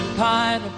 a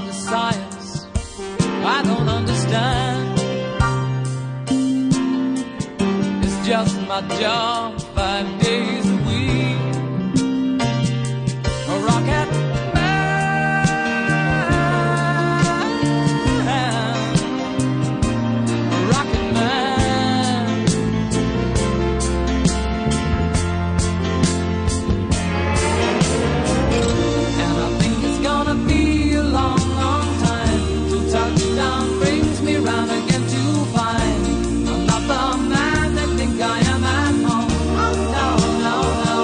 the science I don't understand. It's just my job five days a week. A rocket man. A rocket man. And I think it's gonna be a long, long time till touchdown brings me round again to find I'm not the man they think I am at home. Oh no, no, no.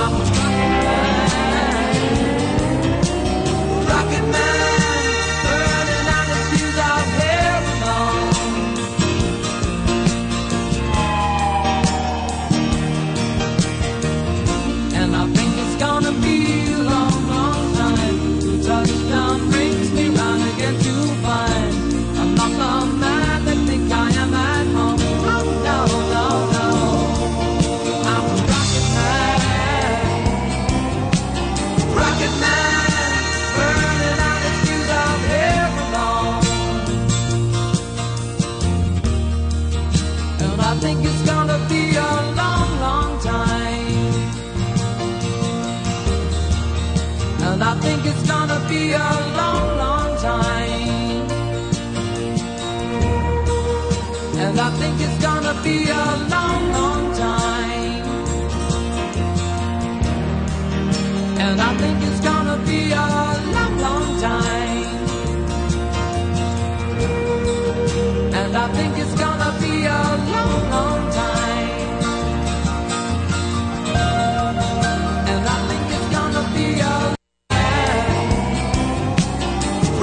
I'm a rocket man, rocket man, burning out the fuse of heaven. And I think it's gonna be a long, long time. till Touchdown brings me round again to find I'm not the man that think I am at home. Oh, no, no, no. I'm a rocket man. Rocket man. Burning out the fuse of heaven. And I think it's gonna be a long, long time. And I think it's gonna be a long, long time. And I think it's gonna be a long, long time. And I think it's gonna be a long, long time. And I think it's gonna be a long, long time. And I think it's gonna be a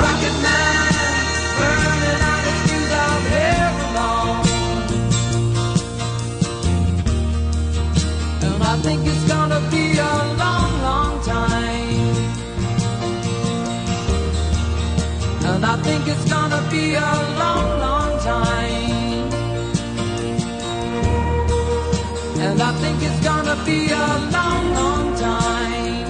rocket man burning out his fuse out here alone. And I think it's gonna be a long, long time. And I think it's gonna be a long, long time. And I think it's gonna be a long, long time.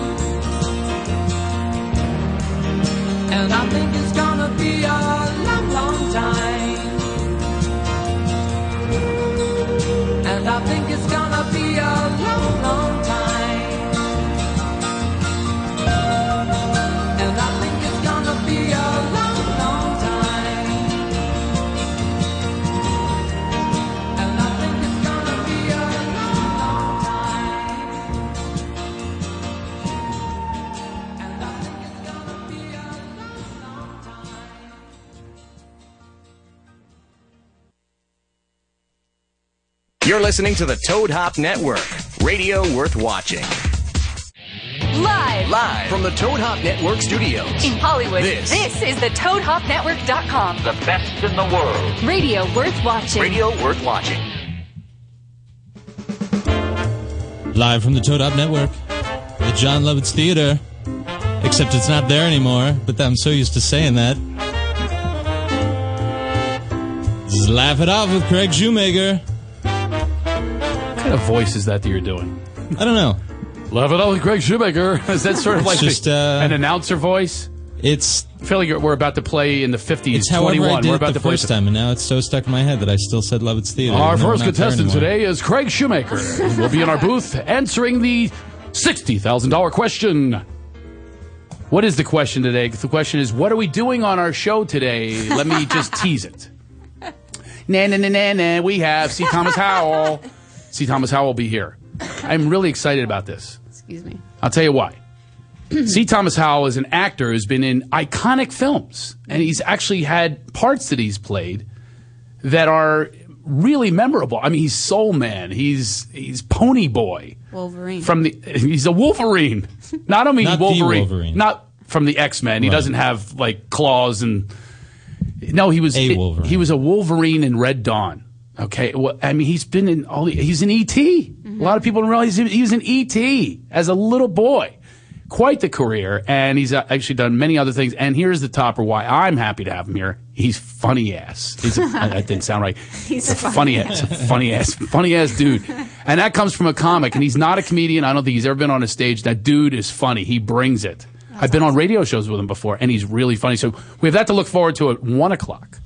And I think it's gonna be a long, long time. And I think it's gonna be a long, long time. And I think it's gonna be a long, long time. And I think it's gonna be a long, long time. And I think it's gonna be a long, long time. You're listening to the Toad Hop Network, radio worth watching. Live Live from the Toad Hop Network studios. in Hollywood. This. is the ToadHopNetwork.com. The best in the world. Radio worth watching. Radio worth watching. Live from the Toad Hop Network, the John Lovitz Theater. Except it's not there anymore, but I'm so used to saying that. This is Laugh It Off with Craig Shoemaker. What kind of voice is that that you're doing? I don't know. Love it all with Greg Shoemaker. Is that sort of It's like just, the- uh, an announcer voice? It's I feel like you're- we're about to play in the 50s, it's however 21. I did we're it about the to play first time, and now it's so stuck in my head that I still said Lovitz Theater. Our even though we're first not there contestant anymore. today is Craig Shoemaker. we'll be in our booth answering the $60,000 question. What is the question today? The question is, what are we doing on our show today? Let me just tease it. Na na na na na. We have C. Thomas Howell. C. Thomas Howell will be here. I'm really excited about this. Excuse me. I'll tell you why. C. Thomas Howell is an actor who's been in iconic films, and he's actually had parts that he's played that are really memorable. I mean, he's Soul Man, he's he's Pony Boy Wolverine. from the he's a Wolverine. Not I mean Not the Wolverine, Wolverine. not from the X Men. He Right. doesn't have like claws and No, he was A he- Wolverine. He was a Wolverine in Red Dawn. Okay, well, I mean, he's been in all. The, he's an ET. A lot of people don't realize he, he was an ET as a little boy. Quite the career, and he's uh, actually done many other things. And here's the topper: why I'm happy to have him here. He's funny ass. He's a, I- that didn't sound right. He's It's a funny ass, funny ass, funny ass dude. And that comes from a comic, and he's not a comedian. I don't think he's ever been on a stage. That dude is funny. He brings it. I've been on radio shows with him before, and he's really funny. So we have that to look forward to at one o'clock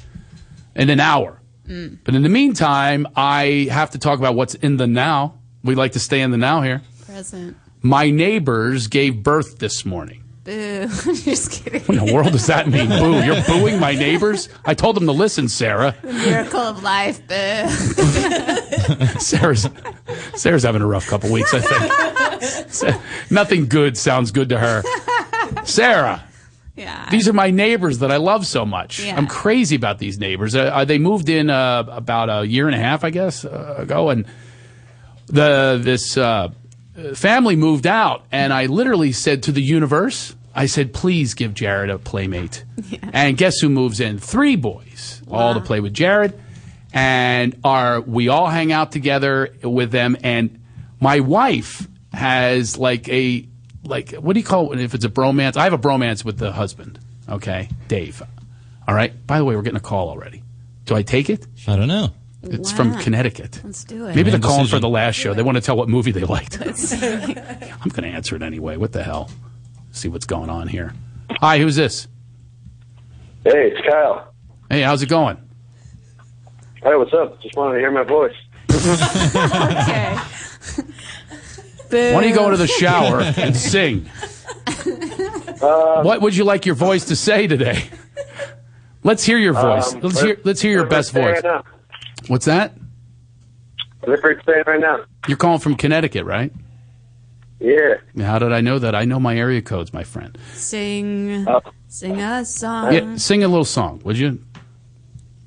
in an hour. Mm. But in the meantime, I have to talk about what's in the now. We like to stay in the now here. Present. My neighbors gave birth this morning. Boo. Just kidding. What in the world does that mean? Boo, you're booing my neighbors? I told them to listen, Sarah. Miracle of life. Boo. Sarah's Sarah's having a rough couple weeks, I think. Sa- Nothing good sounds good to her. Sarah, Yeah. these are my neighbors that I love so much. Yeah. I'm crazy about these neighbors. Uh, Uh, they moved in uh, about a year and a half, I guess, uh, ago, and the this uh, family moved out, and I literally said to the universe, I said, "Please give Jared a playmate." And guess who moves in? Three boys, all to play with Jared, and are we all hang out together with them? And my wife has like a like what do you call it if it's a bromance? I have a bromance with the husband. Okay, Dave. All right. By the way, we're getting a call already. Do I take it? I don't know. It's Why from not? Connecticut. Let's do it. Maybe they're Man calling for decision. the last show. They want to tell what movie they liked. I'm going to answer it anyway. What the hell? See what's going on here. Hi, who's this? Hey, it's Kyle. Hey, how's it going? Hey, what's up? Just wanted to hear my voice. okay. Boo. Why don't you go into the shower and sing? what would you like your voice to say today? Let's hear your voice. Um, let's hear. what- Let's hear your what they're best voice. saying Right now. What's that? What they're saying right now. You're calling from Connecticut, right? Yeah. How did I know that? I know my area codes, my friend. Sing. Uh, Sing a song. Yeah, sing a little song, would you?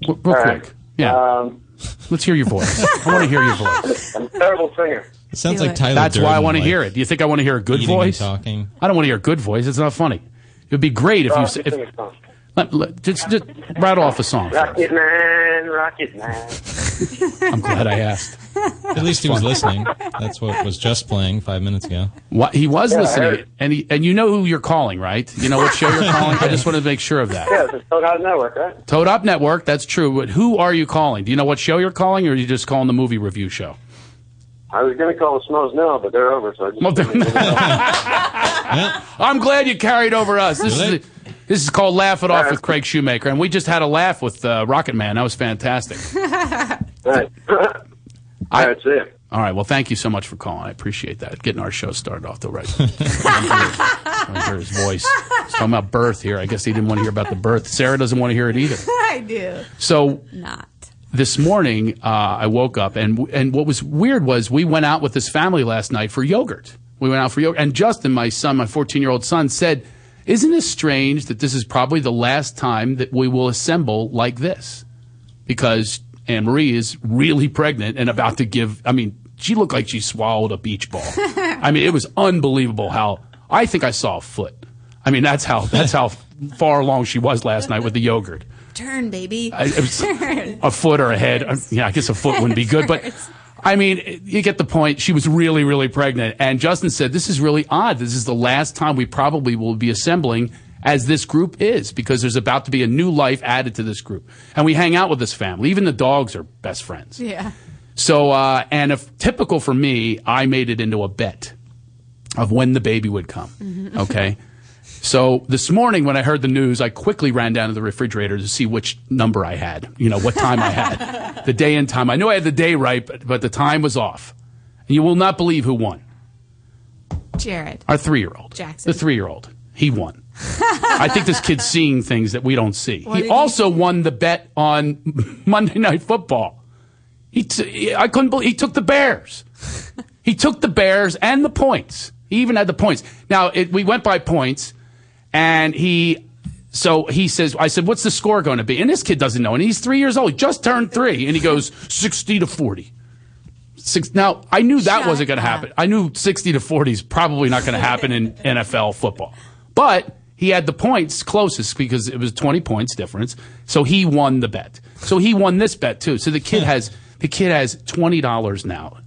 W- real Um, All right. quick. Yeah. Um, Let's hear your voice. I want to hear your voice. I'm a terrible singer. It sounds Do it. like Tyler. That's why I Durden, want to like, hear it. Do you think I want to hear a good eating and voice? I talking. don't want to hear a good voice. It's not funny. It would be great if you s- Rocket if, Oh, singer song. let, let- just, just rattle off a song. for us. Rocket Man, Rocket Man. I'm glad I asked. At least he was listening. That's what was just playing five minutes ago. What, he was I heard listening, it. and he, and you know who you're calling, right? You know what show you're calling. I just wanted to make sure of that. Yeah, it's a Toad Hot Network, right? Toad Up Network. That's true. But who are you calling? Do you know what show you're calling, or are you just calling the movie review show? I was going to call the Smells Now, but they're over, so I just. Well, they're I'm glad you carried over us. This Really? is this is called Laugh It Off Yeah. with Craig Shoemaker, and we just had a laugh with uh, Rocket Man. That was fantastic. All right. All right, see ya. All right, well, thank you so much for calling. I appreciate that. Getting our show started off the right. I want to hear his voice. He's talking about birth here. I guess he didn't want to hear about the birth. Sarah doesn't want to hear it either. I do. So Not. this morning uh, I woke up and and what was weird was we went out with this family last night for yogurt. We went out for yogurt, and Justin, my son, my 14 year old son, said, "Isn't it strange that this is probably the last time that we will assemble like this?" Because Anne Marie is really pregnant and about to give. I mean, she looked like she swallowed a beach ball. I mean, it was unbelievable how I think I saw a foot. I mean, that's how that's how far along she was last night with the yogurt. Turn, baby. I- it was a foot or a head. Um, Yeah, I guess a foot wouldn't be good, but I mean, it- you get the point. She was really, really pregnant. And Justin said, This is really odd. This is the last time we probably will be assembling as this group is because there's about to be a new life added to this group. And we hang out with this family. Even the dogs are best friends. yeah. So, uh, and if typical for me, I made it into a bet of when the baby would come. Mm-hmm. Okay. So this morning when I heard the news, I quickly ran down to the refrigerator to see which number I had, you know, what time I had, the day and time. I knew I had the day right, but, but the time was off. And you will not believe who won. Jared. Our three year old. Jackson. The three year old. He won. I think this kid's seeing things that we don't see. What he did he also won the bet on Monday Night Football. He t- I couldn't believe he took the Bears. he took the Bears and the points. He even had the points. Now it, we went by points, and he. So he says, I said, what's the score going to be? And this kid doesn't know. And he's three years old. He just turned three. And he goes, 60 to 40. Six, now, I knew that Shut wasn't going to up. happen. I knew 60 to 40 is probably not going to happen in NFL football. But He had the points closest because it was 20 points difference. So he won the bet. So he won this bet too. So the kid has the kid has $20 now.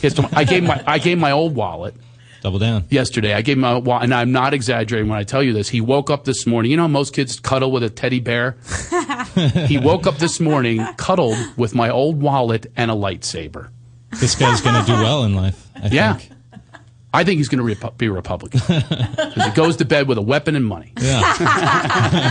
He has 20 I gave my I gave my old wallet Double down. yesterday. I gave him a wa- and I'm not exaggerating when I tell you this. He woke up this morning. You know, how most kids cuddle with a teddy bear. he woke up this morning, cuddled with my old wallet and a lightsaber. This guy's going to do well in life. I Yeah. Think. I think he's going to be a Republican 'Cause he goes to bed with a weapon and money. Yeah.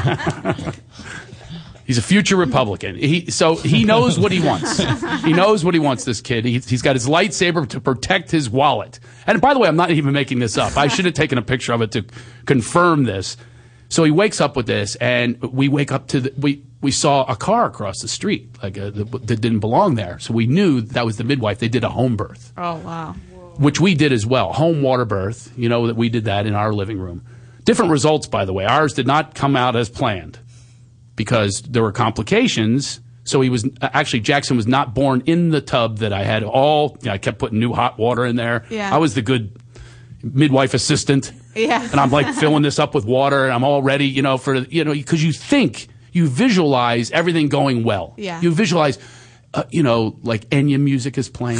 He's a future Republican. He, so he knows what he wants. he knows what he wants, this kid. He, he's got his lightsaber to protect his wallet. And by the way, I'm not even making this up. I should have taken a picture of it to confirm this. So he wakes up with this, and we wake up to the, we, we saw a car across the street like uh that that didn't belong there. So we knew that was the midwife. They did a home birth Oh, wow. which we did as well. Home water birth, you know that we did that in our living room. Different results, by the way. Ours did not come out as planned because there were complications. So he was actually Jackson was not born in the tub that I had all. You know, I kept putting new hot water in there. Yeah. I was the good midwife assistant. Yeah. And I'm like filling this up with water, and I'm all ready, you know, for you know, because you think you visualize everything going well. Yeah. You visualize, uh, you know, like Enya music is playing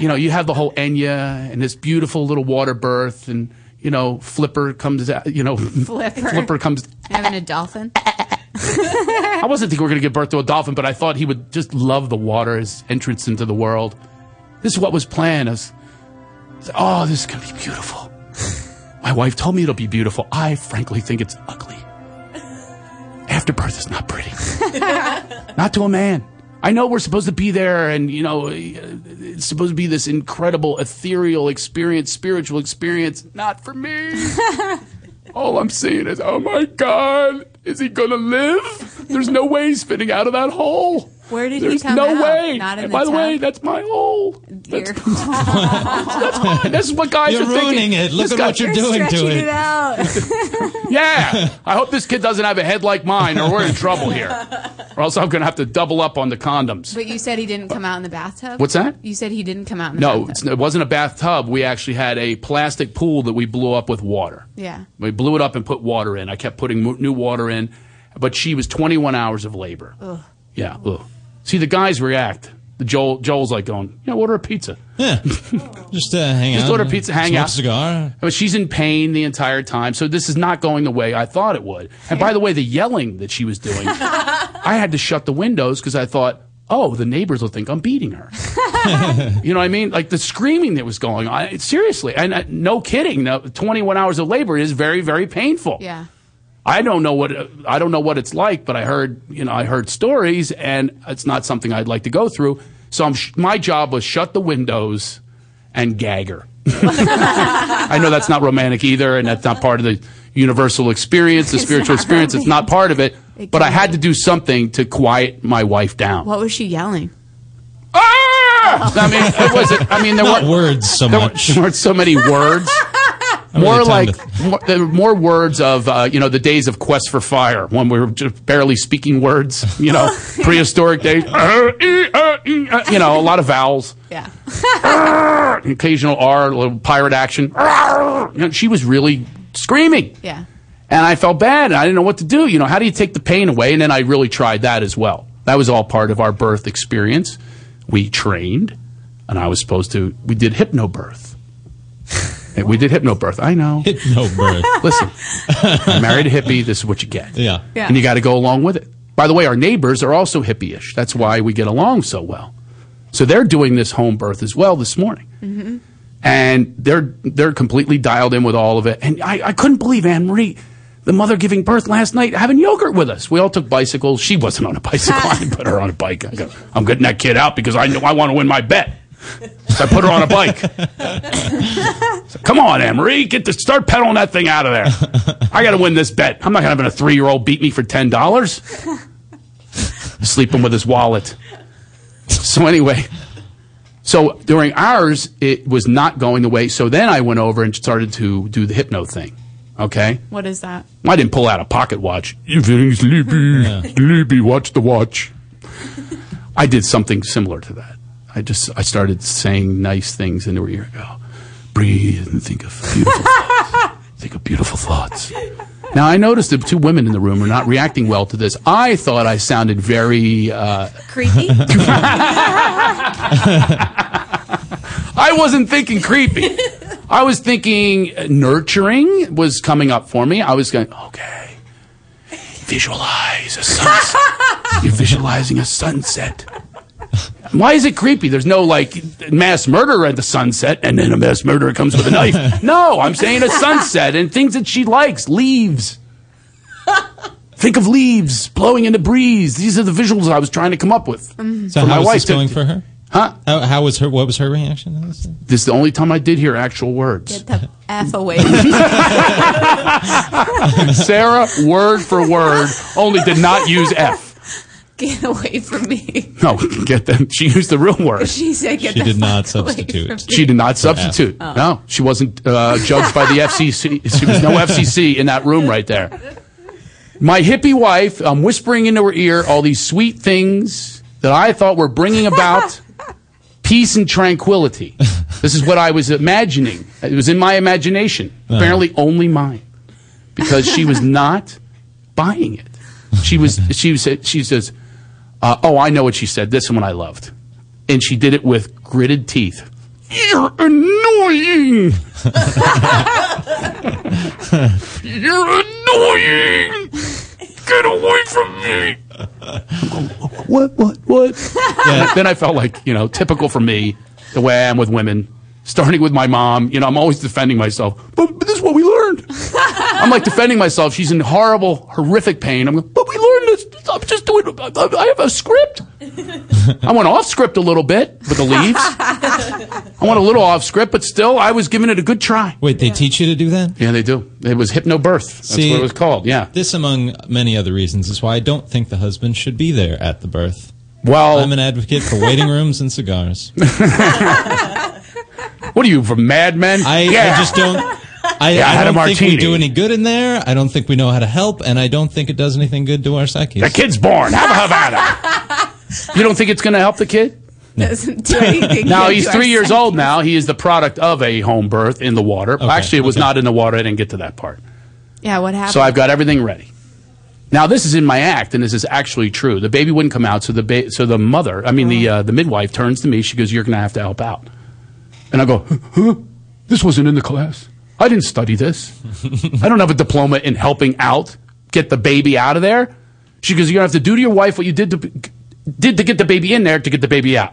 you know, you have the whole Enya and this beautiful little water birth, and you know, Flipper comes out. You know, Flipper, comes. Having a dolphin? I wasn't thinking we are going to give birth to a dolphin, but I thought he would just love the water, his entrance into the world. This is what was planned. I was, oh, this is going to be beautiful. My wife told me it'll be beautiful. I frankly think it's ugly. Afterbirth is not pretty. not to a man. I know we're supposed to be there and, you know, it's supposed to be this incredible ethereal experience, spiritual experience. Not for me. All I'm seeing is, oh my God, is he going to live? There's no way he's fitting out of that hole. Where did There's he come no out? way. Not in and the by the way, tub? that's my hole. That's, You're- that's what guys You're are thinking. ruining it. Look This at guy- what you're you're doing stretching to it it. out. Yeah. I hope this kid doesn't have a head like mine or we're in trouble here. Or else I'm going to have to double up on the condoms. But you said he didn't come out in the bathtub? What's that? You said he didn't come out in the No, it's, bathtub. it wasn't a bathtub. We actually had a plastic pool that we blew up with water. Yeah. We blew it up and put water in. I kept putting mo- new water in, but she was 21 hours of labor. Yeah. Ugh. See, the guys react. The Joel, Joel's like going, yeah, order a pizza. Yeah. Just uh, hang out. Just order pizza, hang smoke out. a cigar. But she's in pain the entire time, so this is not going the way I thought it would. And by the way, the yelling that she was doing, I had to shut the windows because I thought, oh, the neighbors will think I'm beating her. you know what I mean? Like the screaming that was going on. It- seriously, and uh, no kidding. No, 21 hours of labor is very, very painful. Yeah. I don't know what I don't know what it's like, but I heard you know I heard stories, and it's not something I'd like to go through. So I'm sh- my job was shut the windows and gag her. I know that's not romantic either, and that's not part of the universal experience, the spiritual not experience. It's not part of it. It But I can had be. to do something to quiet my wife down. What was she yelling? Oh. Ah! I mean, it wasn't. I mean, there Not weren't words so there much. weren't, weren't so many words. More really like timed more, there were more words of uh, you know the days of Quest for Fire when we were just barely speaking words. You know, prehistoric days. Uh, eh, uh, eh, uh, you know, a lot of vowels, Yeah. occasional R, a little pirate action. You know, she was really screaming. Yeah. And I felt bad and I didn't know what to do. You know, how do you take the pain away? And then I really tried that as well. That was all part of our birth experience. We trained and I was supposed to, we did hypnobirth. And we did hypnobirth. I know. No birth. Listen, I married a hippie. This is what you get. Yeah. Yeah. And you got to go along with it. By the way, our neighbors are also hippie-ish. That's why we get along so well. So they're doing this home birth as well this morning. Mm-hmm. And they're they're completely dialed in with all of it. And I, I couldn't believe Anne Marie, the mother giving birth last night, having yogurt with us. We all took bicycles. She wasn't on a bicycle. I put her on a bike. I go, I'm getting that kid out because I know I want to win my bet. So I put her on a bike. So, Come on, Anne Marie, get to start pedaling that thing out of there. I got to win this bet. I'm not having a three year old beat me for ten dollars. Sleeping with his wallet. So anyway, so during ours, it was not going the way. So then I went over and started to do the hypno thing. Okay, What is that? I didn't pull out a pocket watch. You're feeling sleepy, sleepy. Watch the watch. I did something similar to that. I just I started saying nice things into her ear. Oh, breathe and think of beautiful. thoughts. think of beautiful thoughts. Now, I noticed the two women in the room are not reacting well to this. I thought I sounded very. Uh, Creepy. I wasn't thinking creepy. I was thinking uh, nurturing was coming up for me. I was going, okay, visualize a sunset. You're visualizing a sunset. Why is it creepy? There's no like mass murderer at the sunset, and then a mass murderer comes with a knife. No, I'm saying a sunset and things that she likes, leaves. Think of leaves blowing in the breeze. These are the visuals I was trying to come up with. So For how my was wife this to- going for her? Huh? How, how was her? What was her reaction? to this? This is the only time I did hear actual words. Get the F away. Sarah, word for word, only did not use F. Get away from me. No, get them. She used the real word. She said, get She the did not fuck away substitute. from Oh. me. She did not substitute. No, she wasn't uh, judged by the FCC. She was no FCC in that room right there. My hippie wife, I'm whispering into her ear all these sweet things that I thought were bringing about peace and tranquility. This is what I was imagining. It was in my imagination, apparently only mine, because she was not buying it. She was. She said. She says, uh, "Oh, I know what she said. This one I loved," and she did it with gritted teeth. You're annoying. You're annoying. Get away from me. What? What? What? Then I felt like you know, typical for me, the way I am with women. Starting with my mom, you know, I'm always defending myself. But, but this is what we learned. I'm like defending myself. She's in horrible, horrific pain. I'm going, but we learned this. I'm just doing. I, I have a script. I went off script a little bit with the leaves. I went a little off script, but still, I was giving it a good try. Wait, they teach you to do that? Yeah, they do. It was hypnobirth. That's See- what it was called. Yeah. This, among many other reasons, is why I don't think the husband should be there at the birth. Well, I'm an advocate for waiting rooms and cigars. what are you from Mad Men? I, yeah. I just don't. I, Yeah, I I had a don't think we martini. do any good in there. I don't think we know how to help, and I don't think it does anything good to our psyches. the kid's born. Have a Havana. you don't think it's going to help the kid? Doesn't do anything. No, good he's to three our years psyche. old now. He is the product of a home birth in the water. Actually, it was okay. not in the water. I didn't get to that part. Yeah, what happened? So I've got everything ready. Now this is in my act, and this is actually true. The baby wouldn't come out, so the ba- so the mother, I mean the uh, the midwife, turns to me. She goes, "You're going to have to help out," and I go, "Huh? This wasn't in the class. I didn't study this. I don't have a diploma in helping out get the baby out of there." She goes, "You're going to have to do to your wife what you did to did to get the baby in there to get the baby out."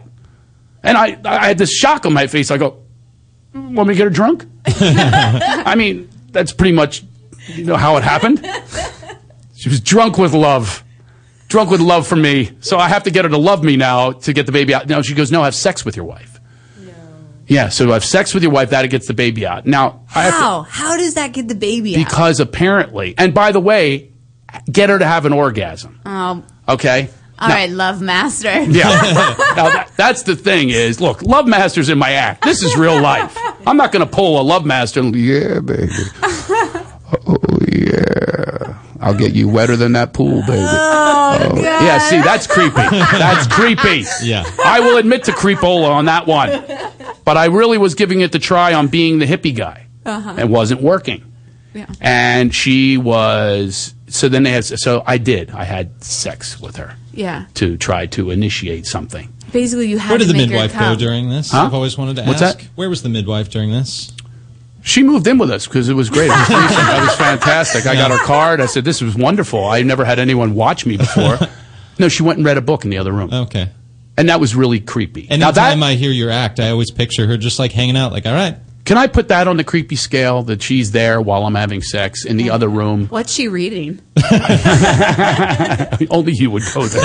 And I I had this shock on my face. I go, "Want me to get her drunk?" I mean, that's pretty much you know how it happened. She was drunk with love. Drunk with love for me. So I have to get her to love me now to get the baby out. Now she goes, No, have sex with your wife. Yeah, so have sex with your wife, that gets the baby out. Now I have to- How? How does that get the baby out? because apparently and by the way, get her to have an orgasm. Um, Okay? all right, love master. Yeah. now that, that's the thing is, look, Love Master's in my act. This is real life. I'm not going to pull a Love Master. And, yeah, baby. Oh yeah. I'll get you wetter than that pool, baby. Oh, yeah. See, that's creepy. That's creepy. Yeah. I will admit to creepola on that one, but I really was giving it the try on being the hippie guy. It wasn't working. Yeah. And she was. So then they had. So I did. I had sex with her Yeah. to try to initiate something. Basically, you have Where to did the make her midwife go come. during this? Huh? I've always wanted to What's ask. that? Where was the midwife during this? She moved in with us because it was great. It was, decent. That was fantastic. I got her card. I said, "This was wonderful. I never had anyone watch me before." No, she went and read a book in the other room, Okay. and that was really creepy. now that Anytime I hear your act, I always picture her just like hanging out, like, all right, can I put that on the creepy scale that she's there while I'm having sex in the other room? What's she reading? Only you would go there.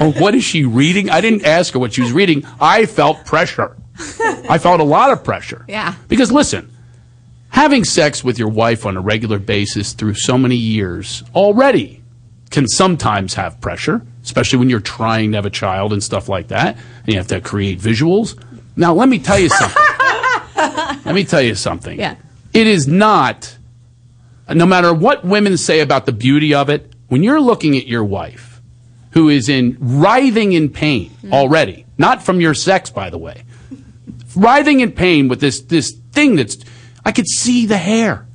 oh, what is she reading? I didn't ask her what she was reading. I felt pressure. I felt a lot of pressure. Yeah. Because listen, having sex with your wife on a regular basis through so many years already can sometimes have pressure, especially when you're trying to have a child and stuff like that, and you have to create visuals. Now, let me tell you something. let me tell you something. Yeah. It is not no matter what women say about the beauty of it, when you're looking at your wife, who is in writhing in pain already, not from your sex, by the way, writhing in pain with this this thing that's, I could see the hair.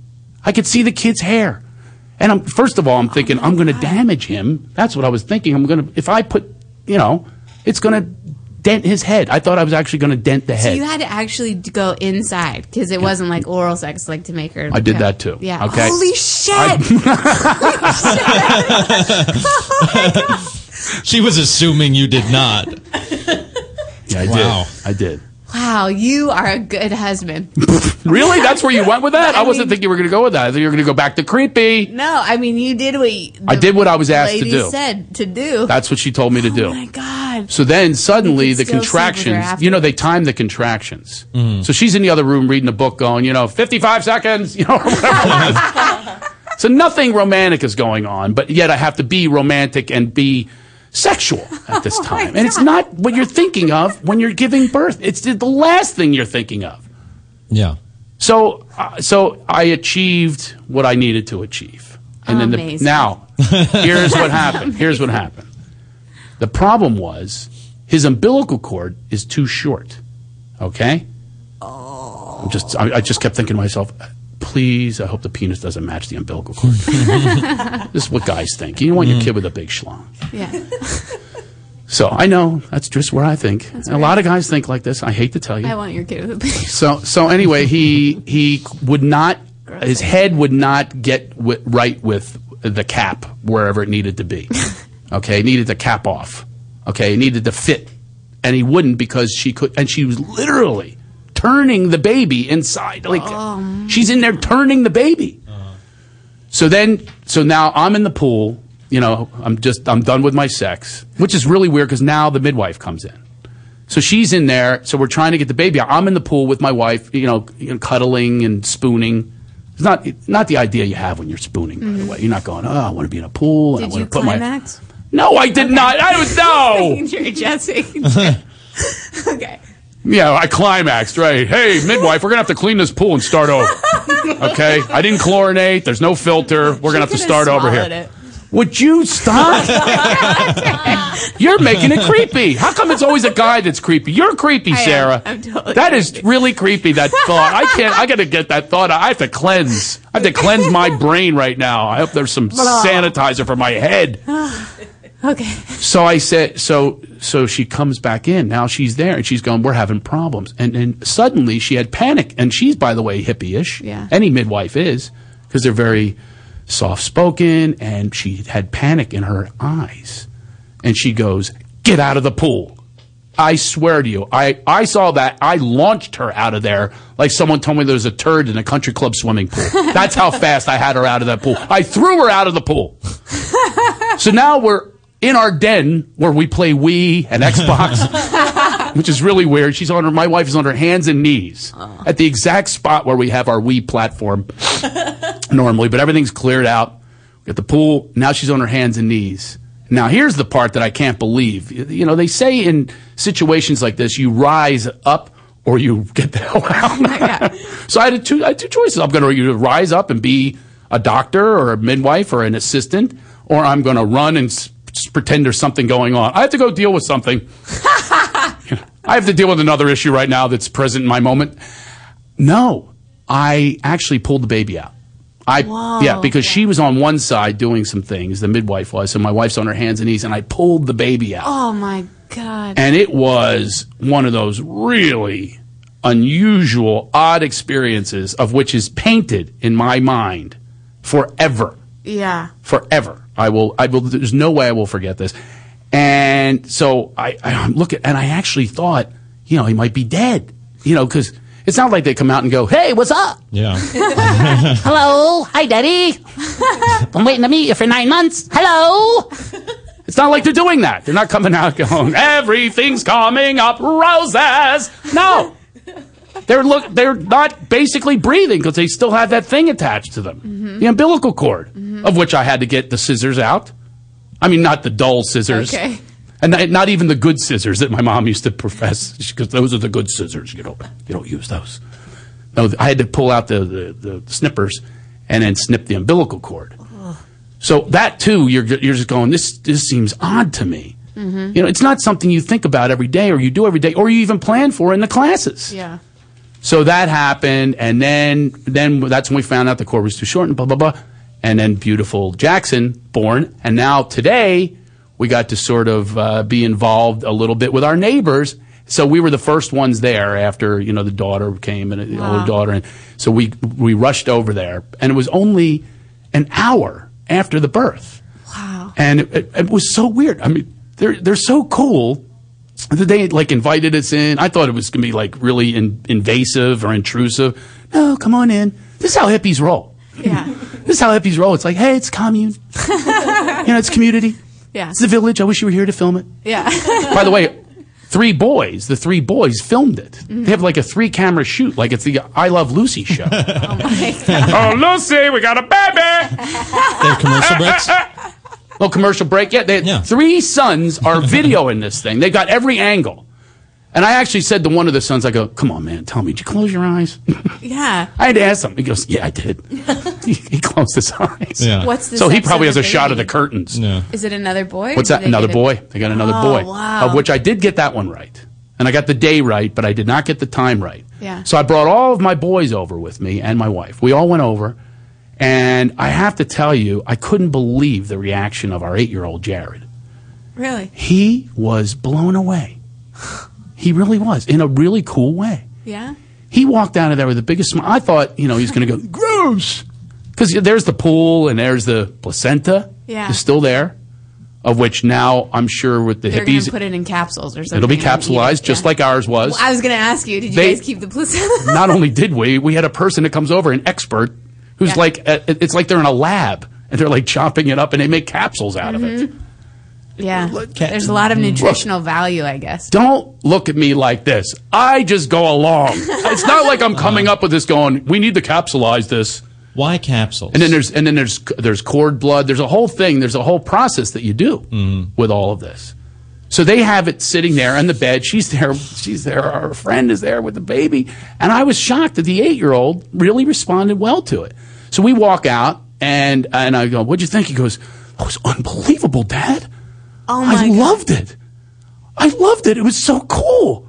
I could see the kid's hair. And I'm first of all, I'm thinking I'm going to damage him. That's what I was thinking. I'm going to if I put, you know, it's going to dent his head. I thought I was actually going to dent the So head. you had to actually d- go inside because it wasn't like oral sex, like to make her. I did yeah. that too. Yeah. Okay. Holy shit! She was assuming you did not. yeah, I Wow. did. I did. Wow, you are a good husband. Really? That's where you went with that? I, I wasn't mean- thinking you were going to go with that. I thought you were going to go back to creepy. No, I mean you did what you, I did what I was asked to lady do. Said to do. That's what she told me to do. Oh my god. So then suddenly You could the still sleep with her contractions, after. you know, they time the contractions. So she's in the other room reading a book going, you know, 55 seconds, you know, or whatever it was. so nothing romantic is going on, but yet I have to be romantic and be sexual at Oh this time. and it's not what you're thinking of when you're giving birth. It's the last thing you're thinking of. Yeah. So, uh, so I achieved what I needed to achieve, and then the, Amazing. now here's what happened. Here's what happened. The problem was his umbilical cord is too short. Okay. Oh. I'm just I, I just kept thinking to myself, please. I hope the penis doesn't match the umbilical cord. this is what guys think. You don't want your kid with a big schlong. Yeah. So I know that's just where I think. And a lot of guys think like this. I hate to tell you. I want your kid. with a- So so anyway, he he would not his head would not get wi- right with the cap wherever it needed to be. Okay, it needed the cap off. Okay, it needed to fit, and he wouldn't because she could, and she was literally turning the baby inside. Like she's in there turning the baby. So then, so now I'm in the pool. You know, I'm just I'm done with my sex, which is really weird because now the midwife comes in. So she's in there. So we're trying to get the baby out. I'm in the pool with my wife, you know, you know, cuddling and spooning. It's not not the idea you have when you're spooning. By the way, you're not going. Oh, I want to be in a pool. and I Mm-hmm. Did want you to put my. climax? No, I did not. I was no. You're Jesse. okay. Yeah, I climaxed, right. Hey, midwife, we're going to have to clean this pool and start over. Okay? I didn't chlorinate. There's no filter. We're going to have to could've start over here. swallowed it. Would you stop? You're making it creepy. How come it's always a guy that's creepy? You're creepy, am. Sarah. I'm totally That is really creepy, that thought. I can't, I got to get that thought. out. I have to cleanse. I have to cleanse my brain right now. I hope there's some sanitizer for my head. Okay. So I said, so so she comes back in. Now she's there, and she's going, "We're having problems." And and suddenly she had panic, and she's by the way hippie-ish. Yeah. Any midwife is because they're very soft-spoken, and she had panic in her eyes, and she goes, "Get out of the pool." I swear to you, I, I saw that. I launched her out of there like someone told me there was a turd in a country club swimming pool. That's how fast I had her out of that pool. I threw her out of the pool. So now we're in our den where we play Wii and Xbox, which is really weird. She's on her, my wife is on her hands and knees at the exact spot where we have our Wii platform normally, but everything's cleared out. We got the pool. Now she's on her hands and knees. Now here's the part that I can't believe. You know, they say in situations like this, you rise up or you get the hell out. so I had, a two, I had two choices. I'm going to either rise up and be a doctor or a midwife or an assistant, or I'm going to run and s- s- pretend there's something going on. I have to go deal with something. I have to deal with another issue right now that's present in my moment. No, I actually pulled the baby out. I yeah, because she was on one side doing some things, the midwife was, and my wife's on her hands and knees, and I pulled the baby out. Oh my god. And it was one of those really unusual, odd experiences of which is painted in my mind forever Yeah. forever. I will. I will. There's no way I will forget this. And so I, I look at, and I actually thought, you know, he might be dead. You know, because it's not like they come out and go, "Hey, what's up? Yeah. Hello, hi, Daddy. I'm waiting to meet you for nine months. Hello." It's not like they're doing that. They're not coming out going, "Everything's coming up roses." No. They're look. They're not basically breathing because they still have that thing attached to them, the umbilical cord, of which I had to get the scissors out. I mean, not the dull scissors, Okay. and not- not even the good scissors that my mom used to profess because those are the good scissors. You know, you don't use those. No, I had to pull out the the, the snippers and then snip the umbilical cord. So that too, you're you're just going. This this seems odd to me. Mm-hmm. You know, it's not something you think about every day, or you do every day, or you even plan for in the classes. Yeah. So that happened, and then then that's when we found out the cord was too short, and blah blah blah, and then beautiful Jackson born, and now today we got to sort of uh, be involved a little bit with our neighbors. So we were the first ones there after you know the daughter came and uh, the older daughter, and so we we rushed over there, and it was only an hour after the birth. Wow! And it, it, it was so weird. I mean, they're they're so cool that they like invited us in. I thought it was gonna be like really in, invasive or intrusive. No, come on in. This is how hippies roll. Yeah. This is how hippies roll. It's like, hey, it's commune. you know, it's community. Yeah. It's the village. I wish you were here to film it. Yeah. By the way, three boys, the three boys filmed it. They have like a three camera shoot, like it's the I Love Lucy show. oh, Lucy, we got a baby. They have commercial breaks. No commercial break yet. They had Yeah. Three sons are videoing this thing. They got every angle. And I actually said to one of the sons, I go, come on, man, tell me, did you close your eyes? yeah. I had to ask him. He goes, yeah, I did. he, he closed his eyes. Yeah. What's the So he sex probably of has a the shot of the baby? curtains. Yeah. Is it another boy? or What's do that? they Another get a- boy. They got another Oh, boy. wow. Of which I did get that one right. And I got the day right, but I did not get the time right. Yeah. So I brought all of my boys over with me and my wife. We all went over. And I have to tell you, I couldn't believe the reaction of our eight year old Jared. Really? He was blown away. He really was, in a really cool way. Yeah. He walked out of there with the biggest smile. I thought, you know, he's going to go, gross. Because there's the pool and there's the placenta. Yeah. It's still there, of which now I'm sure with the They're going hippies, to put it in capsules or something. it'll be and eat it, capsulized just yeah. like ours was. Well, I was going to ask you, did you They- guys keep the placenta? Not only did we, we had a person that comes over, an expert, who's Yeah. like, uh, it's like they're in a lab and they're like chopping it up and they make capsules out of it. Hmm? yeah. Cap- There's a lot of nutritional value, I guess. Mm. Don't look at me like this. I just go along. it's not like I'm coming up with this going, we need to capsulize this. Why capsules? And then there's and then there's there's cord blood. There's a whole thing. There's a whole process that you do Mm-hmm. with all of this. So they have it sitting there on the bed. She's there. She's there. Our friend is there with the baby. And I was shocked that the eight year old really responded well to it. So we walk out and and I go, "What'd you think?" He goes, "That was unbelievable, Dad. Oh my I God. loved it. I loved it. It was so cool."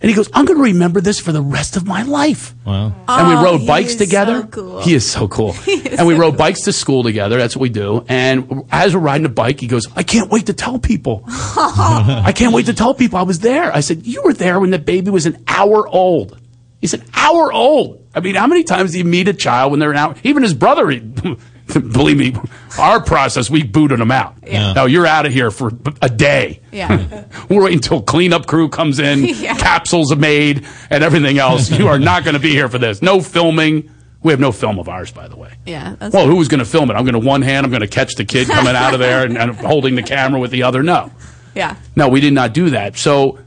And he goes, "I'm going to remember this for the rest of my life." Mm. wow. and we rode he bikes is together. so cool. He is so cool. and we rode bikes to school together. That's what we do. And as we're riding a bike, he goes, "I can't wait to tell people. I can't wait to tell people I was there." I said, "You were there when the baby was an hour old." He's an hour old. I mean, how many times do you meet a child when they're an hour? Even his brother, he- believe me, our process, we booted him out. Yeah. No, you're out of here for a day. Yeah. We're waiting until cleanup crew comes in, Yeah. capsules are made, and everything else. You are not going to be here for this. No filming. We have no film of ours, by the way. Yeah. That's Well, who was going to film it? I'm going to one hand, I'm going to catch the kid coming out of there and, and holding the camera with the other. No, yeah. no, we did not do that. So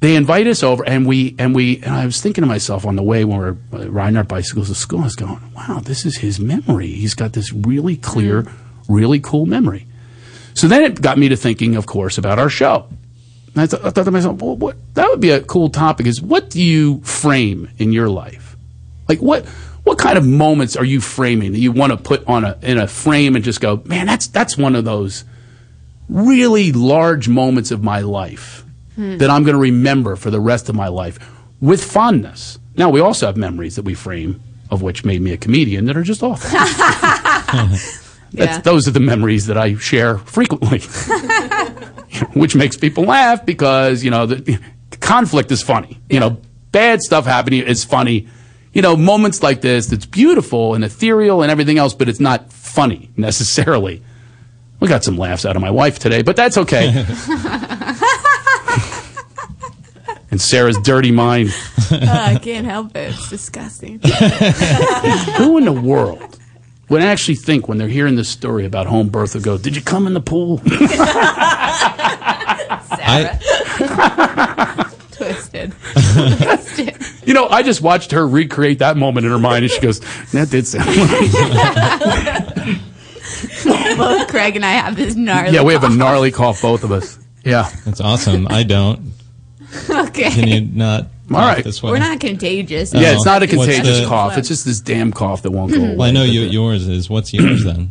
they invite us over, and we and we and I was thinking to myself on the way when we were uh, riding our bicycles to school, I was going, "Wow, this is his memory. He's got this really clear, really cool memory." So then it got me to thinking, of course, about our show. And I, th- I thought to myself, well, what, that would be a cool topic is what do you frame in your life? Like what, what kind of moments are you framing that you want to put on a, in a frame and just go, man, that's, that's one of those really large moments of my life Hmm. that I'm going to remember for the rest of my life with fondness. Now we also have memories that we frame of which made me a comedian that are just awful. That's, Yeah. Those are the memories that I share frequently, which makes people laugh because you know the, the conflict is funny. You know, bad stuff happening is funny. You know, moments like this that's beautiful and ethereal and everything else, but it's not funny necessarily. We got some laughs out of my wife today, but that's okay. Uh, and Sarah's dirty mind. Oh, I can't help it. It's disgusting. Who in the world would actually think when they're hearing this story about home birth would go, Did you come in the pool? I, Twisted. You know, I just watched her recreate that moment in her mind, and she goes, "That did sound." like-" Both Craig and I have this gnarly. yeah, we have a gnarly cough, both of us. Yeah, that's awesome. I don't. Okay. Can you not? All right. This way? Uh, We're not contagious. yeah. It's not a What's contagious the- cough. It's just this damn cough that won't go away. Well, I know you, yours is. What's yours uh, then?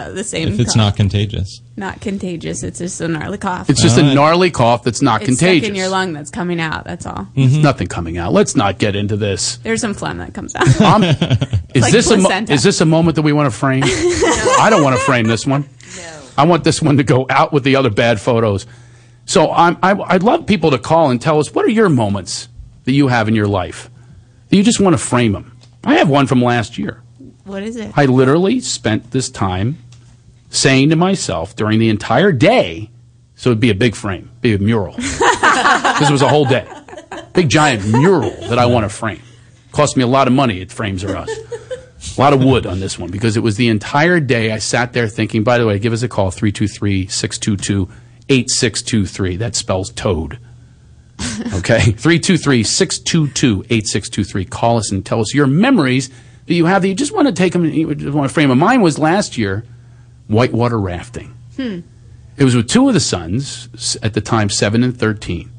Mm-hmm. the same. if it's cough. not contagious. not contagious, it's just a gnarly cough. It's just All a right. gnarly cough that's not It's contagious. stuck in your lung that's coming out. That's all. There's Mm-hmm. nothing coming out. Let's not get into this. There's some phlegm that comes out. Um, is like this a mo- placenta. is this a moment that we want to frame? I don't want to frame this one. I want this one to go out with the other bad photos. So I'm, I, I'd love people to call and tell us what are your moments that you have in your life that you just want to frame them. I have one from last year. what is it? I literally spent this time saying to myself during the entire day, so it'd be a big frame, be a mural. this was a whole day. Big giant mural that I want to frame. Cost me a lot of money at Frames or Us. A lot of wood on this one because it was the entire day I sat there thinking, by the way, give us a call 323 622 8623. That spells toad. Okay? 323 622 8623. Call us and tell us your memories that you have that you just want to take them, you just want to frame them. Mine was last year whitewater rafting. Hmm. It was with two of the sons s- at the time, seven and 13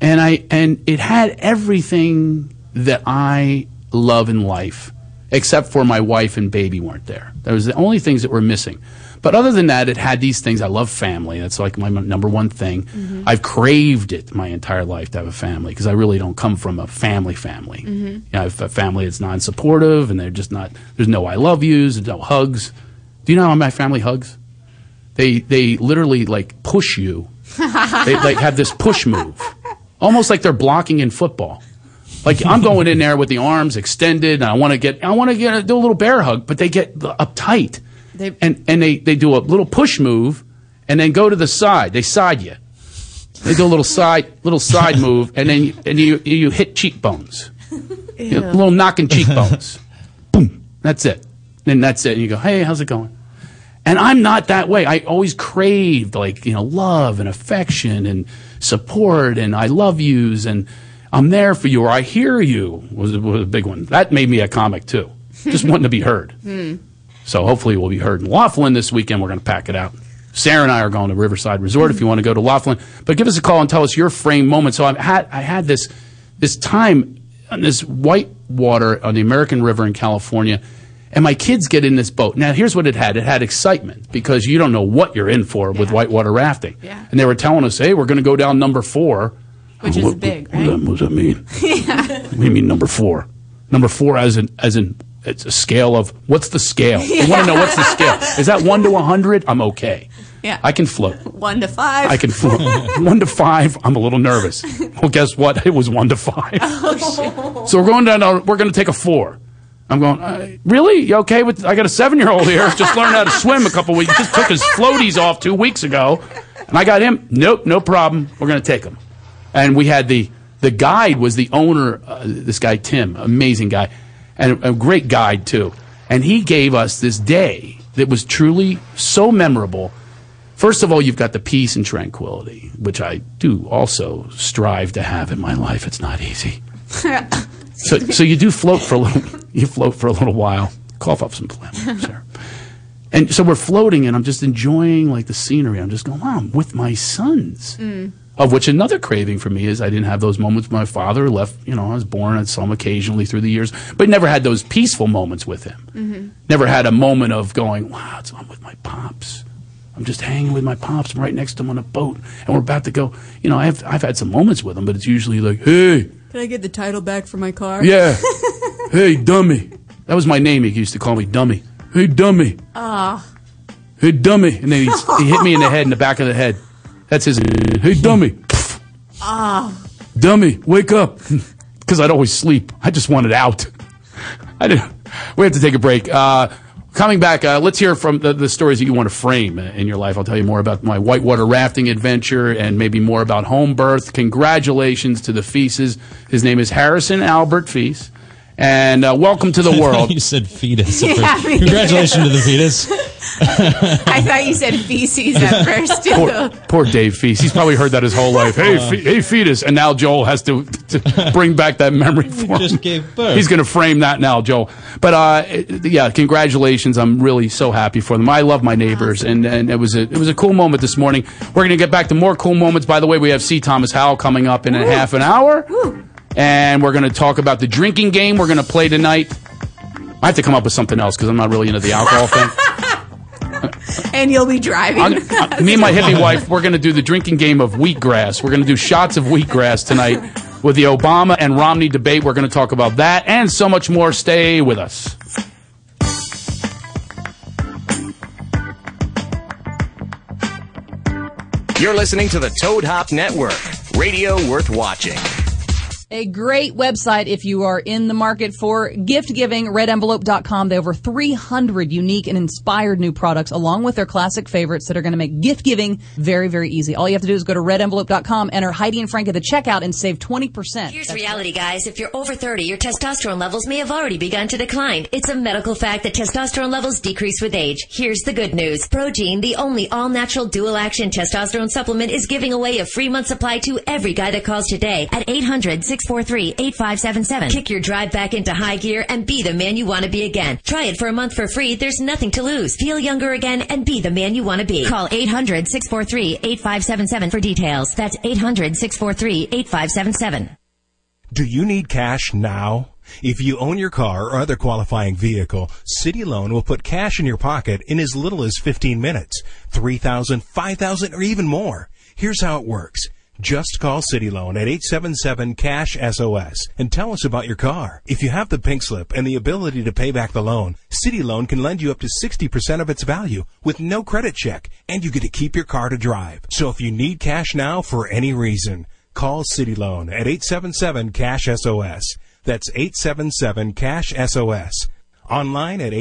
and I and it had everything that I love in life, except for my wife and baby weren't there. That was the only things that were missing. But other than that, it had these things. I love family. That's like my m- number one thing. I've craved it my entire life to have a family because I really don't come from a family family. You know, I have a family that's non-supportive and they're just not. There's no I love yous. There's no hugs. Do you know how my family hugs? They they literally like push you they like have this push move, almost like they're blocking in football. Like I'm going in there with the arms extended, and I want to get, I want to get do a little bear hug, but they get uptight, They- and and they they do a little push move, and then go to the side. They side you. They do a little side little side move, and then and you you hit cheekbones, You know, a little knocking cheekbones. Boom. That's it. And that's it. And you go, hey, how's it going? And I'm not that way. I always craved like, you know, love and affection and support and I love yous and I'm there for you or I hear you was, was a big one. That made me a comic too. Just wanting to be heard. Hmm. So hopefully we'll be heard in Laughlin this weekend. We're going to pack it out. Sarah and I are going to Riverside Resort if you want to go to Laughlin. But give us a call and tell us your frame moment. So I had I had this this time on this white water on the American River in California, and my kids get in this boat. Now here's what it had. It had excitement because you don't know what you're in for with whitewater rafting. Yeah. And they were telling us, hey, we're going to go down number four, Which is What- big, what- right? What, does that mean? What do you mean number four? Number four as in as in it's a scale of what's the scale? You want to know what's the scale? Is that one to a hundred? I'm okay. Yeah. I can float. One to five. I can float. one to five. I'm a little nervous. Well, guess what? It was one to five. Oh, so we're going down. to- We're going to take a four. I'm going. Uh, really? You okay with? I got a seven year old here. Just learned how to swim a couple weeks. Just took his floaties off two weeks ago, and I got him. Nope, no problem. We're going to take him. And we had the the guide was the owner. Uh, this guy Tim, amazing guy, and a, a great guide too. And he gave us this day that was truly so memorable. First of all, you've got the peace and tranquility, which I do also strive to have in my life. It's not easy. so, so you do float for a little. You float for a little while. Cough up some phlegm, sir. And so we're floating, and I'm just enjoying like the scenery. I'm just going, wow, I'm with my sons. Mm. Of which another craving for me is I didn't have those moments with my father. Left, you know, I was born and saw him occasionally through the years, but never had those peaceful moments with him. Mm-hmm. Never had a moment of going, wow, it's I'm with my pops. I'm just hanging with my pops. I'm right next to him on a boat, and we're about to go. You know, I've I've had some moments with him, but it's usually like, hey, Can I get the title back for my car? yeah. hey, dummy. That was my name. He used to call me dummy. Hey, dummy. Ah. Oh. Hey, dummy. And then he's, he hit me in the head, in the back of the head. That's his. Hey, dummy. Ah. Dummy, wake up. Because I'd always sleep. I just wanted out. I didn't. We have to take a break. Uh, coming back, uh, let's hear from the, the stories that you want to frame uh, in your life. I'll tell you more about my whitewater rafting adventure and maybe more about home birth. Congratulations to the Feases. His name is Harrison Albert Fees. And uh, welcome to the world. you said fetus. at Yeah, first. me- Congratulations to the fetus. I thought you said feces at first too. poor, poor Dave Fees. He's probably heard that his whole life. Hey, fe- hey, fetus. And now Joel has to, to bring back that memory for just him. gave birth. He's going to frame that now, Joel. But uh, it- yeah, congratulations. I'm really so happy for them. I love my neighbors, and, and it was a it was a cool moment this morning. We're going to get back to more cool moments. By the way, we have C. Thomas Howell coming up in a half an hour, and we're going to talk about the drinking game we're going to play tonight. I have to come up with something else because I'm not really into the alcohol thing. and you'll be driving. I'm- uh, me and my hippie wife, we're going to do the drinking game of wheatgrass. We're going to do shots of wheatgrass tonight with the Obama and Romney debate. We're going to talk about that and so much more. Stay with us. You're listening to the Toad Hop Network, radio worth watching. A great website if you are in the market for gift giving, redenvelope.com. They have over 300 unique and inspired new products along with their classic favorites that are going to make gift giving very, very easy. All you have to do is go to redenvelope.com, enter Heidi and Frank at the checkout and save 20%. Here's reality, guys. If you're over 30, your testosterone levels may have already begun to decline. It's a medical fact that testosterone levels decrease with age. Here's the good news. Progene, the only all-natural dual-action testosterone supplement, is giving away a free month supply to every guy that calls today at 800-643-8577. Kick your drive back into high gear and be the man you want to be again. Try it for a month for free. There's nothing to lose. Feel younger again and be the man you want to be. Call 800-643-8577 for details. That's 800-643-8577. Do you need cash now? If you own your car or other qualifying vehicle, City Loan will put cash in your pocket in as little as 15 minutes, 3,000, 5,000, or even more. Here's how it works. Just call City Loan at 877-CASH-SOS and tell us about your car. If you have the pink slip and the ability to pay back the loan, City Loan can lend you up to 60% of its value with no credit check and you get to keep your car to drive. So if you need cash now for any reason, Call City Loan at 877 Cash SOS. That's 877 Cash SOS. Online at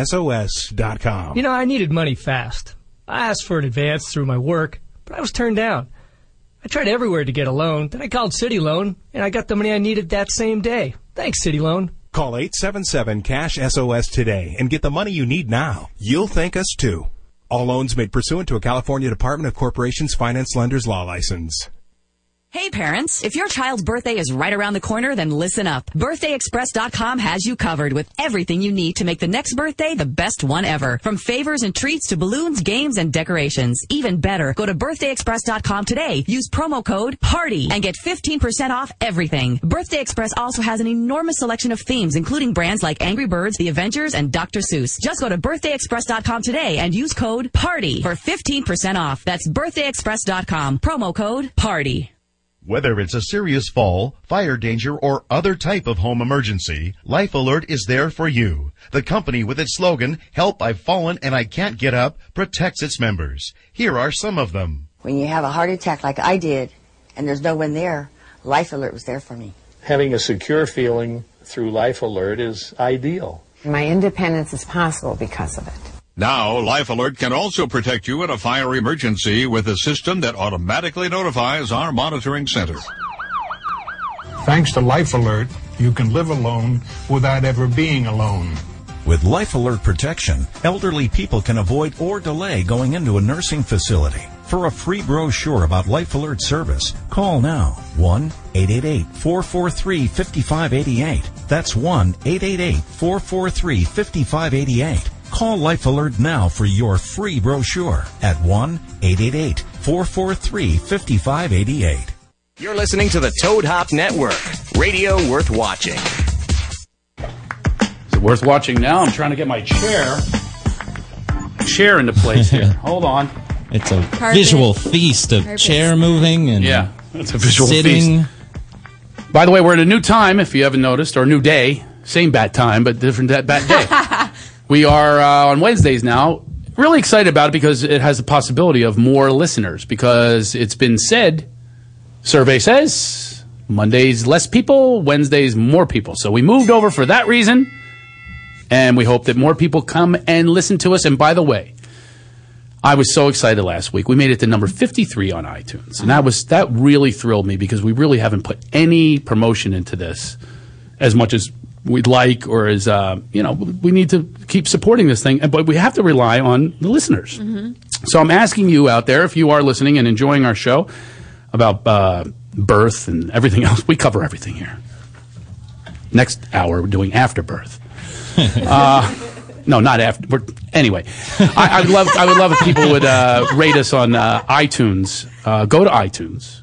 877cashsos.com. You know, I needed money fast. I asked for an advance through my work, but I was turned down. I tried everywhere to get a loan, then I called City Loan, and I got the money I needed that same day. Thanks, City Loan. Call 877 Cash SOS today and get the money you need now. You'll thank us too. All loans made pursuant to a California Department of Corporations Finance Lenders Law License. Hey parents, if your child's birthday is right around the corner, then listen up. BirthdayExpress.com has you covered with everything you need to make the next birthday the best one ever. From favors and treats to balloons, games, and decorations. Even better, go to BirthdayExpress.com today. Use promo code PARTY and get 15% off everything. Birthday Express also has an enormous selection of themes, including brands like Angry Birds, The Avengers, and Dr. Seuss. Just go to BirthdayExpress.com today and use code PARTY for 15% off. That's BirthdayExpress.com. Promo code PARTY. Whether it's a serious fall, fire danger, or other type of home emergency, Life Alert is there for you. The company with its slogan, Help I've Fallen and I Can't Get Up, protects its members. Here are some of them. When you have a heart attack like I did, and there's no one there, Life Alert was there for me. Having a secure feeling through Life Alert is ideal. My independence is possible because of it. Now, Life Alert can also protect you in a fire emergency with a system that automatically notifies our monitoring center. Thanks to Life Alert, you can live alone without ever being alone. With Life Alert protection, elderly people can avoid or delay going into a nursing facility. For a free brochure about Life Alert service, call now 1 888 443 5588. That's 1 888 443 5588. Call Life Alert now for your free brochure at 1 888 443 5588. You're listening to the Toad Hop Network, radio worth watching. Is it worth watching now? I'm trying to get my chair chair into place here. Hold on. It's a visual feast of Carpet chair moving and Yeah, it's a visual sitting. feast. By the way, we're at a new time, if you haven't noticed, or a new day. Same bat time, but different da- bat day. we are uh, on Wednesdays now. Really excited about it because it has the possibility of more listeners. Because it's been said, survey says Mondays less people, Wednesdays more people. So we moved over for that reason, and we hope that more people come and listen to us. And by the way, I was so excited last week. We made it to number 53 on iTunes. And that was that really thrilled me because we really haven't put any promotion into this as much as we'd like or as uh, you know, we need to keep supporting this thing, but we have to rely on the listeners. So I'm asking you out there if you are listening and enjoying our show about uh, birth and everything else. We cover everything here. Next hour, we're doing after birth. Mm-hmm. uh, no, not after. We're, anyway, I, I would love. I would love if people would uh, rate us on uh, iTunes. Uh, go to iTunes,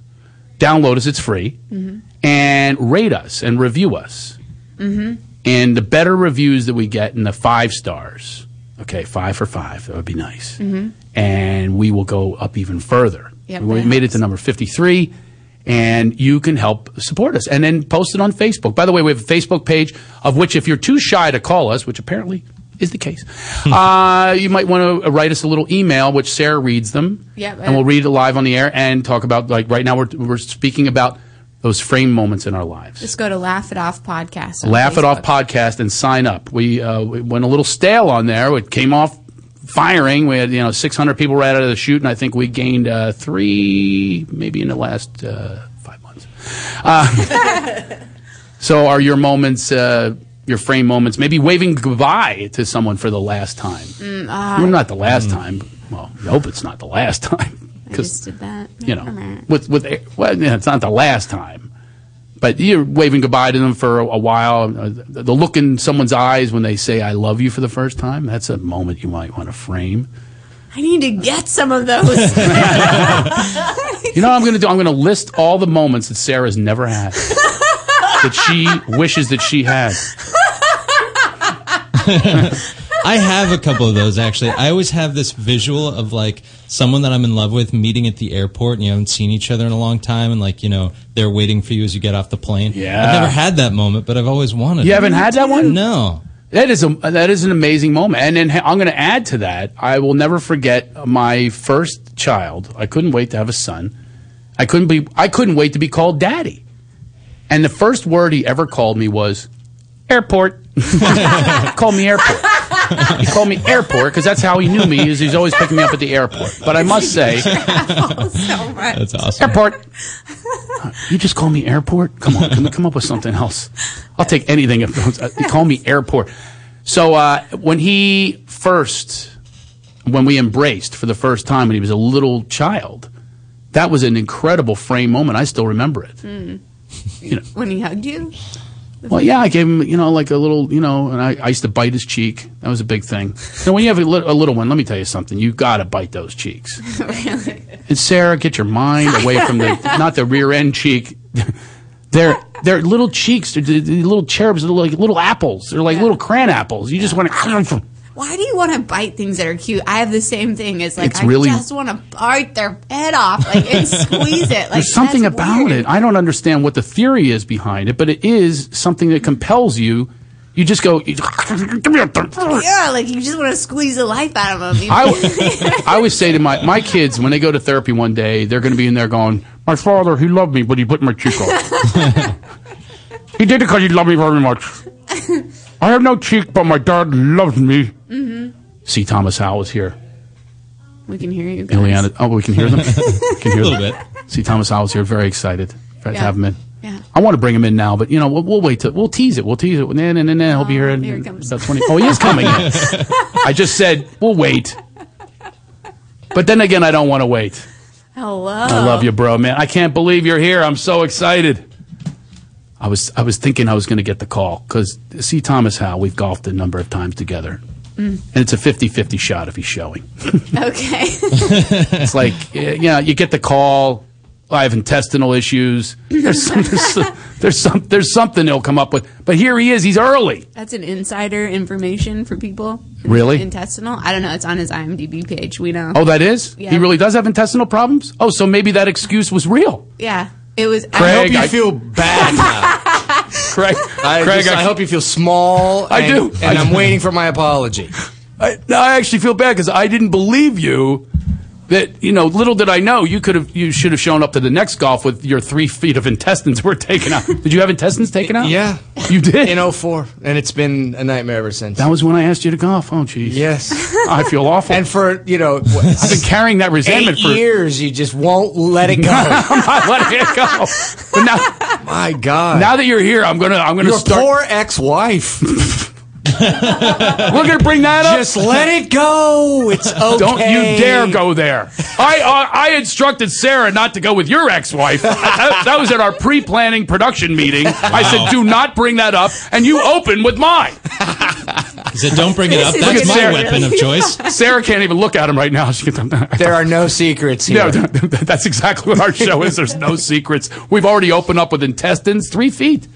download us. It's free, Mm-hmm. and rate us and review us. Mm-hmm. And the better reviews that we get, and the five stars, Okay, five for five. That would be nice. Mm-hmm. And we will go up even further. Yep, we that made it to number 53. And you can help support us and then post it on Facebook. By the way, we have a Facebook page of which, if you're too shy to call us, which apparently is the case, uh, you might want to write us a little email, which Sarah reads them. Yep. And we'll uh, read it live on the air and talk about, like, right now we're, we're speaking about those frame moments in our lives. Just go to Laugh It Off podcast. on Laugh It Off Facebook. podcast and sign up. We, uh, we went a little stale on there. It came off firing. We had you know 600 people right out of the shoot, and I think we gained uh, three maybe in the last uh, five months. Uh, so are your moments, uh, your frame moments, maybe waving goodbye to someone for the last time? Mm, ah, Well, not the last time. Well, I hope it's not the last time I just did that. you know, with with well, yeah, it's not the last time, but you're waving goodbye to them for a, a while. Uh, The the look in someone's eyes when they say "I love you" for the first time—that's a moment you might want to frame. I need to get some of those. You know, what I'm going to do. I'm going to list all the moments that Sarah's never had that she wishes that she had. I have a couple of those actually. I always have this visual of like someone that I'm in love with meeting at the airport and you haven't seen each other in a long time and like, you know, they're waiting for you as you get off the plane. Yeah. I've never had that moment, but I've always wanted You it. haven't had that one? No. That is a that is an amazing moment, and then I'm going to add to that. I will never forget my first child. I couldn't wait to have a son. I couldn't be. I couldn't wait to be called daddy. And the first word he ever called me was airport. Call me airport. He called me airport because that's how he knew me. Is he's always picking me up at the airport. But I must say, That's awesome. Airport. Uh, you just call me airport. Come on, can we come up with something else? I'll take anything. If uh, you call me airport. So uh, when he first, when we embraced for the first time, when he was a little child, that was an incredible frame moment. I still remember it. Mm. You know, When he hugged you? well, yeah, I gave him, you know, like a little, you know, and I, I used to bite his cheek. That was a big thing. Now, when you have a, lit- a little one, let me tell you something. You got to bite those cheeks. really? And Sarah, get your mind away from the not the rear end cheek. They're they're little cheeks. They're, the- the little cherubs. They're like little apples. They're like little cran apples. You just want to. Why do you want to bite things that are cute? I have the same thing. It's like It's I really- just want to bite their head off, like and squeeze it. Like There's something that's about weird. it. I don't understand what the theory is behind it, but it is something that compels you. You just go. Give me a- Yeah, like you just want to squeeze the life out of them. I, I always say to my, my kids when they go to therapy one day, they're going to be in there going, "My father, he loved me, but he put my cheek off. he did it because he loved me very much. I have no cheek, but my dad loved me." hmm See, Thomas Howell is here. We can hear you. guys. Ileana, oh, we can hear them. We can hear A little them. See, Thomas Howell's here. Very excited to Yeah. have him in. Yeah. I want to bring him in now, but you know, we'll, we'll wait till we'll tease it. We'll tease it. Nah, nah, nah, nah. He'll be here in Oh, here he in comes. about twenty. Oh, he is coming. in. I just said we'll wait, but then again, I don't want to wait. Hello. I love you, bro, man. I can't believe you're here. I'm so excited. I was I was thinking I was going to get the call because see Thomas Howe, we've golfed a number of times together, Mm. and it's a 50-50 shot if he's showing. Okay. it's like eh, you know you get the call. I have intestinal issues. There's some, there's, some, there's some there's something they'll come up with. But here he is. He's early. That's an insider information for people. Really? Intestinal? I don't know. It's on his IMDb page. We know. Oh, that is. Uh-huh. Yeah. He really does have intestinal problems. Oh, so maybe that excuse was real. Yeah. It was. Craig, I hope you I- feel bad now. Craig, I, Craig, just- I- I hope you feel small. I and- do. and I- I'm waiting for my apology. I, now I actually feel bad because I didn't believe you. That you know, little did I know you could have you should have shown up to the next golf with your three feet of intestines were taken out. Did you have intestines taken out? Yeah, you did in 04, and it's been a nightmare ever since. That was when I asked you to golf. Oh, jeez. Yes, I feel awful. And for you know, what, I've been carrying that resentment eight for- years. You just won't let it go. I'm not letting it go. But now, my God! Now that you're here, I'm gonna I'm gonna Your start. poor ex-wife. We're gonna bring that up. Just let it go. It's okay. Don't you dare go there. I uh, I instructed Sarah not to go with your ex-wife. that, that was at our pre-planning production meeting. I Wow. said, do not bring that up, and you open with mine. He said, don't bring it up. Look That's at my Sarah. weapon of choice. Sarah can't even look at him right now. She can, there are no secrets here. that's exactly what our show is. There's no secrets. We've already opened up with intestines, three feet.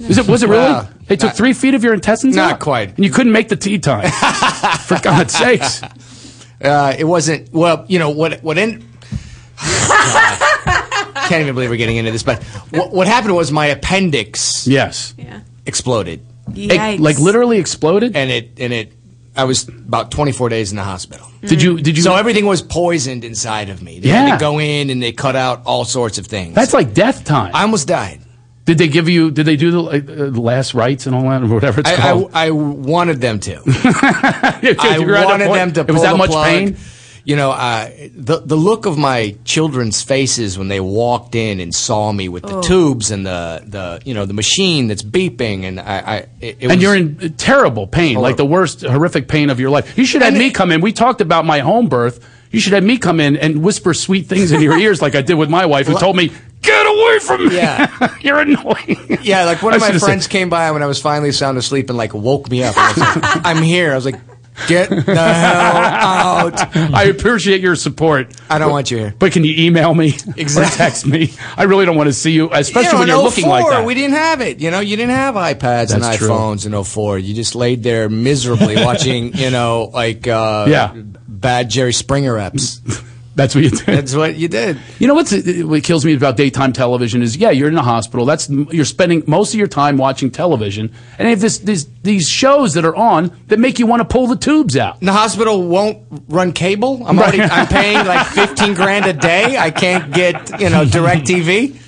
Is it, was it really? Well, they took three feet of your intestines Not out? quite. And you couldn't make the tea time. For God's sakes. Uh, it wasn't. Well, you know what? What in? Can't even believe we're getting into this. But what, what happened was my appendix. Yes. Exploded. It- Yikes. like, literally exploded. And it and it. I was about 24 days in the hospital. Did you- did you- So everything was poisoned inside of me. They had Yeah. to go in and they cut out all sorts of things. That's like death time. I almost died. Did they give you? Did they do the like, uh, the last rites and all that, or whatever it's I, called? I, I wanted them to. you were I at a wanted point- them to. it was pull that the much plug. pain? You know, uh, the the look of my children's faces when they walked in and saw me with the Oh. tubes and the, the you know the machine that's beeping and I, I it, it and was, you're in terrible pain, like the worst horrific pain of your life. You should have me come in. We talked about my home birth. You should have me come in and whisper sweet things in your ears, like I did with my wife, who Well- told me, "Get away from me! Yeah. you're annoying." yeah like one I of my should've said- friends came by when I was finally sound asleep and like woke me up. And I was like, I'm here. I was like, get the hell out. I appreciate your support. I don't want you here. But can you email me? Exactly. Or text me. I really don't want to see you, especially You know, when in you're looking like 04, that. We didn't have it. You know, you didn't have iPads and That's true. iPhones in 04. You just laid there miserably watching, you know, like uh, Yeah. bad Jerry Springer reps. That's what you did. That's what you did. You know what's what kills me about daytime television is yeah you're in the hospital that's you're spending most of your time watching television and they have this, this these shows that are on that make you want to pull the tubes out. The hospital won't run cable. I'm Right. already I'm paying like 15 grand a day. I can't get, you know, direct TV.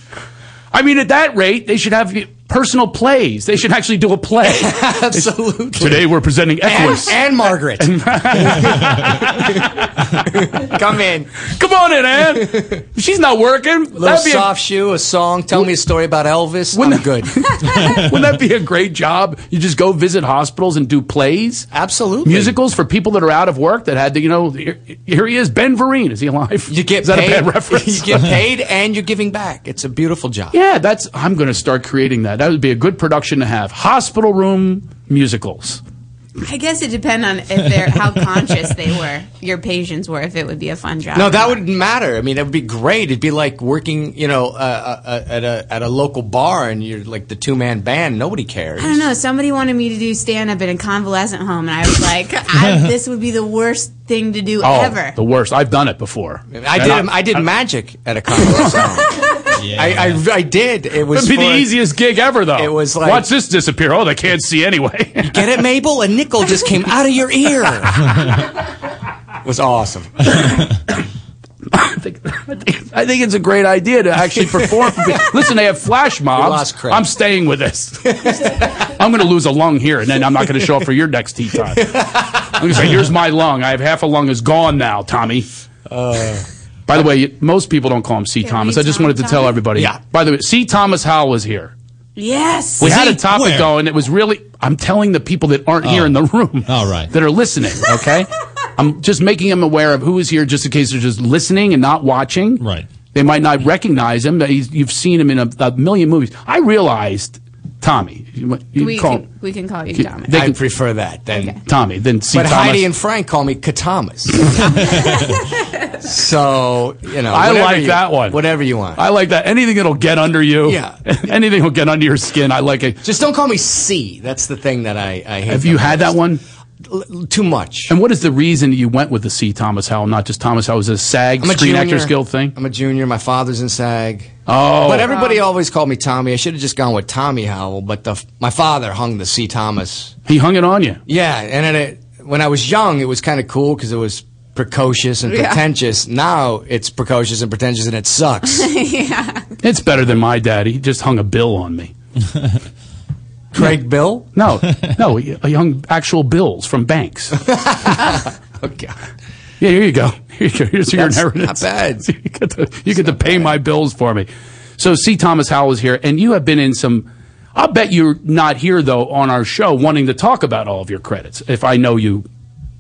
I mean at that rate they should have personal plays. They should actually do a play. Absolutely. Today we're presenting And, Equus. and Margaret. Come in. Come on in, Ann. She's not working. Little That'd be a- soft shoe, a song. Tell me a story about Elvis. I'm good. Wouldn't that be a great job? You just go visit hospitals and do plays, absolutely musicals for people that are out of work that had to, you know, here, here he is, Ben Vereen. Is he alive? You get is that paid. a bad reference? You get paid and you're giving back. It's a beautiful job. Yeah, that's. I'm going to start creating that. That would be a good production to have. Hospital room musicals. I guess it depends on if they're how conscious they were. Your patients were if it would be a fun job. No, that wouldn't matter. I mean, it would be great. It'd be like working, you know, uh, uh, uh, at a at a local bar, and you're like the two man band. Nobody cares. I don't know. Somebody wanted me to do stand up in a convalescent home, and I was like, I, "This would be the worst thing to do Oh, ever." the worst. I've done it before. I did I did magic at a conference. I, I I did. It was It'd be for- the easiest gig ever, though. It was like- watch this disappear. Oh, they can't see anyway. Get it, Mabel? A nickel just came out of your ear. It was awesome. I think it's a great idea to actually perform. Listen, they have flash You mobs. lost cred. I'm staying with this. I'm going to lose a lung here, and then I'm not going to show up for your next tea time. I'm going to say, "Here's my lung. I have half a lung is gone now, Tommy." Uh. By the way, most people don't call him C. Thomas. I just wanted to tell everybody. Yeah. By the way, C. Thomas Howell was here. yes, We had a topic going. It was really. I'm telling the people that aren't here in the Oh. room. All right. That are listening. Okay. I'm just making them aware of who is here, just in case they're just listening and not watching. Right. They might not recognize him. That he's, you've seen him in a, a million movies. I realized, Tommy. You, you we call can, we can call you you- Dominic. they I can- prefer that than Tommy. Then C. But Thomas. Heidi and Frank call me Katamas. so you know, I whatever like you- that one. Whatever you want. I like that. Uh, Anything that'll get under you. Yeah. Anything will get under your skin. I like it. Just don't call me C. That's the thing that I, I hate. Have the you had that most. one? Too much. And what is the reason you went with the C. Thomas Howell, not just Thomas Howell? Was it a SAG, I'm a Screen junior. Actors Guild thing? I'm a junior. My father's in SAG. Oh. But everybody always called me Tommy. I should have just gone with Tommy Howell, but the, my father hung the C. Thomas. He hung it on you. Yeah, and it, it, when I was young, it was kind of cool because it was precocious and Yeah. pretentious. Now it's precocious and pretentious, and it sucks. yeah. It's better than my daddy. He just hung a bill on me. Craig Bill? No, no, he, he hung actual bills from banks. Okay. Yeah, here you go. Here you go. Here's your Oh, That's not inheritance. bad. you get to, you get to pay my bills for me. So C. Thomas Howell is here, and you have been in some. I'll bet you're not here though on our show wanting to talk about all of your credits. If I know you,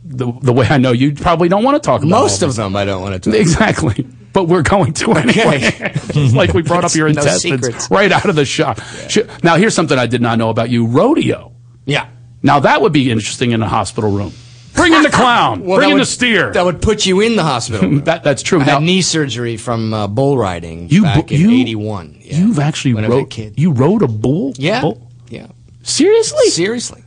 the, the way I know you, you probably don't want to talk about Most all of them I don't want to talk Exactly. But we're going to anyway. It's like we brought up your No intestines secrets. right out of the shop. Sh- Now, here's something I did not know about you rodeo. Yeah. Now, that would be interesting in a hospital room. Bring in the clown. Well, Bring that in would- the steer. That would put you in the hospital. That- that's true. I Now, had knee surgery from uh, bull riding You back bu- in you- '81. you've actually When I was a rode, kid. you rode a bull? Yeah. Bull? Yeah. Seriously? Seriously.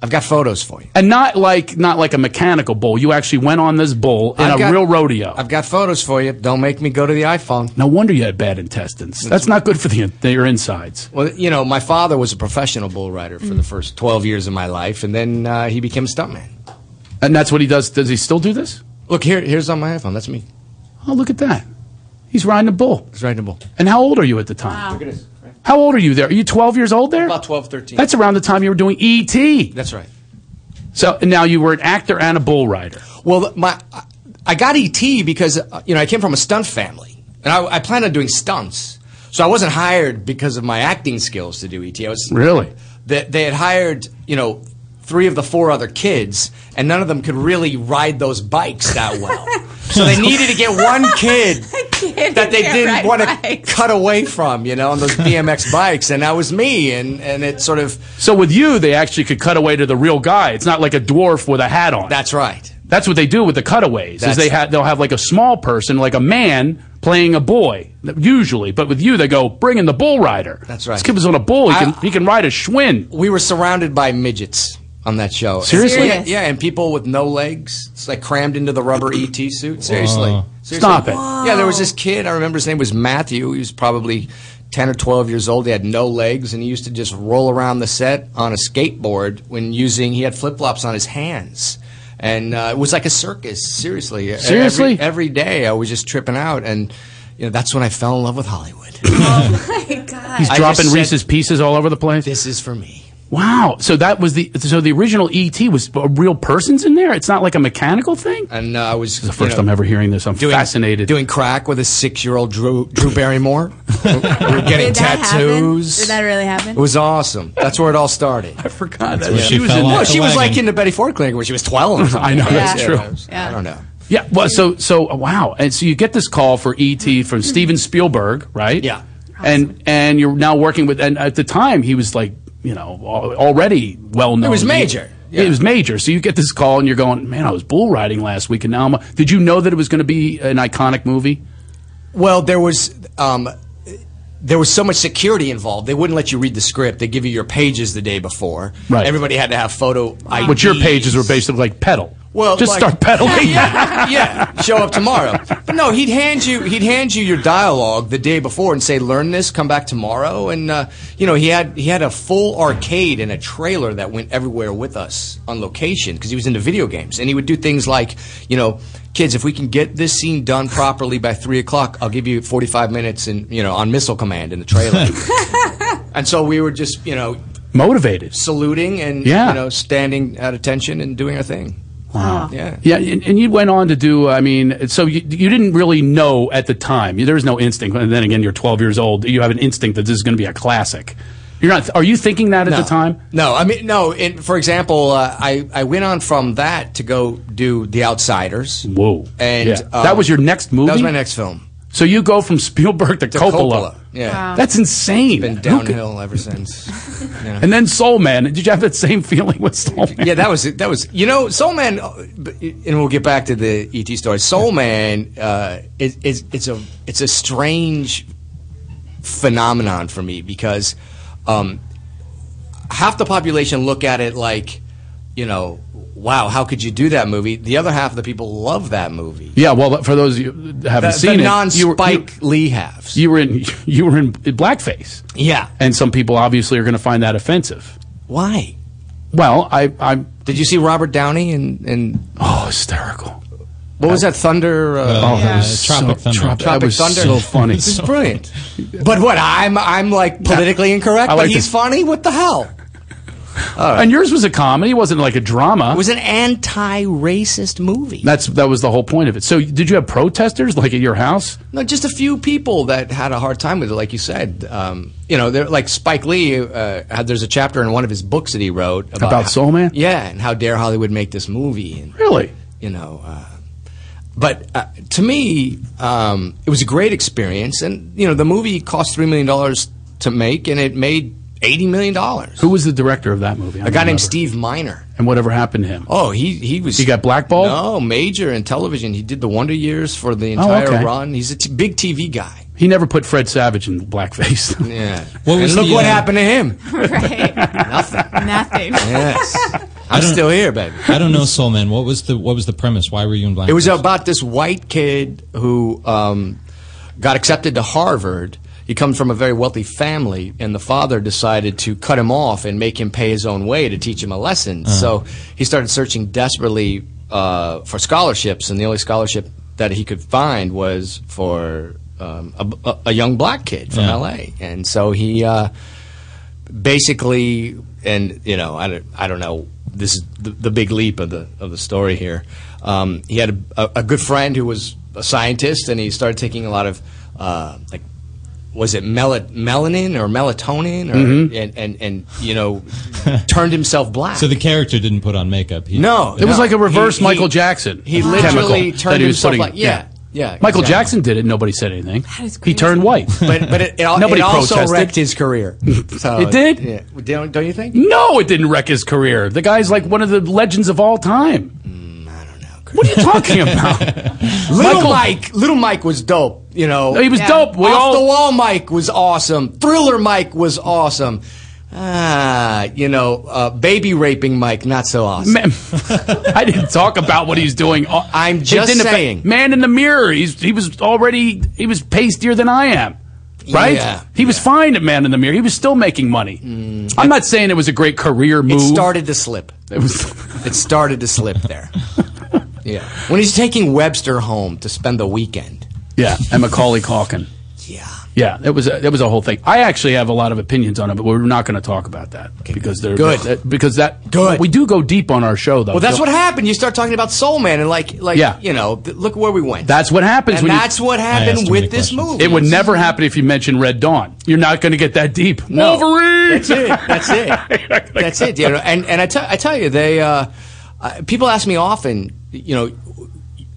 I've got photos for you. And not like not like a mechanical bull. You actually went on this bull in I've a got- real rodeo. I've got photos for you. Don't make me go to the iPhone. No wonder you had bad intestines. That's, not good for the your insides. Mm. Well, you know, my father was a professional bull rider for the first 12 years of my life, and then uh, he became a stuntman. And that's what he does. Does he still do this? Look, here, here's on my iPhone. That's me. Oh, look at that. He's riding a bull. He's riding a bull. And how old are you at the time? How old are you there? Are you 12 years old there? About 12, 13. That's around the time you were doing ET. That's right. So now you were an actor and a bull rider. Well, my I- I got ET because uh, you know I came from a stunt family, and I, I planned on doing stunts. So I wasn't hired because of my acting skills to do ET. I was Really? They, they had hired you know three of the four other kids, and none of them could really ride those bikes that well. so they needed to get one kid that they didn't want to cut away from, you know, on those BMX bikes, and that was me, and and it sort of So with you, they actually could cut away to the real guy. It's not like a dwarf with a hat on. that's right. That's what they do with the cutaways. That's- is they ha- they'll have like a small person, like a man playing a boy usually, but with you they go bring in the bull rider. That's right. This kid was on a bull. He can he can ride a Schwinn. We were surrounded by midgets on that show. Seriously? Yeah, yeah, and people with no legs. It's like crammed into the rubber ET suit. Seriously. Wow. Seriously. Uh, Stop it. Yeah, there was this kid. I remember his name was Matthew. He was probably 10 or 12 years old. He had no legs, and he used to just roll around the set on a skateboard when using, he had flip flops on his hands. And uh, it was like a circus, seriously. E-, Every- Seriously? every day I was just tripping out, and you know, that's when I fell in love with Hollywood. my God. He's I dropping just said- Reese's pieces all over the place. This is for me. Wow. So that was the so the original ET was a real person's in there. It's not like a mechanical thing. And uh, I was The first time ever hearing this, I'm fascinated. doing crack with a six-year-old Drew, Drew Barrymore. we were Did getting that tattoos. happen? Did that really happen? It was awesome. That's where it all started. I forgot That's that. She fell off no, the she was like wagon. in the Betty Ford clinic when she was twelve. Or something. I know, Yeah. that's true. I don't know. Yeah. Well, so so uh, wow. And so you get this call for ET from Steven Spielberg, right? Yeah. And and you're now working with and at the time he was like you know al- already well known. It was major. He- It was major. So you get this call and you're going, man, I was bull riding last week, and now I'm. a-" Did you know that it was going to be an iconic movie? Well, there was um, there was so much security involved. They wouldn't let you read the script. They give you your pages the day before. Right. Everybody had to have photo ID. But your pages were basically like pedal. Well, just like- start pedaling. yeah, yeah, show up tomorrow. But no, he'd hand you he'd hand you your dialogue the day before and say, "Learn this, come back tomorrow." And uh, you know, he had he had a full arcade and a trailer that went everywhere with us on location because he was into video games, and he would do things like, you know. Kids, if we can get this scene done properly by three o'clock, I'll give you forty-five minutes and you know on missile command in the trailer. and so we were just you know Motivated. saluting and Yeah. you know standing at attention and doing our thing. Wow. Yeah. Yeah, and, and you went on to do. I mean, so you, you didn't really know at the time. You- There was no instinct. And then again, you're 12 years old. You have an instinct that this is going to be a classic. You're not. Are you thinking that at no. the time? No, I mean no. In, for example, uh, I I went on from that to go do The Outsiders. Whoa! And Yeah. um, that was your next movie. That was my next film. So you go from Spielberg to, Coppola. Coppola. Yeah. Wow. That's insane. Been Who could- downhill ever since. Yeah. and then Soul Man. Did you have that same feeling with Soul Man? yeah, that was it. That was you know Soul Man, uh, but- and we'll get back to the ET story. Soul Man uh, is, is it's a it's a strange phenomenon for me because um, half the population look at it like you know wow how could you do that movie the other half of the people love that movie Yeah. Well, for those of you who haven't the, seen the it, you were- non-spike lee halves you were in you were in blackface. yeah And some people obviously are going to find that offensive. why Well, I, I did you see robert downey and and oh hysterical what was that thunder uh, Oh, that was Yeah. Tropic Thunder. Tropic, that Tropic was Thunder. so funny. This is brilliant. But what I'm I'm like politically incorrect, I like but he's to- funny. What the hell? And yours was a comedy. It wasn't like a drama. It was an anti-racist movie. That's that was the whole point of it. So, did you have protesters like at your house? No, just a few people that had a hard time with it, like you said. Um, you know, they're like Spike Lee. Uh, had, there's a chapter in one of his books that he wrote about, About Soul Man? Yeah, and how dare Hollywood make this movie? And, Really? You know, uh, but uh, to me, um, it was a great experience, and you know, the movie cost three million dollars to make, and it made eighty million dollars. Who was the director of that movie? I A guy don't named remember. Steve Miner. And whatever happened to him? Oh, he he was. He got blackballed? No, major in television. He did the Wonder Years for the Oh, entire okay. run. He's a t- big TV guy. He never put Fred Savage in blackface. Yeah. What was And look the, what uh, happened to him. right. Nothing. Nothing. I I'm don't- still here, baby. I don't know, Soul Man. What was the what was the premise? Why were you in black? It was about this white kid who um, got accepted to Harvard. He comes from a very wealthy family, and the father decided to cut him off and make him pay his own way to teach him a lesson. Uh-huh. So he started searching desperately uh, for scholarships, and the only scholarship that he could find was for um, a, a- a young black kid from Yeah. L.A. And so he. Uh, basically, and you know, I don't, I don't know. This is the, the big leap of the of the story here. Um, he had a, a, a good friend who was a scientist, and he started taking a lot of uh, like. Was it mel- melanin or melatonin, or Mhm. and, and and you know, turned himself black? So the character didn't put on makeup. He, No, It was no. like a reverse He- he- Michael Jackson. he chemical literally that turned he was himself putting- like- yeah, yeah, Michael exactly. Jackson did it. Nobody said anything. He turned white. but but it, it, al- Nobody it also protested. wrecked his career. So, It did? yeah. Don't, don't you think? No, it didn't wreck his career. The guy's like one of the legends of all time. Mm, What are you talking about? Little Michael- Mike, Little Mike was dope. You know, No, he was Yeah. dope. We Off all- the wall, Mike was awesome. Thriller Mike was awesome. Ah, you know, uh, baby raping Mike, not so awesome. I didn't talk about what he's doing. I'm just saying. man in the mirror. He's, he was already he was pastier than I am. Right? Yeah, Mm. he was fine at Man in the Mirror. He was still making money. I'm not saying it was a great career move. It started to slip. It was. it started to slip there. yeah, when he's taking Webster home to spend the weekend. Yeah, and Macaulay Calkin. Yeah, that was a, that was a whole thing. I actually have a lot of opinions on it, but we're not going to talk about that because they're Good. that- because that good. We do go deep on our show though. Well, that's So- what happened. You start talking about Soul Man, and like, like, Yeah. you know, th- look where we went. That's what happens. And when you- that's what happened with this movie. It would never happen if you mentioned Red Dawn. You're not going to get that deep. Wolverine. That's it. That's it. That's it. You know, and and I tell I tell you, they uh, uh, people ask me often. You know,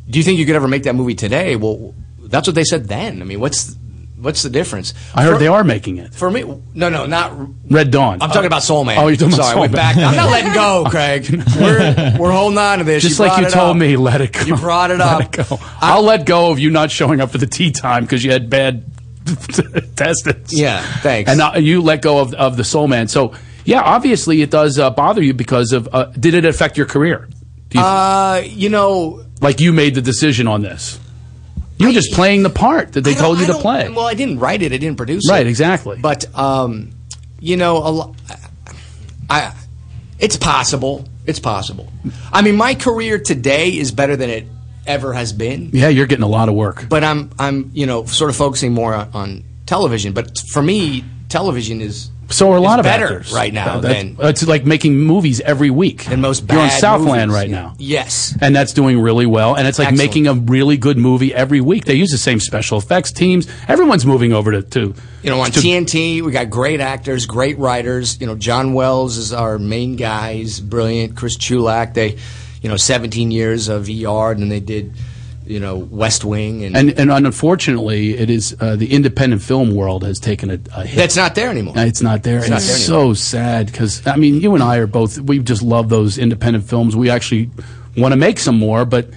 do you think you could ever make that movie today? Well, that's what they said then. I mean, what's what's the difference? I heard For- they are making it. For me, no, no, not. Red Dawn. I'm talking about Soul Man. Oh, you're talking about Sorry, Soul we're Man. back. I'm not letting go, Craig. We're, we're holding on to this. Just you like you brought it told up. me, let it go. You brought it Let up. it go. I'll let go of you not showing up for the tea time because you had bad intestines. Yeah, thanks. And uh, you let go of, of the Soul Man. So, yeah, obviously it does uh, bother you because of. Uh, did it affect your career? Do you- Uh, you know, like you made the decision on this. You were just playing the part that they told you to play. well, I didn't write it. I didn't produce it. Right, exactly. But um, you know, a lo- I, it's possible. It's possible. I mean, my career today is better than it ever has been. Yeah, you're getting a lot of work. But I'm, I'm, you know, sort of focusing more on, on television. But for me, television is So are a lot is of better actors right now That- than that's like making movies every week. And most you're on bad Southland movies. right now. Yes. And that's doing really well. And it's like Excellent. making a really good movie every week. They use the same special effects teams. Everyone's moving over to, to You know, on to- TNT, we got great actors, great writers. You know, John Wells is our main guy. He's brilliant. Chris Chulak, they, you know, 17 years of ER, and then they did, you know, West Wing. And, and and unfortunately, it is uh, the independent film world has taken a, a hit. that's not there anymore. It's not there. It's It's, not there so sad because I mean, you and I are both. We just love those independent films. We actually want to make some more, but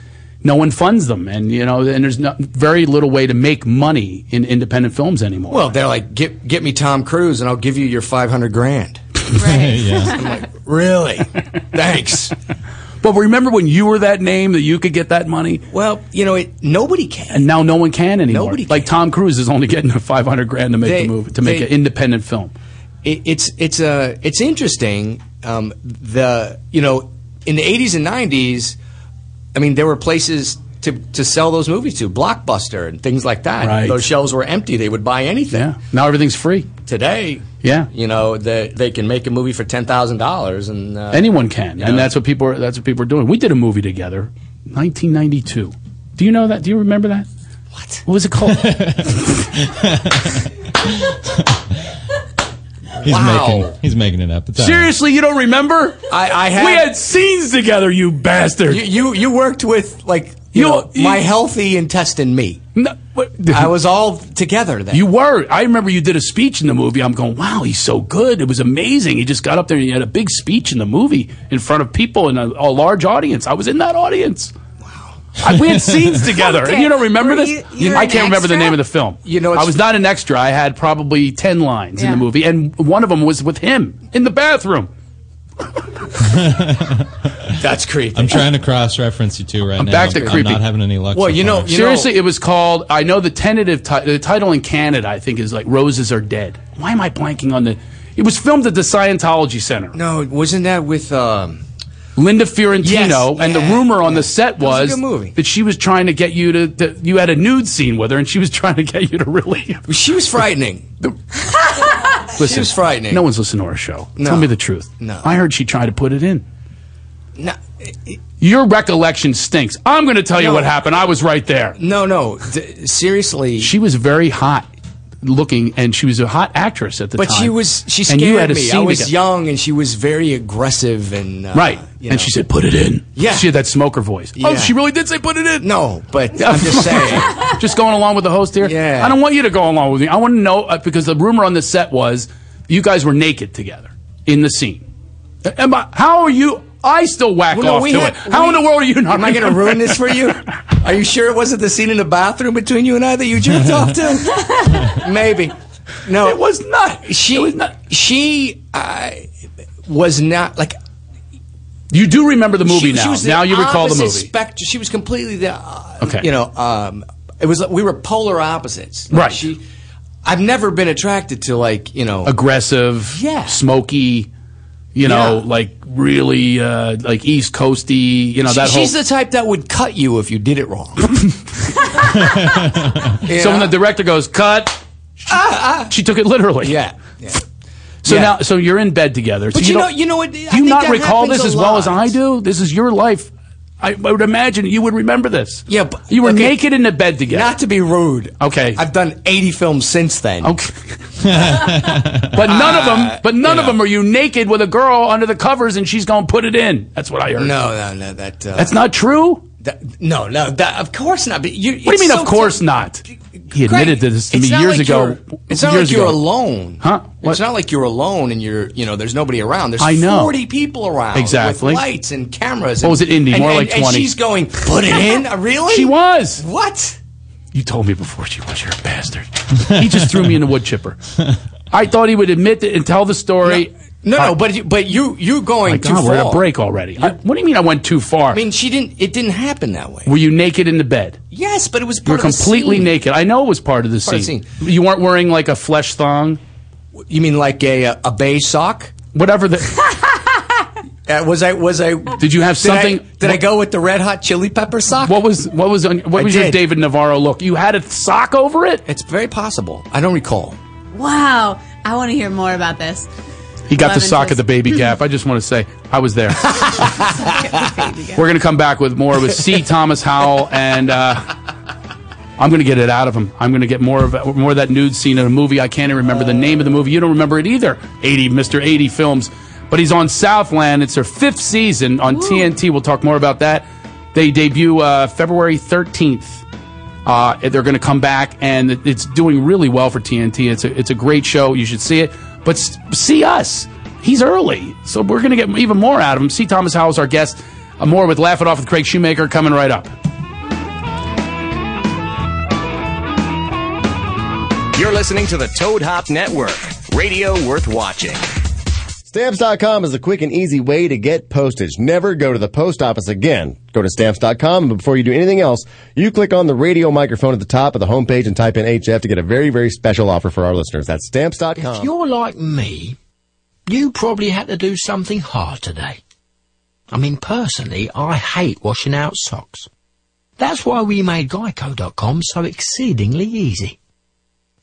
no one funds them, and you know, and there's not, very little way to make money in independent films anymore. Well, they're like, get, get me Tom Cruise, and I'll give you your 500 grand. yeah. Really? Thanks. But remember when you were that name that you could get that money? Well, you know, it, nobody can. And now no one can anymore. Nobody can. Like Tom Cruise is only getting five hundred grand to make They- the movie to make they- an independent film. it, it's it's uh, it's interesting. Um, the you know in the eighties and nineties, I mean there were places to to sell those movies to Blockbuster and things like that. Right. Those shelves were empty. They would buy anything. Yeah. Now everything's free. Today, Yeah. you know they they can make a movie for ten thousand dollars and uh, Anyone can, you and know. that's what people are. That's what people are doing. We did a movie together, 1992. Do you know that? Do you remember that? What? What was it called? He's Wow. making he's making it up. It's all right. Seriously, you don't remember? I, I had, we had scenes together, you bastard. you, you you worked with like you, You- know, you- my healthy intestine me. No, what- I was all together then. You were. I remember you did a speech in the movie. I'm going, wow, he's so good. It was amazing. He just got up there and he had a big speech in the movie in front of people in a, a large audience. I was in that audience. Wow. I- we had scenes together. Okay. And you don't remember Were this? you- you were I an can't remember the extra? name of the film. You know, I it's- was not an extra. I had probably 10 lines in Yeah. the movie, and one of them was with him in the bathroom. That's creepy. I'm trying to cross reference you two right I'm now. back to I'm creepy. not having any luck. so far. seriously, it was called. I know the tentative ti- the title in Canada. I think is like "Roses Are Dead." Why am I blanking on the? It was filmed at the Scientology Center. No, wasn't that with um, Linda Fiorentino? Yes, and yeah, the rumor on the set was a was, good movie. that she was trying to get you to. That you had a nude scene with her, and she was trying to get you to really. She was frightening. Listen, was frightening. No one's listening to our show. No. Tell me the truth. No. I heard she tried to put it in. No. Your recollection stinks. I'm going to tell you No. what happened. I was right there. No, no. D- seriously. She was very hot looking, and she was a hot actress at the but time. she was she And scared you had a me. I scene was together. young and she was very aggressive and uh, right. And you know. she said, put it in. Yeah. She had that smoker voice. Oh, Yeah. she really did say put it in. No, but I'm just saying. just going along with the host here? Yeah. I don't want you to go along with me. I want to know uh, because the rumor on the set was you guys were naked together in the scene. Am I, how are you? I still whack Well, no, off we to had- it. How we- in the world are you not? Am I going to ruin this for you? Are you sure it wasn't the scene in the bathroom between you and I that you jerked off to? Maybe. No, it was not. She she uh, was not like You do remember the movie she, now. She was the now you recall the opposite movie. Spectrum. She was completely the uh, Okay. You know, um, it was like we were polar opposites. Like, Right. She, I've never been attracted to like you know aggressive, Yeah. smoky, you know, Yeah. like really uh, like East Coasty, you know, She- that whole. she's the type that would cut you if you did it wrong. So when the director goes cut, she, she took it literally. Ah, Yeah. So Yeah. now, so you're in bed together. So But you know, don't- you know what? do you not recall this as well as I do? This is your life. I, I would imagine you would remember this. Yeah, but You were okay, naked in the bed together. Not to be rude. okay. I've done 80 films since then. okay. but none of Uh, them. But none of them are you naked with a girl under the covers and she's gonna put it in. That's what I No, heard. no, no. That uh, That's not true. that- no, no. That, of course not. But you, What do you mean? of course not. He admitted to this to me years ago. It's not years like you're ago. alone. Huh? What? It's not like you're alone and you're, you know, there's nobody around. There's I know. 40 people around. Exactly. With lights and cameras. What and- was it, Indy? and- More and- like And 20. she's going, put it in? Uh, Really? She was. What? You told me before she was. You're a bastard. he just threw me in the wood chipper. I thought he would admit it and tell the story. No, I- no, but, you, but you, you're going My too God, far. we're at a break already. I- what do you mean I went too far? I mean, she didn't, it didn't happen that way. were you naked in the bed? Yes, but it was You were part of the completely scene. naked. I know it was part of the Part of the scene. You weren't wearing like a flesh thong, You mean like a, uh, a beige sock? whatever the. Uh, was I, was I, Did you have did I- something? Did, I, go with the red hot chili pepper sock? What was what was on, what I was your did. David Navarro look? You had a sock over it. It's very possible. I don't recall. Wow. I want to hear more about this. He got Lemon the sock twist. at the baby gap. I just want to say I was there. Oh, We're going to come back with more with C. Thomas Howell, and uh, I'm going to get it out of him. I'm going to get more of more of that nude scene in a movie. I can't even remember the name of the movie. You don't remember it either. 80 Mr. 80 films, but he's on Southland. It's their fifth season on TNT. We'll talk more about that. They debut uh, February 13th. Uh, they're going to come back, and it- it's doing really well for TNT. It's a, it's a great show. You should see it. But s- see us. He's early, so we're going to get even more out of him. See Thomas Howell's our guest. Uh, more with Laugh It Off with Craig Shoemaker coming right up. You're listening to the Toad Hop Network, radio worth watching. Stamps.com is a quick and easy way to get postage. Never go to the post office again. Go to stamps.com, and before you do anything else, you click on the radio microphone at the top of the homepage and type in HF to get a very, very special offer for our listeners. That's stamps.com. If you're like me, you probably had to do something hard today. I mean, personally, I hate washing out socks. That's why we made Geico.com so exceedingly easy.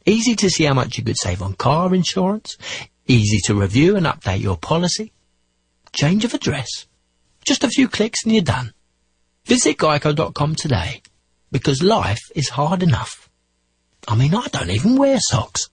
Easy to see how much you could save on car insurance, easy to review and update your policy, change of address. Just a few clicks and you're done. Visit Geico.com today because life is hard enough. I mean, I don't even wear socks.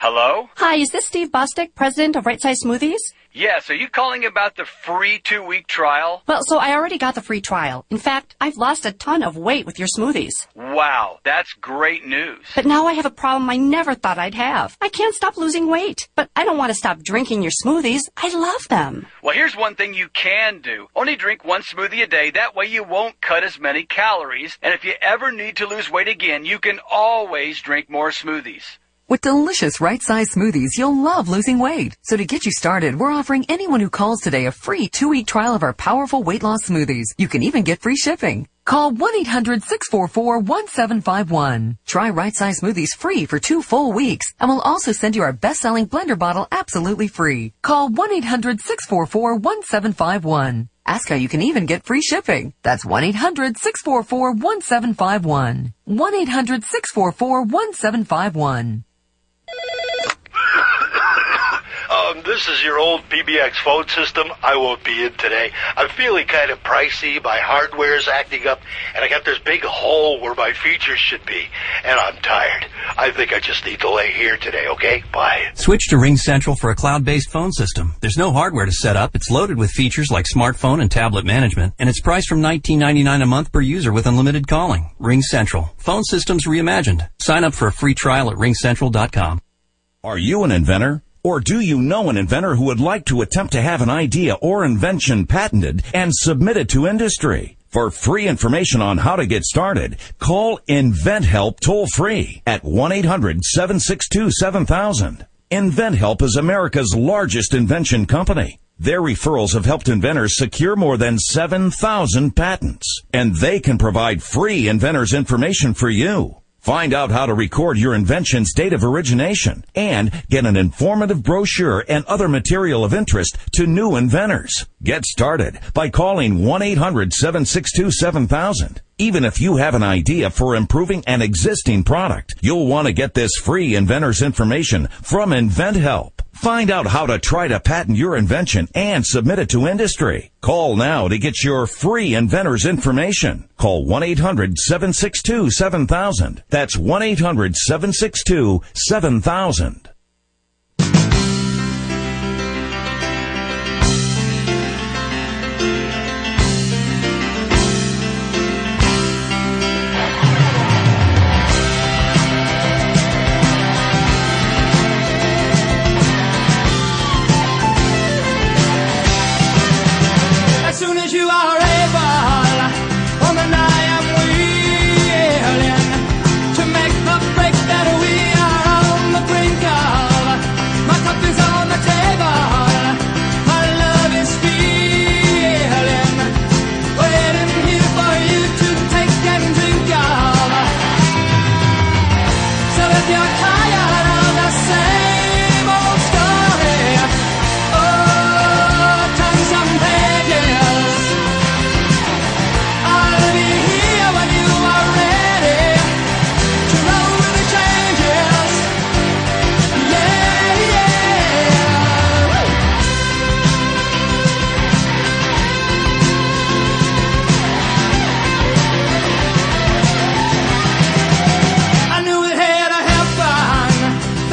Hello? Hi, is this Steve Bostick, president of Right Size Smoothies? Yes, are you calling about the free two week trial? Well, so I already got the free trial. In fact, I've lost a ton of weight with your smoothies. Wow, that's great news. But now I have a problem I never thought I'd have. I can't stop losing weight, but I don't want to stop drinking your smoothies. I love them. Well, here's one thing you can do. Only drink one smoothie a day. That way you won't cut as many calories. And if you ever need to lose weight again, you can always drink more smoothies. With delicious right-sized smoothies, you'll love losing weight. So to get you started, we're offering anyone who calls today a free two-week trial of our powerful weight loss smoothies. You can even get free shipping. Call 1-800-644-1751. Try right-sized smoothies free for two full weeks, and we'll also send you our best-selling blender bottle absolutely free. Call 1-800-644-1751. Ask how you can even get free shipping. That's 1-800-644-1751. 1-800-644-1751. Um, this is your old PBX phone system. I won't be in today. I'm feeling kind of pricey. My hardware's acting up, and I got this big hole where my features should be, and I'm tired. I think I just need to lay here today, okay? Bye. Switch to RingCentral for a cloud-based phone system. There's no hardware to set up. It's loaded with features like smartphone and tablet management, and it's priced from $19.99 a month per user with unlimited calling. RingCentral. Phone systems reimagined. Sign up for a free trial at ringcentral.com. Are you an inventor? Or do you know an inventor who would like to attempt to have an idea or invention patented and submit it to industry? For free information on how to get started, call Invent Help toll free at 1-800-762-7000. Invent Help is America's largest invention company. Their referrals have helped inventors secure more than 7,000 patents, and they can provide free inventors information for you. Find out how to record your invention's date of origination and get an informative brochure and other material of interest to new inventors. Get started by calling 1-800-762-7000. Even if you have an idea for improving an existing product, you'll want to get this free inventor's information from InventHelp. Find out how to try to patent your invention and submit it to industry. Call now to get your free inventor's information. Call 1-800-762-7000. That's 1-800-762-7000. As soon as you are able, on the night I'm willing to make the break that we are on the brink of. My cup is on the table. My love is feeling, waiting here for you to take and drink of. So if you're tired of the same old story. I knew it had a helper. Oh,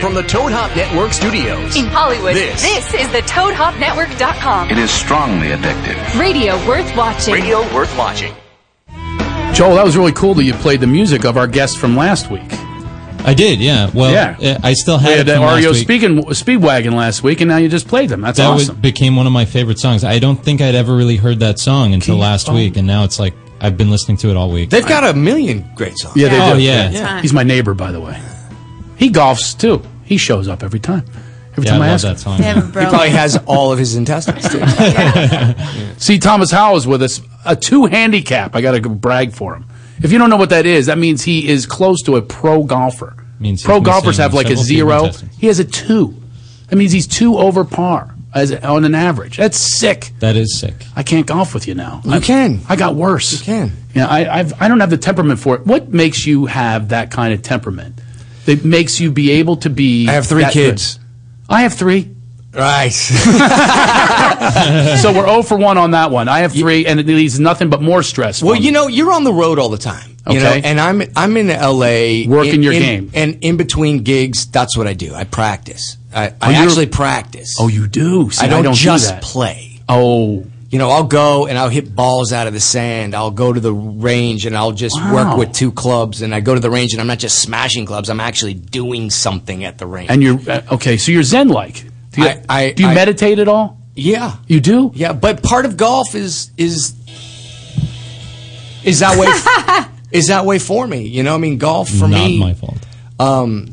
From the Toad Hop Network studios. In Hollywood, This. is the ToadHopNetwork.com. It is strongly addictive. Radio worth watching. Radio worth watching. Joel, that was really cool that you played the music of our guest from last week. I did, yeah. Well, yeah. I still we had had it that from last REO week. Speaking, Speedwagon last week, and now you just played them. That's that was- awesome. became one of my favorite songs. I don't think I'd ever really heard that song until last week, and now it's like I've been listening to it all week. They've got a million great songs. yeah, they oh, do. yeah. He's my neighbor, by the way. He golfs too. He shows up every time. Every Yeah, time I, I ask love that him. song, They have a yeah. bro- He probably has all of his intestines. Too. See, Thomas Howell is with us. A two handicap. I got to brag for him. If you don't know what that is, that means he is close to a pro golfer. Means he's pro golfers missing have like a several people zero. intestines. He has a two. That means he's two over par as on an average. That's sick. That is sick. I can't golf with you now. You I, can. I got worse. You can. Yeah, I I've, I don't have the temperament for it. What makes you have that kind of temperament? That makes you be able to be. I have three that good? kids. I have three. Right. so we're 0 for 1 on that one. I have three, and it leaves nothing but more stress. Well, you know, you're on the road all the time. You know, Okay. and I'm I'm in LA Working in- your in- game. and in between gigs, that's what I do. I practice. I, Oh, I you're- actually practice. Oh, you do? See, I don't, I don't do just that. play. Oh, you know, I'll go and I'll hit balls out of the sand. I'll go to the range and I'll just Wow. work with two clubs. And I go to the range and I'm not just smashing clubs. I'm actually doing something at the range. And you're, uh, okay, so you're Zen like. Do you, I- I- do you I- meditate at all? Yeah, you do. Yeah, but part of golf is is is that way is that way for me. You know, I mean, golf for Not me. my fault. Um,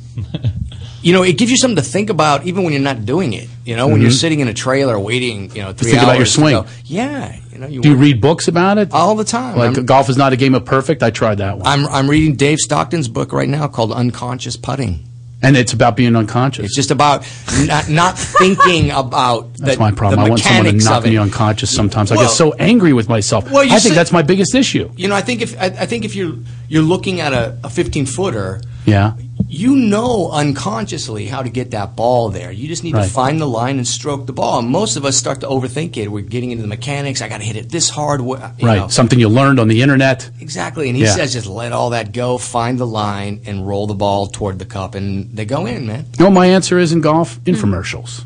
you know, it gives you something to think about even when you're not doing it. You know, when you're Mhm. sitting in a trailer waiting, you know, three think hours about your Mm-hmm. to swing. go. Yeah, you know, Do you read books about it? all the time? Like, I'm- golf is not a game of perfect. I tried that one. I'm I'm reading Dave Stockton's book right now called Unconscious Putting. And it's about being unconscious. It's just about not, not thinking about the, That's my problem. the I want someone to mechanics knock of it. me unconscious sometimes. I Well- get so angry with myself. Well, you I think see- that's my biggest issue. You know, I think if I, I think if you're you're looking at a, a 15 footer, Yeah. you know unconsciously how to get that ball there. You just need Right. to find the line and stroke the ball. And most of us start to overthink it. We're getting into the mechanics. I got to hit it this hard. wha- You Right. know. Something you learned on the internet. Exactly. And he Yeah. says just let all that go, find the line, and roll the ball toward the cup, and they go in, man. No, my answer is in golf Hmm. infomercials.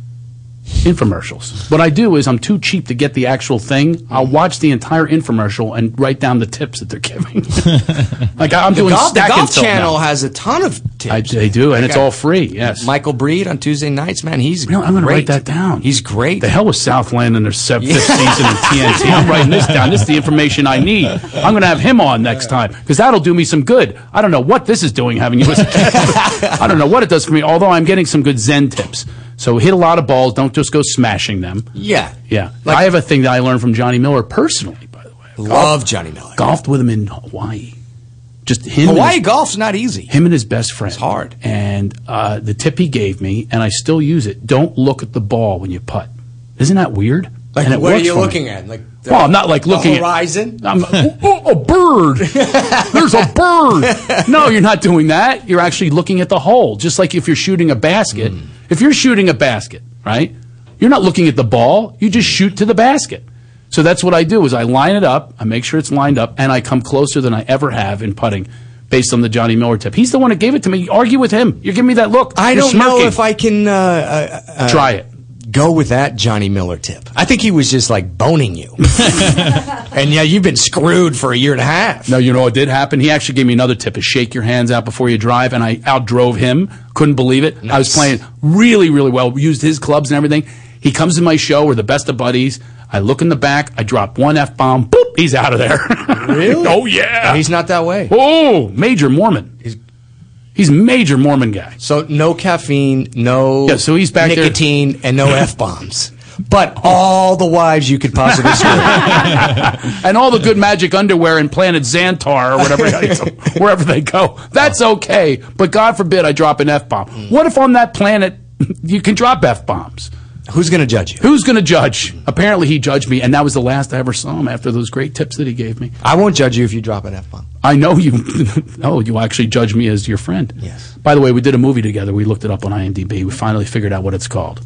Infomercials. What I do is I'm too cheap to get the actual thing. I'll watch the entire infomercial and write down the tips that they're giving. like I- I'm the doing golf, the stack and golf tilt now. channel has a ton of tips. I- they do, and it's all free. Yes. Michael Breed on Tuesday nights, man. He's I'm going to great. write that down. He's great. The hell with Southland and their se- fifth season of TNT. I'm writing this down. This is the information I need. I'm going to have him on next time because that'll do me some good. I don't know what this is doing having you as a guest. I don't know what it does for me. Although I'm getting some good Zen tips. So hit a lot of balls. Don't just go smashing them. Yeah. Yeah. I have a thing that I learned from Johnny Miller personally, by the way. Love Johnny Miller. Golfed with him in Hawaii. Just him. and Hawaii his- golf's not easy. him and his best friend. It's hard. And uh, the tip he gave me, and I still use it. Don't look at the ball when you putt. Isn't that weird? Like, and it what are works you for me. looking at? Like, the- Well, I'm not like the looking at- horizon. I'm, oh, oh, a bird. There's a bird. No, you're not doing that. You're actually looking at the hole, just like if you're shooting a basket. Hmm. If you're shooting a basket, right? You're not looking at the ball. You just shoot to the basket. So that's what I do is I line it up, I make sure it's lined up, and I come closer than I ever have in putting based on the Johnny Miller tip. He's the one that gave it to me. You argue with him. You're giving me that look. I You're don't know smirking. if I can uh, uh, uh, Try it. Go with that Johnny Miller tip. I think he was just like boning you, and yeah, you've been screwed for a year and a half. No, you know what did happen? He actually gave me another tip: is shake your hands out before you drive, and I outdrove him. Couldn't believe it. I was playing really, really well. Used his clubs and everything. He comes to my show. We're the best of buddies. I look in the back. I drop one f bomb. Boop. He's out of there. Really? oh yeah. he's not that way. Oh, major Mormon. He's he's major Mormon guy. So no caffeine, no Yeah, so he's back there- nicotine, and no f bombs. But all the wives you could possibly screw. and all the good magic underwear and Planet Xantar or whatever, wherever they go. That's okay, but God forbid I drop an f bomb. Hmm. What if on that planet you can drop f bombs? Who's going to judge you? Who's going to judge? Apparently, he judged me, and that was the last I ever saw him after those great tips that he gave me. I won't judge you if you drop an f bomb. I know you. oh, you actually judge me as your friend. Yes. By the way, we did a movie together. We looked it up on IMDb. We finally figured out what it's called.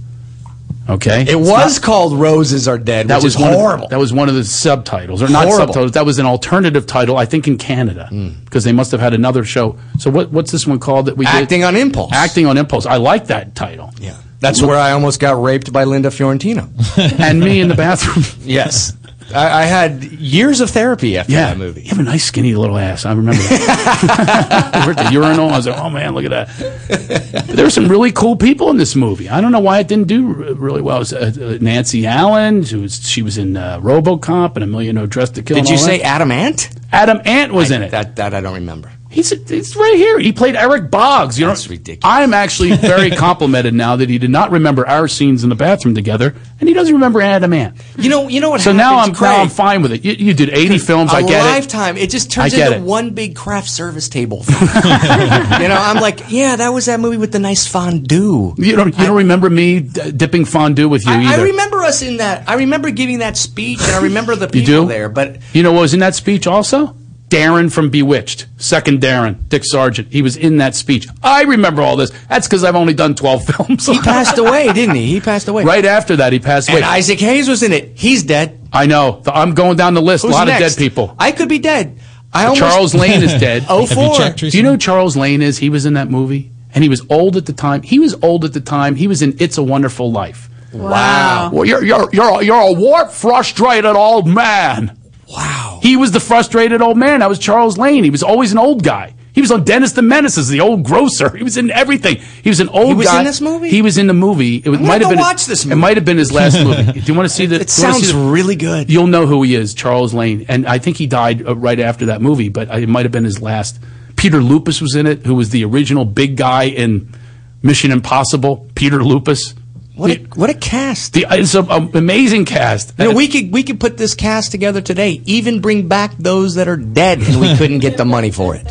Okay, It was called "Roses Are Dead," that which was is one of the- horrible. that was one of the subtitles, or not Horrible. Hmm. subtitles. That was an alternative title, I think, in Canada because they must have had another show. So what, what's this one called that we did? Acting on impulse. Acting on impulse. I like that title. Yeah, That's where I almost got raped by Linda Fiorentino. and me in the bathroom. yes. I, I had years of therapy after Yeah. that movie. You have a nice skinny little ass. I remember that. Over at the urinal, I was like, oh man, look at that. But there were some really cool people in this movie. I don't know why it didn't do re- really well. It was, uh, uh, Nancy Allen, who was, she was in uh, Robocop and A Million No Dress to Kill. Did and you all that. say Adam Ant? Adam Ant was in it. That, that I don't remember. He's, he's right here. He played Eric Boggs. You know, That's ridiculous. I'm actually very complimented now that he did not remember our scenes in the bathroom together, and he doesn't remember Adam Ant. You know, you know what So now I'm happens, now I'm Craig? fine with it. You, you did 80 films. A I get it. lifetime. It just turns I get into it. one big craft service table. thing. you know, I'm like, yeah, that was that movie with the nice fondue. You don't, you don't remember me d- dipping fondue with you I, either. I remember us in that. I remember giving that speech, and I remember the people you do there. But you know what was in that speech also? Darren from Bewitched, second Darren, Dick Sargent. He was in that speech. I remember all this. That's because I've only done twelve films. he passed away, didn't he? He passed away. right after that, he passed And away. Isaac Hayes was in it. He's dead. I know. The- I'm going down the list. Who's a lot of next? dead people. I could be dead. I almost, Charles Lane is dead. Oh four. Do you know who Charles Lane is? He was in that movie, and he was old at the time. He was old at the time. He was in It's a Wonderful Life. Wow. Well, you're you're you're a, you're a warped, frustrated old man. Wow. He was the frustrated old man. That was Charles Lane. He was always an old guy. He was on Dennis the Menace as the old grocer. He was in everything. He was an old guy. was in this movie? He was in the movie. It was- gonna might have have to been watch this It movie. might have been his last movie. Do you want to see the? It do you wanna see sounds the- really good. You'll know who he is, Charles Lane, and I think he died uh, right after that movie, but uh, it might have been his last. Peter Lupus was in it, who was the original big guy in Mission Impossible. Peter Lupus. What a, what a cast. The, it's an amazing cast. You know, we could we could put this cast together today. Even bring back those that are dead, and we couldn't get the money for it.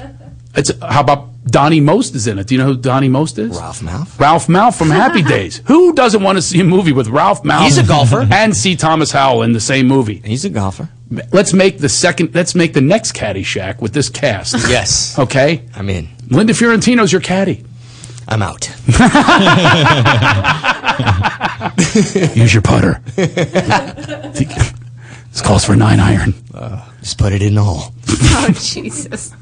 It's, how about Donnie Most is in it? Do you know who Donnie Most is? Ralph Mouth. Ralph Mouth from Happy Days. Who doesn't want to see a movie with Ralph Mouth? He's a golfer. And see Thomas Howell in the same movie. He's a golfer. Let's make the second. Let's make the next Caddyshack with this cast. Yes. Okay. I'm in. Linda Fiorentino's your caddy. I'm out. Use your putter. this calls for nine iron. Uh, Just put it in the hole. Oh Jesus!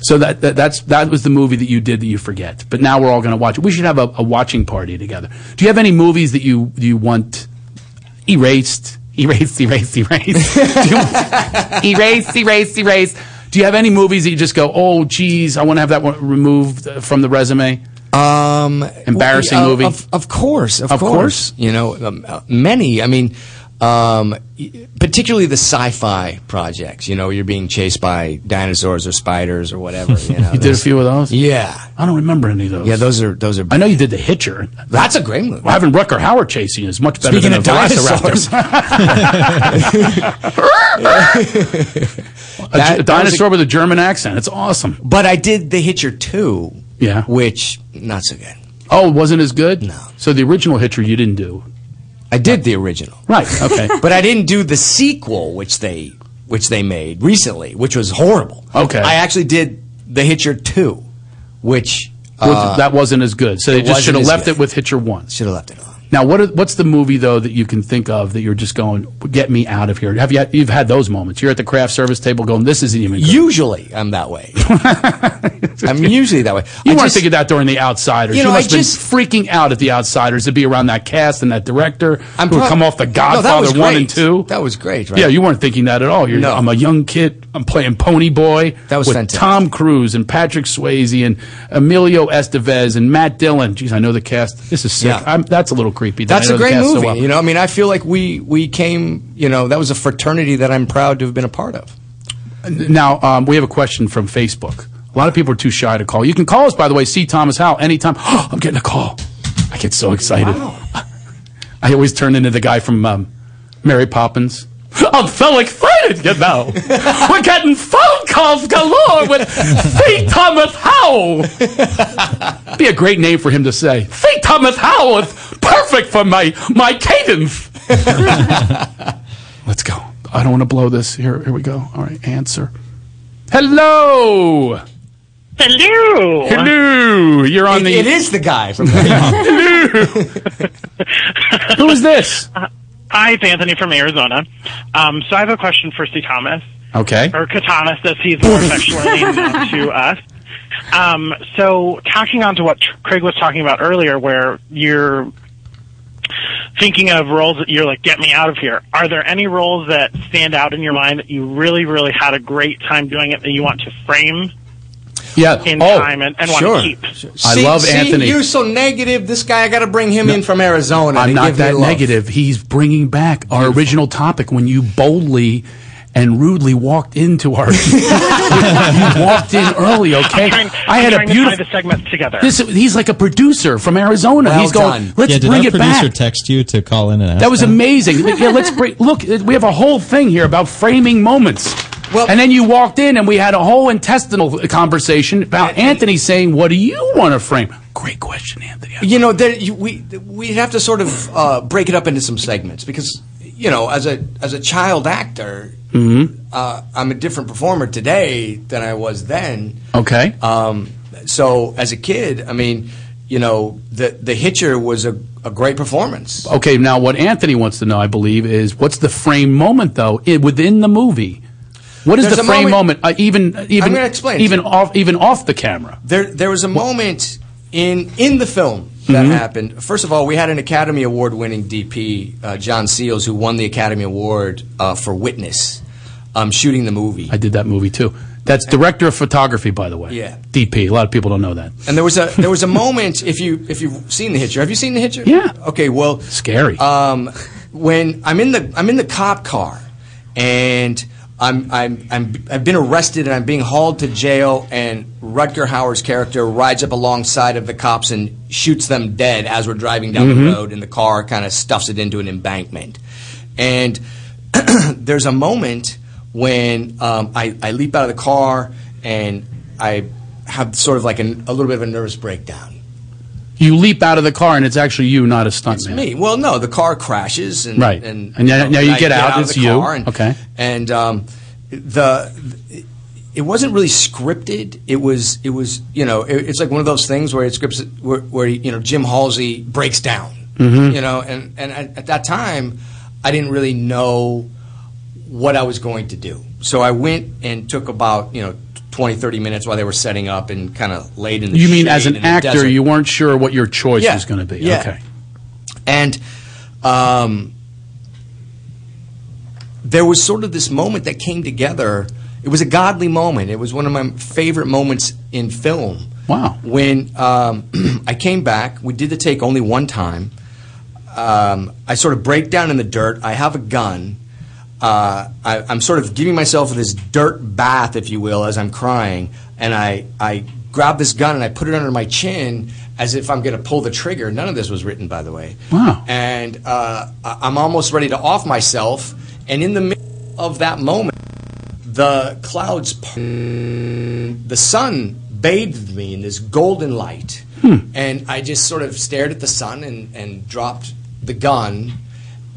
So that, that that's that was the movie that you did that you forget. But now we're all going to watch it. We should have a, a watching party together. Do you have any movies that you you want erased, erased, erased, erased, Do you- erased, erased, erased? Do you have any movies that you just go, oh, geez, I want to have that one removed uh, from the resume? Um, Embarrassing well, uh, movie. Of, of course, of, Of course. course. You know, um, uh, many. I mean, um, y- particularly the sci-fi projects. You know, you're being chased by dinosaurs or spiders or whatever. You, know, you did a those- few of those. Yeah, I don't remember any of those. yeah. Those are those are. I know you did the Hitcher. That's a great movie. Well, having Rucker Howard chasing you is much better Speaking than of the dinosaurs. Velociraptors. a, a That- that was a- dinosaur with a German accent. It's awesome. But I did The Hitcher 2, Yeah. which, not so good. Oh, it wasn't as good? No. So the original Hitcher you didn't do. I did the original. Right. Okay. But I didn't do the sequel, which they which they made recently, which was horrible. Okay. I actually did The Hitcher 2, which Was- that wasn't as good. So they Uh, it just should wasn't have as left good. it with Hitcher 1. should have left it alone. Now, what are, what's the movie, though, that you can think of that you're just going, get me out of here? Have you, you've had those moments. You're at the craft service table going, this isn't even good. Usually I'm that way. I'm usually that way. You I weren't just- thinking that during the Outsiders. You, You know, I must have just- been freaking out at the Outsiders to be around that cast and that director I'm who would prob- come off the No, that Godfather was one and great. two. That was great, right? Yeah, you weren't thinking that at all. You're, No. I'm a young kid. I'm playing Pony Boy. That was with fantastic. Tom Cruise and Patrick Swayze and Emilio Estevez and Matt Dillon. Jeez, I know the cast. This is sick. Yeah. I'm, that's a little creepy. that I That's know a the great cast so movie. well. You know, I mean, I feel like we we came, you know, that was a fraternity that I'm proud to have been a part of. Now, um, we have a question from Facebook. A lot of people are too shy to call. You can call us, by the way, see Thomas Howell anytime. I'm getting a call. I get so excited. I always turn into the guy from um, Mary Poppins. I'm so excited, you know. We're getting phone calls galore with C. Thomas Howell. Be a great name for him to say. C. Thomas Howell is perfect for my, my cadence. Let's go. I don't want to blow this. Here, here we go. All right, answer. Hello. Hello. Hello. You're on It- the. it is the guy from. Who is this? Uh, Hi, it's Anthony from Arizona. Um, so I have a question for C. Thomas. Okay. Or Katanas, as he's more affectionately known to us. Um, so, tacking on to what Tr- Craig was talking about earlier, where you're thinking of roles that you're like, get me out of here. Are there any roles that stand out in your mind that you really, really had a great time doing it that you want to frame Yeah. in Oh, time and, and sure. want to keep? I love Anthony. You're so negative. This guy, I got to bring him in from Arizona. I'm to not give me that love. negative. He's bringing back our original topic when you boldly and rudely walked into our. you walked in early, okay? I'm trying, I had am a trying beautiful. to tie the segments together. This, he's like a producer from Arizona. he's going, let's yeah, did bring our it producer back. text you to call in and ask That was amazing. yeah, let's bring. Look, it- we have a whole thing here about framing moments. Well, and then you walked in, and we had a whole intestinal conversation about Anthony saying, "What do you want to frame?" Great question, Anthony. You know, there, you, we we have to sort of uh, break it up into some segments because you know, as a as a child actor, Mm-hmm. uh, I'm a different performer today than I was then. Okay. Um, so as a kid, I mean, you know, the the Hitcher was a, a great performance. Okay. Now, what Anthony wants to know, I believe, is what's the frame moment though i within the movie? What is There's the a frame moment- moment? uh, even even gonna explain it to even you. off even off the camera. There, there was a moment in in the film that Mhm. happened. First of all, we had an Academy Award winning DP, uh, John Seals, who won the Academy Award uh, for Witness, um, shooting the movie. I did that movie too. That's director of photography, by the way. Yeah. DP. A lot of people don't know that. And there was a there was a moment if you if you've seen the Hitcher, have you seen the Hitcher? Yeah. Okay. Well, scary. Um, when I'm in the I'm in the cop car, and I'm I'm I'm I've been arrested and I'm being hauled to jail, and Rutger Hauer's character rides up alongside of the cops and shoots them dead as we're driving down the Mhm. Mm-hmm. road, and the car kind of stuffs it into an embankment, and there's a moment when um, I, I leap out of the car and I have sort of like an, a little bit of a nervous breakdown. You leap out of the car, and it's actually you, not a It's stuntman. me. Well, no, the car crashes and Right. and, And now- now you I get out, of it's the you. car and, Okay. and um, the. It wasn't really scripted. It was. It was. You know. It, it's like one of those things where it scripts. Where, where you know Jim Halsey breaks down. Mhm. Mm-hmm. You know, and and at, at that time, I didn't really know what I was going to do. So I went and took about you know 20, 30 minutes while they were setting up and kind of laid in the. You mean as shade an in the desert. actor, you weren't sure what your choice Yeah. was going to be? Yeah. Okay. And um, there was sort of this moment that came together. It was a godly moment. It was one of my favorite moments in film. Wow. When um, I came back, we did the take only one time. Um, I sort of break down in the dirt. I have a gun. Uh, I, I'm sort of giving myself this dirt bath, if you will, as I'm crying. And I, I grab this gun and I put it under my chin as if I'm going to pull the trigger. None of this was written, by the way Wow. and uh, I- I'm almost ready to off myself. And in the middle of that moment, the clouds, par- the sun bathed me in this golden light, and I just sort of stared at the sun and, and dropped the gun,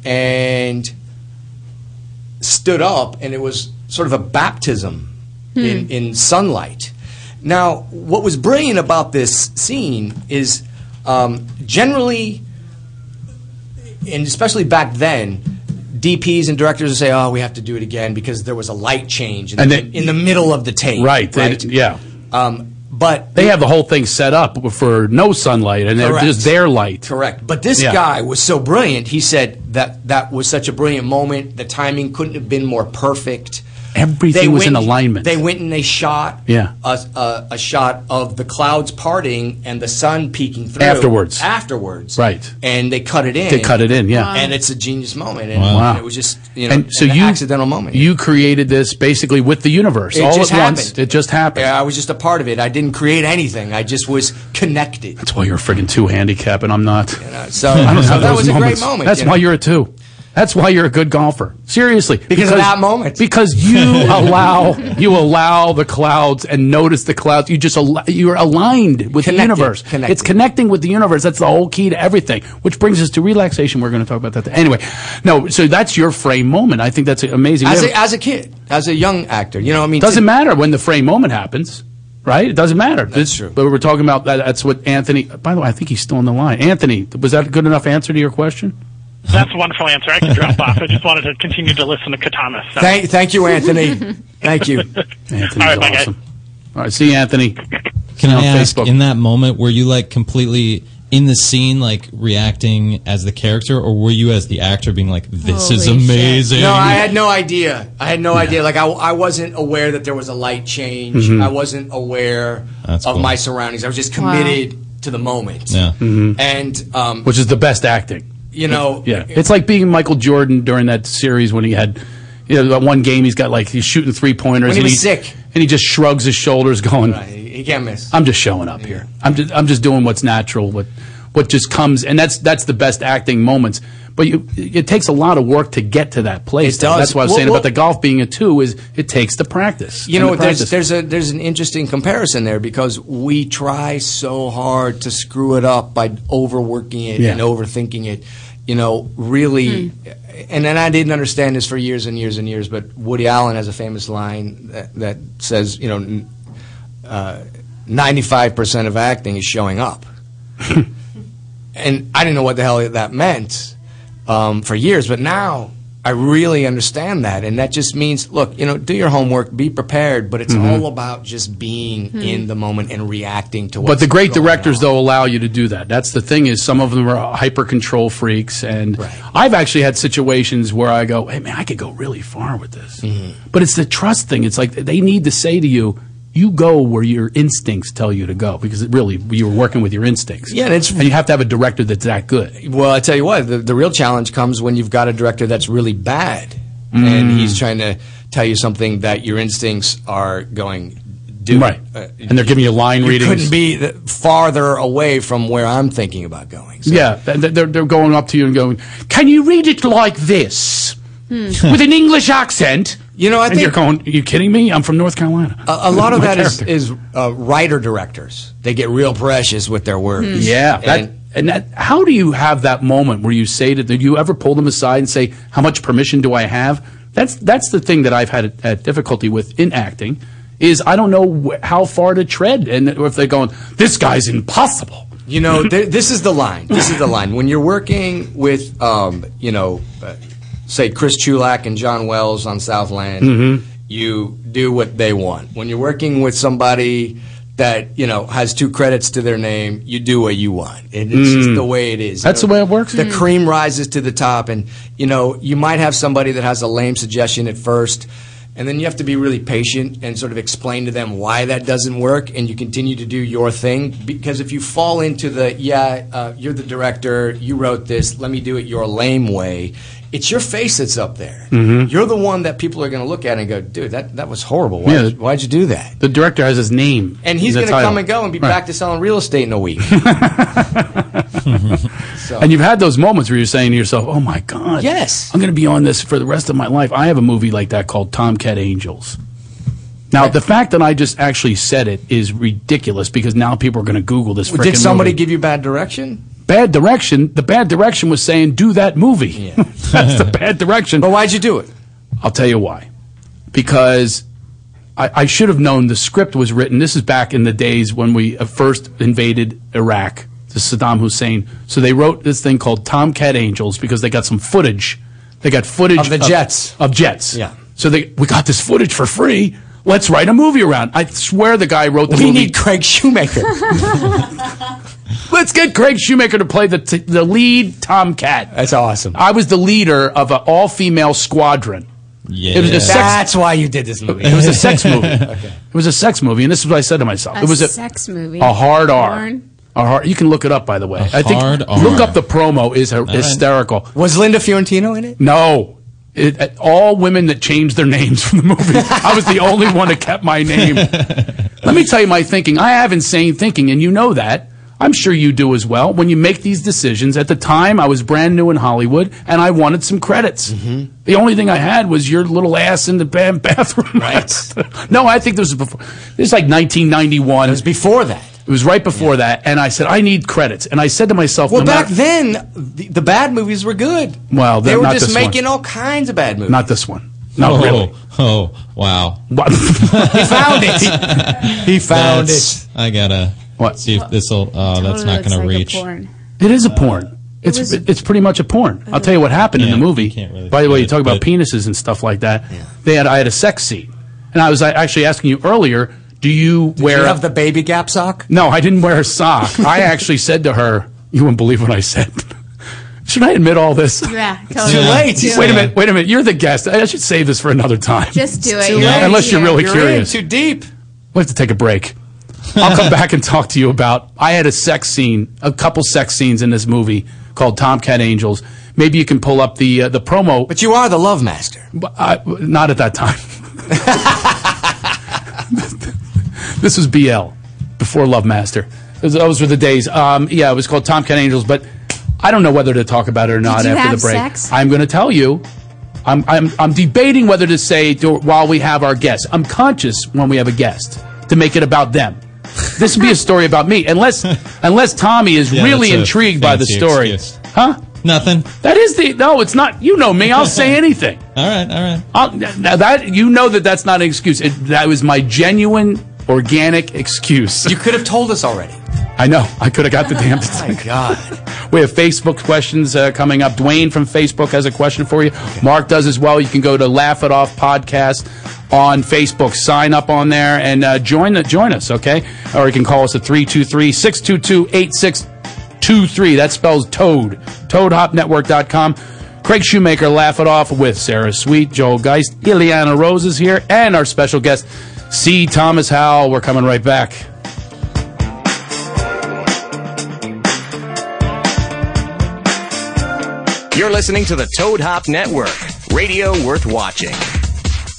and stood up, and it was sort of a baptism in, in sunlight. Now, what was brilliant about this scene is um, generally and especially back then, DPs and directors would say, "Oh, we have to do it again because there was a light change in, And the, they- in the middle of the tape." Right. They- right? yeah. Um, but They have the whole thing set up for no sunlight, and they're Correct. just their light. Correct. But this Yeah. guy was so brilliant. He said that that was such a brilliant moment. The timing couldn't have been more perfect. Everything They was went- in alignment. They went and they shot Yeah. a, a, a shot of the clouds parting and the sun peeking through Afterwards. Afterwards, Right. And they cut it in. They cut it in, yeah. Wow. And it's a genius moment. And, Wow. and it was just you know and so an you accidental moment. You created this basically with the universe It all just at once. happened. It just happened. Yeah, I was just a part of it. I didn't create anything. I just was connected. That's why you're friggin' two handicap, and I'm not. so- I don't so have that those was a great moments. moment, That's you why know? you're a two. That's why you're a good golfer. Seriously, because, of that moment. Because you allow you allow the clouds and notice the clouds. You just al- you're aligned with Connected, the universe. connected. It's connecting with the universe. That's the whole key to everything. Which brings us to relaxation. We're going to talk about that anyway. No, so that's your frame moment. I think that's amazing. We As have- a, as a kid, as a young actor, you know, I mean, doesn't matter when the frame moment happens. right? It doesn't matter. That's true. But we're talking about that, that's what Anthony. By the way, I think he's still on the line. Anthony, was that a good enough answer to your question? That's a wonderful answer. I can drop off. I just wanted to continue to listen to Katana. so- Thank, thank you, Anthony. thank you. Anthony's All right, bye, guys. awesome. All right, see you, Anthony. Can on I ask, Facebook. in that moment, were you like completely in the scene, like reacting as the character, or were you as the actor being like, "This is Holy shit. amazing"? No, I had no idea. I had no idea. Like I, I wasn't aware that there was a light change. Mhm. I wasn't aware Mm-hmm. That's of cool. my surroundings. I was just Wow. committed to the moment. Yeah. And um, Which is the best acting. you know, Yeah, it's like being Michael Jordan during that series when he had, you know, that one game he's got like he's shooting three pointers. When he and was he, sick. and he just shrugs his shoulders, going, he he can't miss. "I'm just showing up here. I'm just I'm just doing what's natural, what what just comes." And that's that's the best acting moments. But you, it takes a lot of work to get to that place. It does. That's why I was Well, saying well- about the golf being a two is it takes the practice. You and know, the there's practice. there's a there's an interesting comparison there because we try so hard to screw it up by overworking it Yeah. and overthinking it. You know, really, and then I didn't understand this for years and years and years. But Woody Allen has a famous line that, that says, you know, ninety five Uh, percent of acting is showing up, and I didn't know what the hell that meant um, for years, but now I really understand that, and that just means look, you know, do your homework, be prepared, but it's Mhm. all about just being Hmm. in the moment and reacting to. What's But the great going directors, though, allow you to do that. That's the thing is some of them are hyper control freaks, and I've actually had situations where I go, "Hey, man, I could go really far with this," but it's the trust thing. It's like they need to say to you, "You go where your instincts tell you to go," because it really you're working with your instincts. Yeah, and it's- you have to have a director that's that good. on. Well, I tell you what, the, the real challenge comes when you've got a director that's really bad, and Mm. he's trying to tell you something that your instincts are going. Dude, Right. uh, And they're giving you line you readings. couldn't be th- farther away from where I'm thinking about going. Yeah, th- th- they're they're going up to you and going, "Can you read it like this with an English accent?" You know, I and think- you're going, "Are you kidding me? I'm from North Carolina." A, a lot of My that is, character. is uh, writer directors. They get real precious with their words. Yeah, that, And- and, that. How do you have that moment where you say to? Did you ever pull them aside and say, "How much permission do I have?" That's that's the thing that I've had uh, difficulty with in acting, is I don't know wh- how far to tread, and if they're going, "This guy's impossible." You know, th- this is the line. This is the line. When you're working with, um, you know, uh, say Chris Chulak and John Wells on Southland, Mhm. you do what they want. When you're working with somebody that you know has two credits to their name, you do what you want. And it's just Mm. the way it is. That's You the know, way it works? The Mm. cream rises to the top, and you know you might have somebody that has a lame suggestion at first. And then you have to be really patient and sort of explain to them why that doesn't work, and you continue to do your thing. Because if you fall into the, yeah, uh, you're the director, you wrote this, let me do it your lame way, it's your face that's up there. Mhm. You're the one that people are going to look at and go, dude, that, that was horrible. Why, Yeah. why'd you do that? The director has his name, And he's in going the to title. come and go and be Right. back to selling real estate in a week. so, And you've had those moments where you're saying to yourself, "Oh my God, Yes. I'm going to be on this for the rest of my life." I have a movie like that called Tomcat Angels. Now, the fact that I just actually said it is ridiculous because now people are going to Google this. did frickin' somebody movie. give you bad direction? bad direction? The bad direction was saying, "Do that movie." That's the bad direction. But why'd you do it? I'll tell you why. Because I, I should have known the script was written. This is back in the days when we uh, first invaded Iraq to Saddam Hussein. So they wrote this thing called Tomcat Angels because they got some footage. They got footage Of the jets. Of jets. Yeah. So they we got this footage for free. Let's write a movie around. I swear the guy wrote the We movie. need Craig Shoemaker. Let's get Craig Shoemaker to play the t- the lead Tomcat. That's awesome. I was the leader of an all female squadron. It was a sex That's why you did this movie. It was a sex movie. It was a sex movie, and this is what I said to myself. A it was a sex movie. A hard R. Porn? A hard. You can look it up, by the way. I think hard R. look up the promo is hy- right. hysterical. Was Linda Fiorentino in it? No. It, uh, all women that changed their names from the movie. I was the only one that kept my name. Let me tell you my thinking. I have insane thinking, and you know that. I'm sure you do as well. When you make these decisions, at the time I was brand new in Hollywood, and I wanted some credits. Mm-hmm. The only thing I had was your little ass in the ba- bathroom. Right. no, I think this was before. This is like 1991. It was before that. It was right before that, and I said I need credits, and I said to myself, Well, no back matter- then, the, the bad movies were good. well, they they're were not just this one. making all kinds of bad movies. Not this one. Not oh, really. Oh, wow. he found it. He found That's- I gotta see if this will. Oh, that's not looks gonna like a reach. porn. Uh, It is a porn. It's was- it's pretty much a porn. I'll tell you what happened in the movie. By the way, you talk about penises and stuff like that. They had I had a sex scene, and I was uh, actually asking you earlier. Do you wear you have the baby gap sock? No, I didn't wear a sock. I actually said to her, "You wouldn't believe what I said." should I admit all this? Yeah, It's totally. too late. Do Wait a it. minute. Wait a minute. You're the guest. I should save this for another time. Just do it. Too You're late. already Unless you're here. really curious. Too deep. We have to take a break. I'll come back and talk to you about. I had a sex scene, a couple sex scenes in this movie called Tomcat Angels. Maybe you can pull up the uh, the promo. But you are the love master. I, not at that time. this was BL before Love Master. Those, those were the days. Um, yeah, it was called Tomcat Angels. But I don't know whether to talk about it or not you after have the break. sex? I'm going to tell you. I'm, I'm, I'm debating whether to say to, while we have our guest. I'm conscious when we have a guest to make it about them. This would be a story about me, unless unless Tommy is Yeah, really that's a intrigued by the fancy story, excuse. huh? Nothing. That is the no. It's not. You know me. I'll say anything. All right. All right. I'll, now that you know that that's not an excuse. It, that was my genuine, organic excuse. You could have told us already. I know. I could have got the damn thing. Oh My God. We have Facebook questions uh, coming up. Dwayne from Facebook has a question for you. Mark does as well. You can go to Laugh It Off Podcast on Facebook. Sign up on there and uh, join the, join us, okay? Or you can call us at 323 622 8623. That spells Toad. ToadHopNetwork.com. Craig Shoemaker, Laugh It Off with Sarah Sweet, Joel Geist, Ileana Rose is here, and our special guest, C. Thomas Howell. We're coming right back. You're listening to the Toad Hop Network, radio worth watching.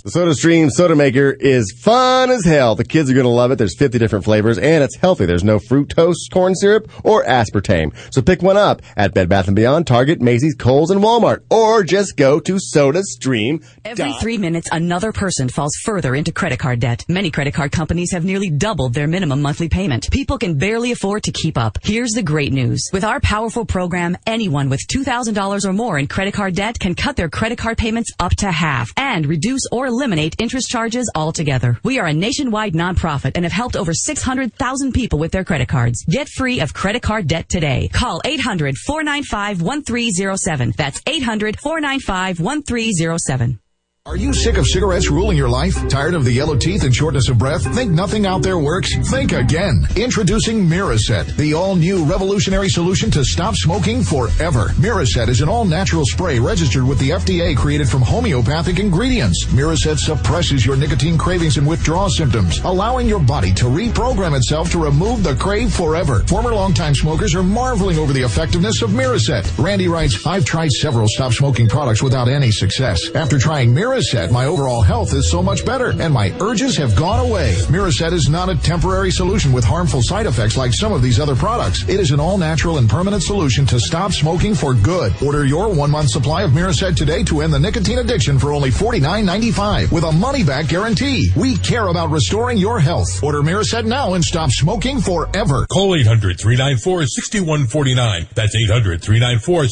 The Soda Stream Soda Maker is fun as hell. The kids are going to love it. There's 50 different flavors and it's healthy. There's no fructose, corn syrup, or aspartame. So pick one up at Bed Bath & Beyond, Target, Macy's, Kohl's, and Walmart. Or just go to SodaStream. Every three minutes, another person falls further into credit card debt. Many credit card companies have nearly doubled their minimum monthly payment. People can barely afford to keep up. Here's the great news. With our powerful program, anyone with $2,000 or more in credit card debt can cut their credit card payments up to half and reduce or eliminate interest charges altogether. We are a nationwide nonprofit and have helped over 600,000 people with their credit cards. Get free of credit card debt today. Call 800-495-1307. That's 800-495-1307. Are you sick of cigarettes ruling your life? Tired of the yellow teeth and shortness of breath? Think nothing out there works? Think again. Introducing Miraset, the all-new revolutionary solution to stop smoking forever. Miraset is an all-natural spray registered with the FDA created from homeopathic ingredients. Miraset suppresses your nicotine cravings and withdrawal symptoms, allowing your body to reprogram itself to remove the crave forever. Former longtime smokers are marveling over the effectiveness of Miraset. Randy writes, I've tried several stop smoking products without any success. After trying Miraset, my overall health is so much better and my urges have gone away. Miraset is not a temporary solution with harmful side effects like some of these other products. It is an all natural and permanent solution to stop smoking for good. Order your one month supply of Miraset today to end the nicotine addiction for only $49.95 with a money back guarantee. We care about restoring your health. Order Miraset now and stop smoking forever. Call 800 394 6149. That's 800 394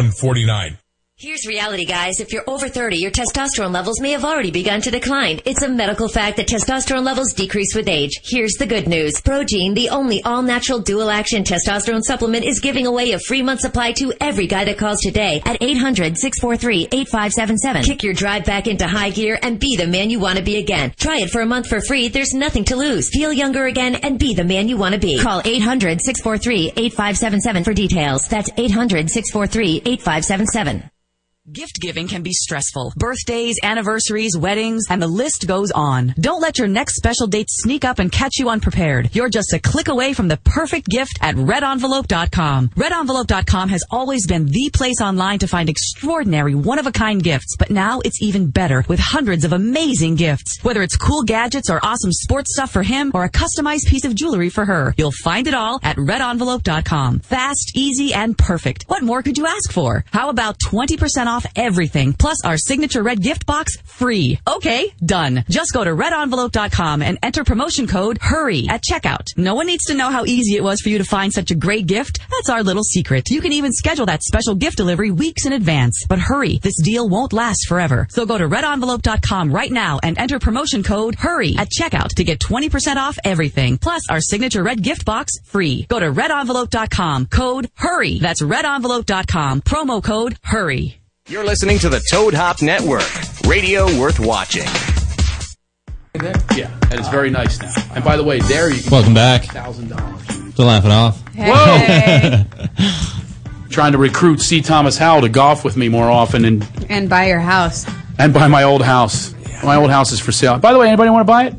6149. Here's reality, guys. If you're over 30, your testosterone levels may have already begun to decline. It's a medical fact that testosterone levels decrease with age. Here's the good news. Progene, the only all-natural dual-action testosterone supplement, is giving away a free month supply to every guy that calls today at 800-643-8577. Kick your drive back into high gear and be the man you want to be again. Try it for a month for free. There's nothing to lose. Feel younger again and be the man you want to be. Call 800-643-8577 for details. That's 800-643-8577. Gift giving can be stressful. Birthdays, anniversaries, weddings, and the list goes on. Don't let your next special date sneak up and catch you unprepared. You're just a click away from the perfect gift at redenvelope.com. Redenvelope.com has always been the place online to find extraordinary, one-of-a-kind gifts, but now it's even better with hundreds of amazing gifts. Whether it's cool gadgets or awesome sports stuff for him or a customized piece of jewelry for her, you'll find it all at redenvelope.com. Fast, easy, and perfect. What more could you ask for? How about 20% off off everything, plus our signature red gift box free. Okay, done. Just go to redenvelope.com and enter promotion code HURRY at checkout. No one needs to know how easy it was for you to find such a great gift. That's our little secret. You can even schedule that special gift delivery weeks in advance. But hurry, this deal won't last forever. So go to redenvelope.com right now and enter promotion code HURRY at checkout to get 20% off everything, plus our signature red gift box free. Go to redenvelope.com, code HURRY. That's redenvelope.com, promo code HURRY. You're listening to the Toad Hop Network, radio worth watching. Yeah, and it's very nice now. And by the way, there you can Welcome back. Thousand dollars. Still laughing off. Hey. Trying to recruit C. Thomas Howell to golf with me more often and and buy your house. and buy my old house. My old house is for sale. By the way, anybody want to buy it?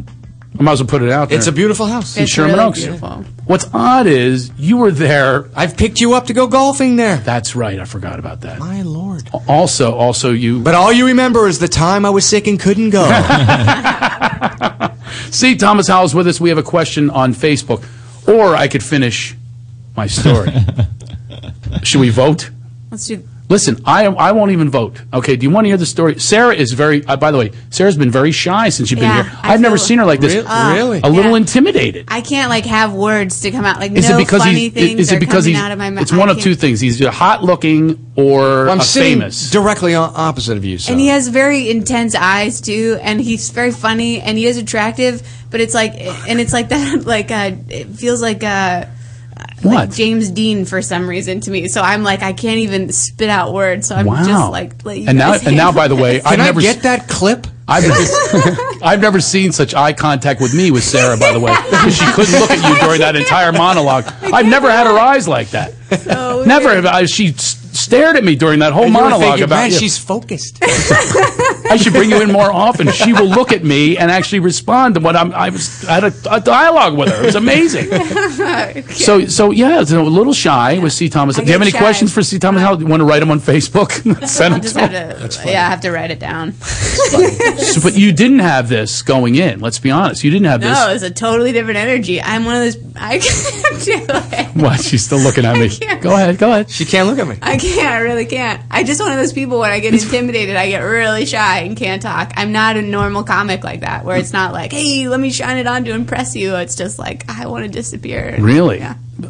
I might as well put it out there. It's a beautiful house. in It's Sherman really Oaks. beautiful. What's odd is you were there. I've picked you up to go golfing there. That's right. I forgot about that. My lord. Also, also you. But all you remember is the time I was sick and couldn't go. See, Thomas Howell's with us. We have a question on Facebook. Or I could finish my story. Should we vote? Let's do. Listen, I I won't even vote. Okay, do you want to hear the story? Sarah is very. Uh, by the way, Sarah's been very shy since you've been Yeah, here. I I've never feel- seen her like this. Re- Uh, really? A little intimidated. I can't like have words to come out like Is no it because funny he's? things Is are it because coming he's? out of my mouth. It's one I of can't- two things. He's either hot looking or Well, I'm a sitting famous. directly on opposite of you. So. And he has very intense eyes too, and he's very funny, and he is attractive. But it's like, and it's like that, like uh, it feels like uh, What? like James Dean for some reason to me. So I'm like, I can't even spit out words. So I'm wow. just like, let you and now, guys and now, by the way, I've never s- that clip? I've, I've never seen such eye contact with me with Sarah. By the way, she couldn't look at you during that entire monologue. I've never had her eyes like that. Oh, never. have I, she s- stared at me during that whole And you were Oh, monologue thinking, about Man, you. she's focused. I should bring you in more often. She will look at me and actually respond to what I'm. I was I had a, a dialogue with her. It was amazing. So so yeah, so a little shy with C. Thomas. I Do you have get any shy. questions for C. Thomas? How do you want to write them on Facebook? Send I'll them just to have him. to, yeah, I have to write it down. So, but you didn't have this going in. Let's be honest. You didn't have No, it's a totally different energy. I'm one of those. I can't do it. this. What? She's still looking at me. Go ahead. Go ahead. She can't look at me. I can't. I really can't. I just one of those people when I get intimidated, I get really shy and can't talk. I'm not a normal comic like that, where it's not like, "Hey, let me shine it on to impress you." It's just like I want to disappear. Really?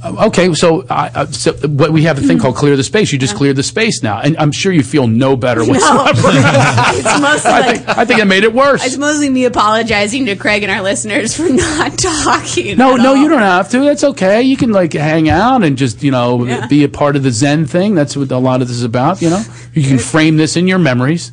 Okay, so, I, uh, so what we have a Mm-hmm. thing called clear the space. You just cleared the space now, and I'm sure you feel no better whatsoever. It's mostly I like, think I think it made it worse. it's mostly me apologizing to Craig and our listeners for not talking. No, at no, all. you don't have to. That's okay. You can like hang out and just you know Yeah. be a part of the Zen thing. That's what a lot of this is about. You know, you can frame this in your memories.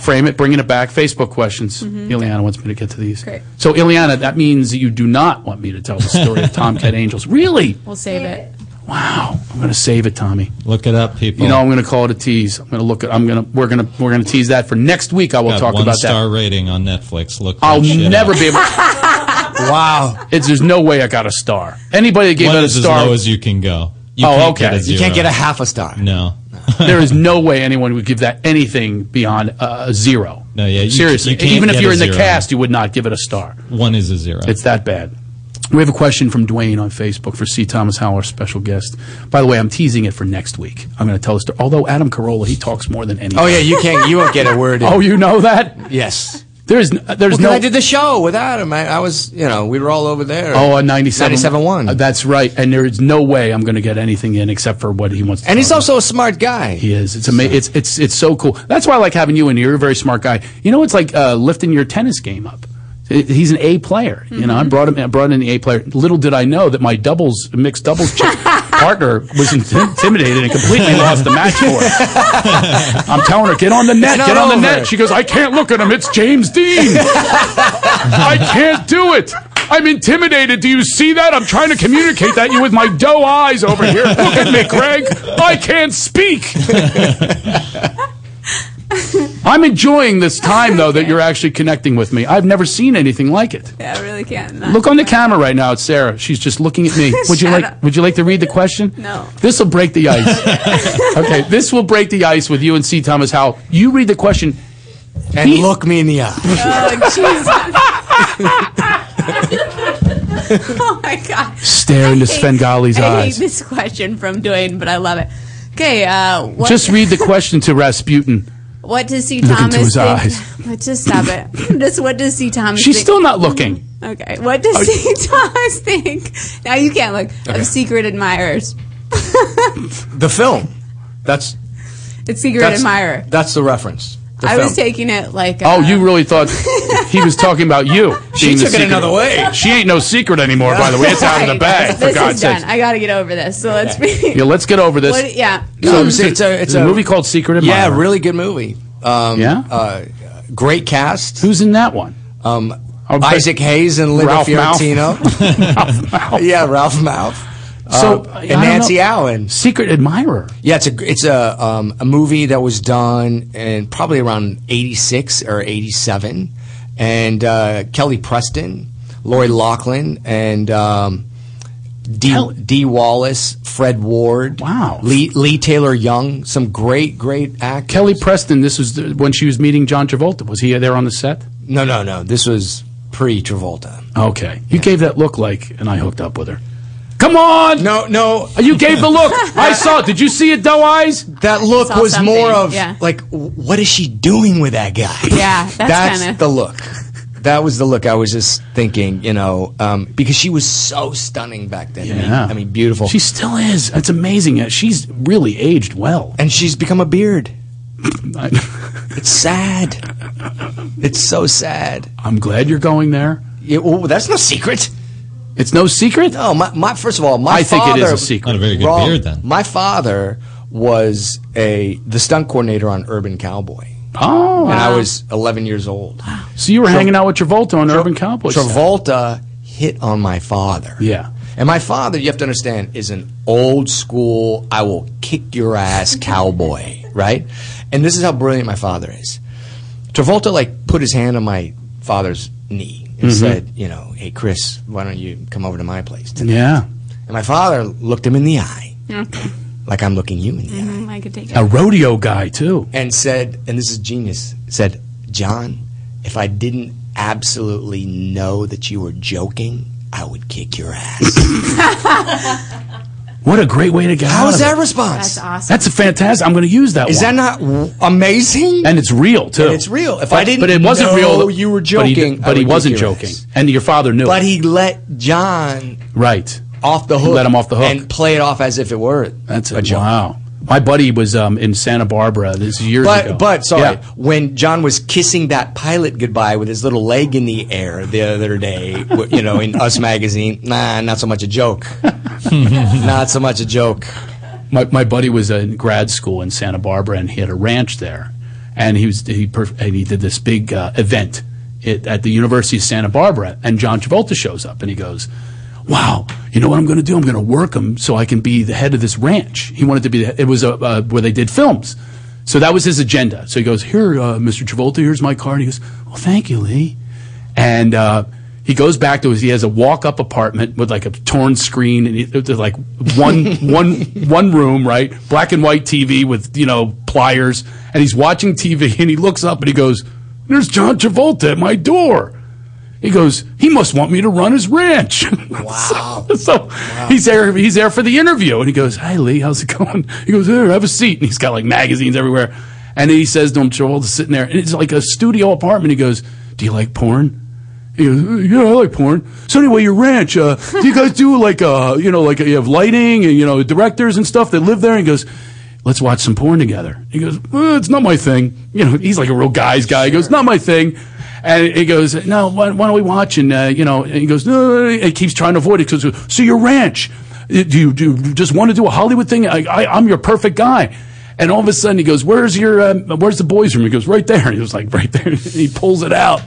Frame it, bringing it back. Facebook questions. Ileana wants me to get to these. Mm-hmm. Great. So Ileana, that means that you do not want me to tell the story of Tomcat Angels. Really? We'll save it. I'm going to save it, Tommy. Look it up, people. You know, I'm going to call it a tease. I'm going to look at. I'm going to. We're going to. We're going to tease that for next week. I will Got talk one about star that. rating on Netflix. Look, that I'll shit never up. be able. wow. It's, there's no way I got a star. Anybody that gave One it a is as star low as you can go. You Oh, can't okay. Get a You can't zero. get a half a star. No, there is no way anyone would give that anything beyond uh, a zero. No, yeah, you- seriously. you can't Even if get you're a in the zero. cast, you would not give it a star. one is a zero. It's that bad. We have a question from Dwayne on Facebook for C. Thomas Howell, our special guest. By the way, I'm teasing it for next week. I'm going to tell the story. Although Adam Carolla, he talks more than anyone. oh yeah, you can't. You won't get a word. In. Oh, you know that? yes. There's n- there's Well, 'cause no. I did the show without him. I, I was, you know, we were all over there. Oh, on 97. 97.1. Uh, That's right. And there is no way I'm going to get anything in except for what he wants to And talk he's about. also a smart guy. He is. It's amazing. It's it's it's so cool. That's why I like having you in. here. You're a very smart guy. You know, it's like uh, lifting your tennis game up. It- He's an A player. You know, I Mm-hmm. brought him. I brought in the A player. Little did I know that my doubles, mixed doubles chick partner was in- intimidated and completely lost the match for it. I'm telling her, get on the net, It's not get on the over. net. She goes, I can't look at him. It's James Dean. I can't do it. I'm intimidated. Do you see that? I'm trying to communicate that you with my doe eyes over here. Look at me, Craig. I can't speak. I'm enjoying this time though that you're actually connecting with me. I've never seen anything like it. Yeah, I really can't. No. Look on the camera right now at Sarah. She's just looking at me. Would you Shut like up. would you like to read the question? No. This will break the ice. okay, this will break the ice with you and C. Thomas Howell. You read the question. And look me in the eye. Oh, Jesus. oh my god. Stare into hate- Svengali's Oh I hate eyes. this question from Dwayne, but I love it. Okay, uh, what, Just read the question to Rasputin. what does C. Look into Thomas his think? eyes. What- Just stop it. Just what does C. Thomas? She's think- still not looking. Okay, what does C. Thomas think? Now you can't look. Okay. Of secret admirers, The film. That's it's secret that's, admirer. That's the reference. The I was film. taking it like. Oh, uh, you really thought he was talking about you? She being the took it secret- another way. She ain't no secret anymore, by the way. It's out of the bag, for This God's is done. sake. I got to get over this. So let's be. Yeah, let's get over this. What, yeah. So it's, it's a it's There's a movie called Secret Yeah, Admirer. really good movie. Um, yeah, uh, great cast. Who's in that one? Um, Isaac Hayes and Linda Ralph Mouth. Fiorentino. yeah, Ralph Mouth. So, Uh, I- I and don't Nancy know. Allen. Secret Admirer. Yeah, it's a it's a um, a movie that was done in probably around '86 or '87, and uh, Kelly Preston, Lori Lachlan, and um, D, D. Wallace, Fred Ward. Wow. Lee, Lee Taylor Young, some great great actors. Kelly Preston. This was the, when she was meeting John Travolta. Was he there on the set? No, no, no. This was pre Travolta. Okay, you gave that look like, and I hooked up with her. Come on! No, no. You gave the look. I saw it. Did you see it, doe eyes? That look Saw was more something, of yeah. like, w- what is she doing with that guy? Yeah, that's, That's, kind of. the look. That was the look. I was just thinking, you know, um, because she was so stunning back then. I mean- I, mean, beautiful. She still is. It's amazing. She's really aged well. and she's become a beard. I- It's sad. It's so sad. I'm glad you're going there. Yeah, well, that's no secret. It's no secret. No, my, my first of all, my I think it is father- a secret. Not a very good Wrong. beard, then. My father was a the stunt coordinator on Urban Cowboy. Oh, And I was 11 years old. so you were Tra- hanging out with Travolta on Urban Cowboy. set. Travolta hit on my father. Yeah. And my father, you have to understand, is an old school, I will kick your ass cowboy, right? And this is how brilliant my father is. Travolta, like, put his hand on my father's knee and Mhm. said, you know, hey, Chris, why don't you come over to my place tonight? Yeah. And my father looked him in the eye, Okay. like I'm looking you in the eye, Mhm, Mm-hmm, I could take it. A rodeo guy too. and said, and this is genius, said, John, if I didn't absolutely know that you were joking, I would kick your ass. What a great way to get out How's of that it. response? That's awesome. That's a fantastic. I'm going to use that. Is one. that not w- amazing? And it's real too. And it's real. If I didn't but it wasn't know real. you were but he joking, did- I but he, would kick wasn't your joking, ass. and your father knew. But it. he let John right. off the He hook. let him off the hook. and play it off as if it were That's a it. joke. Wow. My buddy was um, in Santa Barbara. This is years But ago. but sorry, Yeah. when John was kissing that pilot goodbye with his little leg in the air the other day, w- you know, in Us magazine, nah, not so much a joke. not so much a joke. my, my buddy was in grad school in Santa Barbara, and he had a ranch there, and he was he per, and he did this big uh, event it, at the University of Santa Barbara, and John Travolta shows up, and he goes, "Wow, you know what I'm going to do? I'm going to work him so I can be the head of this ranch." He wanted to be. The, it was a, uh, where they did films, so that was his agenda. So he goes, "Here, uh, Mr. Travolta, here's my card." He goes, "Well, thank you, Lee." and uh, he goes back to his. He has a walk-up apartment with like a torn screen, and he, it was like one one one room, right? Black and white TV with you know pliers, and he's watching TV, and he looks up and he goes, "There's John Travolta at my door." He goes, "He must want me to run his ranch." Wow. so so he's there. He's there for the interview, and he goes, "Hi, Lee, how's it going?" He goes, "Here, have a seat." And he's got like magazines everywhere. And then he says to him, Travolta's sitting there, and it's like a studio apartment. He goes, "Do you like porn?" He goes, "Uh, yeah, I like porn. So anyway, your ranch, uh, do you guys do like, uh, you know, like you have lighting and, you know, directors and stuff that live there? And he goes, let's watch some porn together. He goes, "Uh, it's not my thing. You know, he's like a real guy's guy. He goes, not my thing. And he goes, no, why, why don't we watch? And, uh, you know, and he goes, no, no, no, no." he keeps trying to avoid it. He goes, so your ranch, uh, do you, do you just want to do a Hollywood thing? I, I, I'm your perfect guy. And all of a sudden he goes, where's your, um, where's the boys room? He goes, right there. And he was like, right there. he pulls it out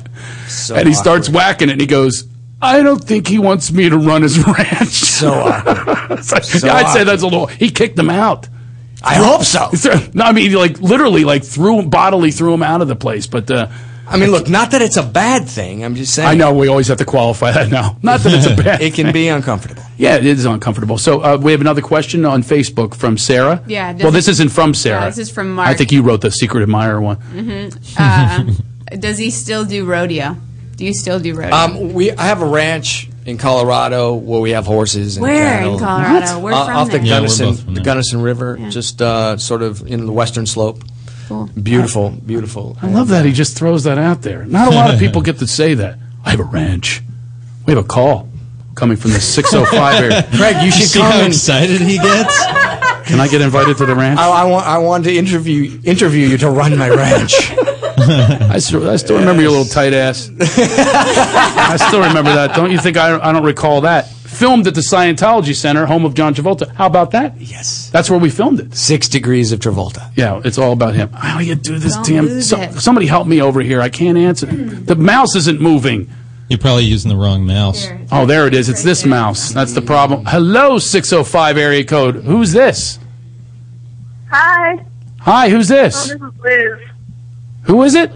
So and he awkward. starts whacking it and he goes i don't think he wants me to run his ranch So awkward. So, so yeah, i'd say awkward. that's a little he kicked them out I hope so. Is there- no i mean he, like literally like threw him bodily threw him out of the place but uh I mean, look, not that it's a bad thing. I'm just saying. I know we always have to qualify that now. Not that it's a bad. It can be uncomfortable. yeah, it is uncomfortable. So uh, we have another question on Facebook from Sarah. Yeah, does Well, this it- isn't from Sarah. No, this is from Mark. Mm-hmm. I think you wrote the secret admirer one. Uh, does he still do rodeo? Do you still do rodeo? Um, we Um, I have a ranch in Colorado where we have horses. And Where in cattle. Colorado? What? We're Uh, from off the there. Yeah, we're Gunnison, both from the Gunnison River, just uh, sort of in the western slope. Cool. Beautiful, beautiful. I love that he just throws that out there. Not a lot of people get to say that. I have a ranch. We have a call coming from the 605 area. Craig, you should see come how and- excited he gets. Can I get invited to the ranch? I, I want I want to interview interview you to run my ranch. I still, I still remember your little tight ass. I still remember that. Don't you think I, I don't recall that? Filmed at the Scientology Center, home of John Travolta. How about that? Yes. That's where we filmed it. Six degrees of Travolta. Yeah, it's all about him. How do you do this Don't damn? lose so- it. somebody help me over here. I can't answer. The mouse isn't moving. You're probably using the wrong mouse. Oh, there it is. It's this mouse. That's the problem. Hello, 605 area code. Who's this? Hi. Hi, who's this? Oh, this is Liz. Who is it?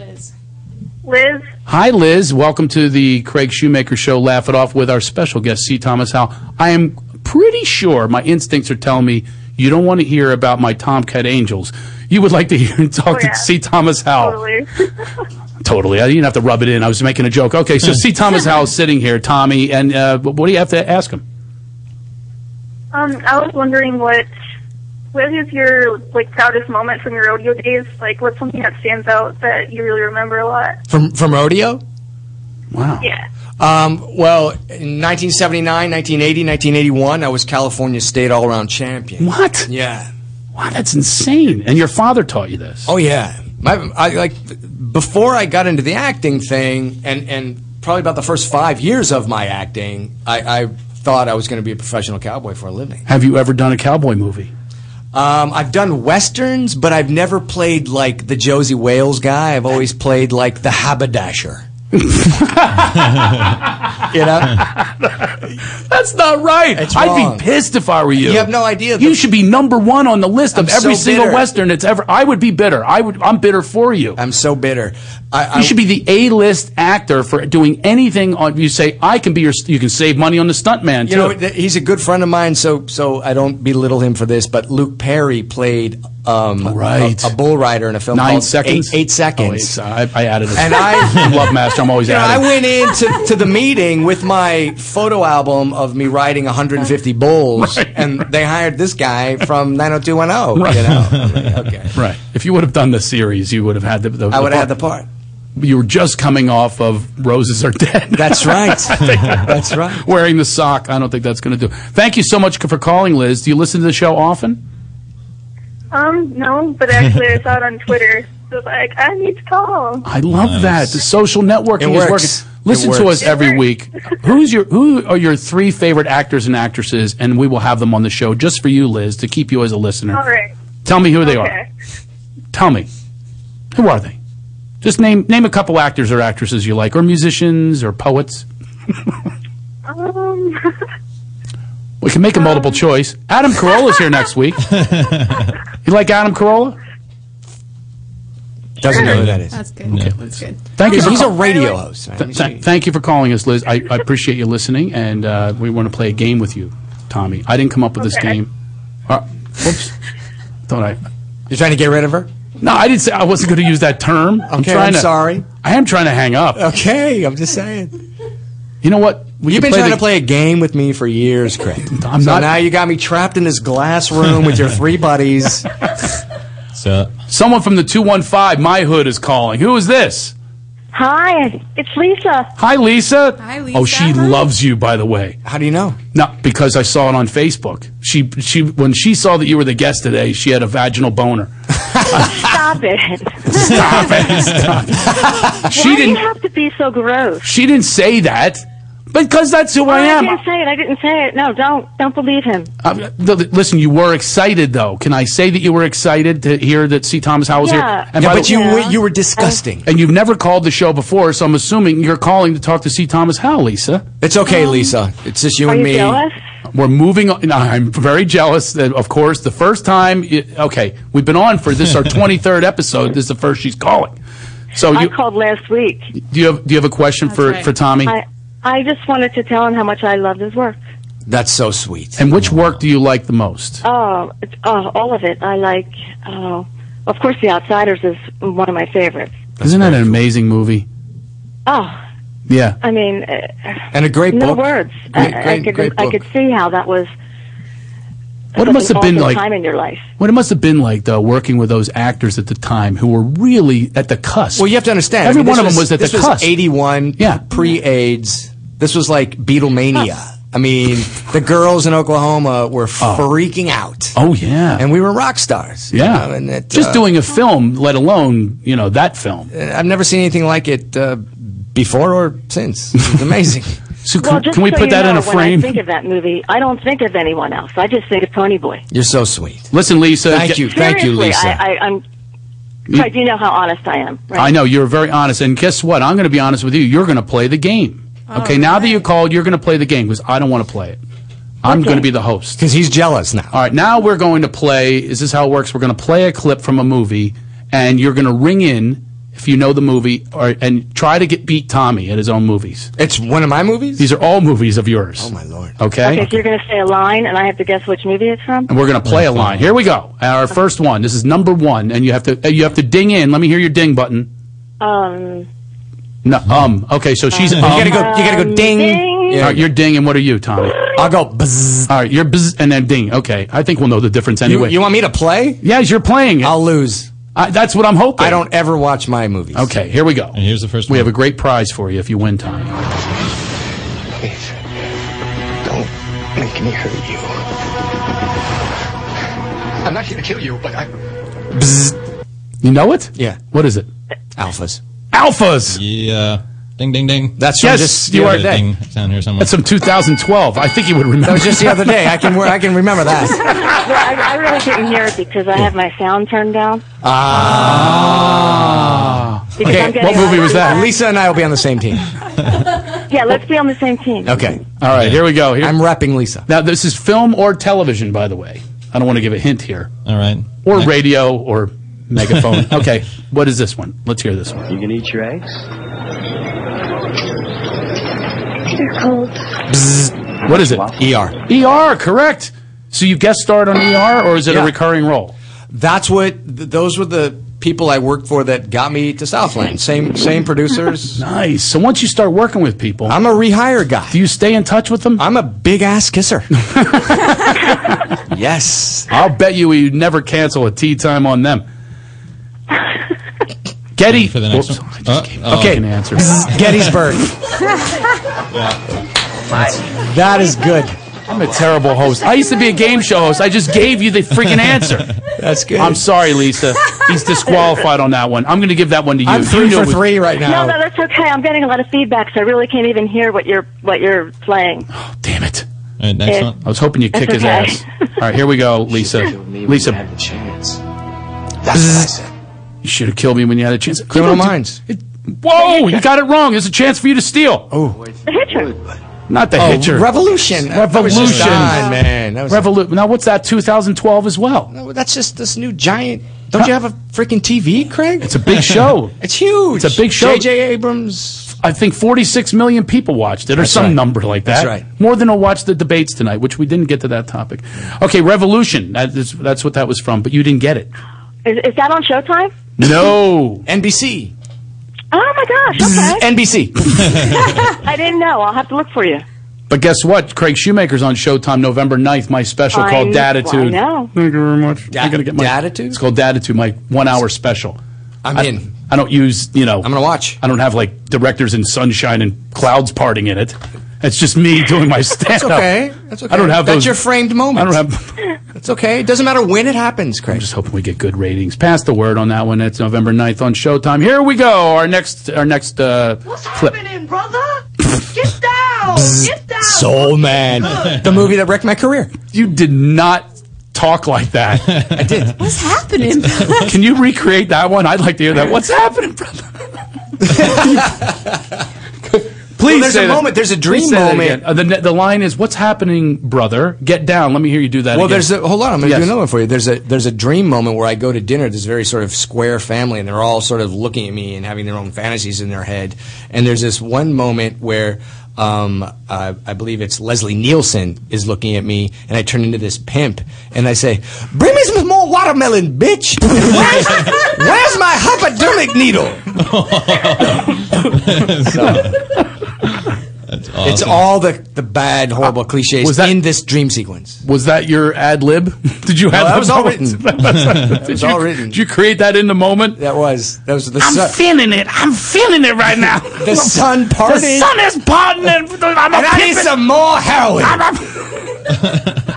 Liz, Hi, Liz. Welcome to the Craig Shoemaker Show. Laugh it off with our special guest, C. Thomas Howe. I am pretty sure my instincts are telling me you don't want to hear about my Tomcat Angels. You would like to hear and talk to C. Thomas Howe. totally. Totally. I didn't have to rub it in. I was making a joke. Okay, Hmm. so C. Thomas Howe is sitting here, Tommy, and uh, what do you have to ask him? Um, I was wondering what what is your like proudest moment from your rodeo days? Like, what's something that stands out that you really remember a lot? From from rodeo? Wow. Yeah. Um, well, in 1979, 1980, 1981, I was California state all around champion. What? Yeah. Wow, that's insane. And your father taught you this. Oh yeah, my I like before I got into the acting thing, and and probably about the first five years of my acting, I, I thought I was going to be a professional cowboy for a living. Have you ever done a cowboy movie? Um, I've done westerns, but I've never played like the Josie Wales guy. I've always played like the haberdasher. you know, That's not right. It's I'd wrong. be pissed if I were you. You have no idea. You should be number one on the list I'm of every so single bitter. Western that's ever. I would be bitter. I would. I'm bitter for you. I'm so bitter. I, I you should be the A-list actor for doing anything on. You say I can be your. You can save money on the stuntman too. You know, th- he's a good friend of mine, so so I don't belittle him for this. But Luke Perry played um, Right. a, a bull rider in a film Nine called seconds. Eight, eight Oh, eight seconds. se- I, I added a And I- love master. I'm always You know, I adding. went into to the meeting with my photo album of me riding 150 bulls, and they hired this guy from 90210. Right. You know, I'm like, okay, Right. If you would have done the series, you would have had the. the I would have had the part. You were just coming off of Roses Are Dead. That's right. That's right. Wearing the sock. I don't think that's going to do. Thank you so much for calling, Liz. Do you listen to the show often? Um, no, but actually, I saw it on Twitter. So I was like, I need to call. I love that. The social networking It is works. working. Listen It to works. us every week. Who's your who are your three favorite actors and actresses and we will have them on the show just for you Liz to keep you as a listener. All right. Tell me who they are. Okay. Tell me. Who are they? Just name name a couple actors or actresses you like or musicians or poets. Um, We can make a multiple choice. Adam Carolla's here next week. You like Adam Carolla? Doesn't know who that is. That's good. Okay, That's good. Thank you. He's, for he's a call- radio host. man. Th- th- thank you for calling us, Liz. I, I appreciate you listening, and uh, we want to play a game with you, Tommy. I didn't come up with this Okay. game. Uh, whoops. Thought I. You're trying to get rid of her. No, I didn't say I wasn't going to use that term. I'm Okay, trying I'm to, sorry. I am trying to hang up. Okay, I'm just saying. You know what? We You've can been trying the- to play a game with me for years, Craig. I'm so not- now you got me trapped in this glass room with your three buddies. So Someone from the two one five, my hood is calling. Who is this? Hi, it's Lisa. Hi, Lisa. Hi, Oh, Lisa. she loves you, by the way. How do you know? No, because I saw it on Facebook. She she when she saw that you were the guest today, she had a vaginal boner. Stop it. Stop it! Stop it. She Why do you didn't. have to be so gross? Oh, She didn't say that because that's who I I am. didn't say it. I didn't say it. No, don't don't believe him. Uh, th- th- listen, you were excited though. Can I say that you were excited to hear that C. Thomas Howell's Yeah. here? Yeah, by but the- you were- you were disgusting. and you've never called the show before, so I'm assuming you're calling to talk to C. Thomas Howell, Lisa. It's okay, Lisa. It's just you Um, Are and you me. jealous? We're moving on. no, I'm very jealous. That, of course, the first time. It, okay, we've been on for this is our 23rd episode. This is the first she's calling. So I you, called last week. do you have do you have a question for, for Tommy? I I just wanted to tell him how much I loved his work. That's so sweet. and which work do you like the most? Oh, it's, oh, all of it. I like. Oh, of course, The Outsiders is one of my favorites. Isn't that an amazing movie? Oh, Yeah. I mean, uh, And a great no book. words. Great- I, I great- could great I book. could see how that was. What it must such an have been awful like- time in your life. What it must have been like, though, working with those actors at the time who were really at the cusp. Well, you have to understand. I Every mean, this one of them was at this the cusp. 81, yeah. pre-AIDS. This was like Beatlemania. I mean, the girls in Oklahoma were freaking out. Oh, yeah. And we were rock stars. you yeah. know, and it, Just uh, doing a film, let alone, you know, that film. I've never seen anything like it uh, before or since. It's amazing. so well, just so you know, When I think of that movie, I don't think of anyone else. I just think of Pony Boy. You're so sweet. Listen, Lisa. Thank get- you. Thank you, Seriously, Lisa. I, I, I'm. You- Craig, you know how honest I am, right? I know you're very honest, and guess what? I'm going to be honest with you. You're going to play the game. Oh, okay, now that you called, you're going to play the game because I don't want to play it. I'm going to be the host because he's jealous now. All right, now we're going to play. Is this how it works? We're going to play a clip from a movie, and you're going to ring in if you know the movie, or and try to get beat Tommy at his own movies. It's one of my movies. These are all movies of yours. Oh my lord. Okay. so you're going to say a line, and I have to guess which movie it's from. And we're going to play a line. Here we go. Our first one. This is number one, and you have to uh, you have to ding in. Let me hear your ding button. Um, No, um. Okay, so she's. You um. gotta go- you gotta go Um, ding. ding. All right, you're ding, and what are you, Tommy? I'll go buzz. All right, you're buzz, and then ding. Okay, I think we'll know the difference You- anyway. you want me to play? Yes, you're playing. I'll lose. I, that's what I'm hoping. I don't ever watch my movies. Okay, here we go. And here's the first. We have a great prize for you if you win, Tommy. Please, don't make me hurt you. I'm not here to kill you, but I. You know it? Yeah. What is it? Alphas. Alphas. Yeah. Ding ding ding. That's yes, from just the you are other day. ding down here somewhere. That's from 2012. I think you would remember. That was just the other day. I can wor- I can remember that. well, I, I really couldn't hear it because I have my sound turned down. Ah. Because I'm getting What movie was that? Lisa and I will be on the same team. Yeah, let's be on the same team. Okay. All right, here we go. Here. I'm rapping Lisa. Now this is film or television, by the way. I don't want to give a hint here. All right. Or radio or megaphone. okay, what is this one? Let's hear this one. You can eat your eggs. They're cold. What is it? ER. ER, correct. So you guest starred on ER, or is it a recurring role? That's what. Th- those were the people I worked for that got me to Southland. Same same producers. nice. So once you start working with people, I'm a rehire guy. Do you stay in touch with them? I'm a big ass kisser. yes. I'll bet you we never cancel a tea time on them. Getty. For the next Whoops, one? I just Oh, gave oh. okay. an answer. Gettysburg. That is good. I'm a terrible host. I used to be a game show host. I just gave you the freaking answer. That's good. I'm sorry, Lisa. He's disqualified on that one. I'm going to give that one to you. I'm You three know for it was- three right now. No, no, that's okay. I'm getting a lot of feedback, so I really can't even hear what you're what you're playing. Damn it. All right, next It- one. I was hoping you'd It's kick his okay. ass. All right, here we go, Lisa. Lisa. chance. You should have killed me when you had a chance. Criminal You know, Minds. it- whoa, you got it wrong. There's a chance for you to steal. Oh. The Hitcher. Not the Oh, hitcher. Revolution. That was Revolution. just on, man. That was- Revolution. Now, what's that, 2012 as well? No, that's just this new giant. Don't you have a freaking TV, Craig? It's a big show. it's huge. It's a big show. J.J. Abrams. I think 46 million people watched it, or That's some right. number like that. That's right. More than will watch the debates tonight, which we didn't get to that topic. Okay, Revolution. That is, that's what that was from, but you didn't get it. Is, is that on Showtime? No. NBC. Oh my gosh! Okay, NBC. I didn't know. I'll have to look for you. But guess what? Craig Shoemaker's on Showtime November 9th, my special I called kn- Datitude. I know. Thank you very much. Da- I'm gonna get my, Datitude? It's called Datitude, my one hour special. I'm I- in. I don't use, you know. I'm going to watch. I don't have like directors in sunshine and clouds parting in it. It's just me doing my stand That's okay. That's okay. I don't have That's those. your framed moment. I don't have. That's okay. It doesn't matter when it happens, Craig. I'm just hoping we get good ratings. Pass the word on that one. It's November 9th on Showtime. Here we go. Our next, our next uh, clip. brother? Get down! Get down! Soul Man. the movie that wrecked my career. You did not talk like that. I did. What's happening? Can you recreate that one? I'd like to hear that. What's happening, brother? Please Well, there's say a that. moment. There's a dream Please say that moment. again. Uh, the, ne- the line is, "What's happening, brother? Get down." Let me hear you do that. Well, again. there's a hold on. I'm going Yes. to do another one for you. There's a there's a dream moment where I go to dinner. This very sort of square family, and they're all sort of looking at me and having their own fantasies in their head. And there's this one moment where um, I, I believe it's Leslie Nielsen is looking at me, and I turn into this pimp, and I say, "Bring me some more watermelon, bitch. Where's, where's my hypodermic needle?" so, It's all the, the bad, horrible cliches was that- in this dream sequence. Was that your ad lib? Did you No, have that the was all moments? written. That was Did you- all written. Did you create that in the moment? That was that was the. I'm su- feeling it. I'm feeling it right now. The sun party. The sun is partying. I'm a And I need pimpin'. some more heroin. I'm, a,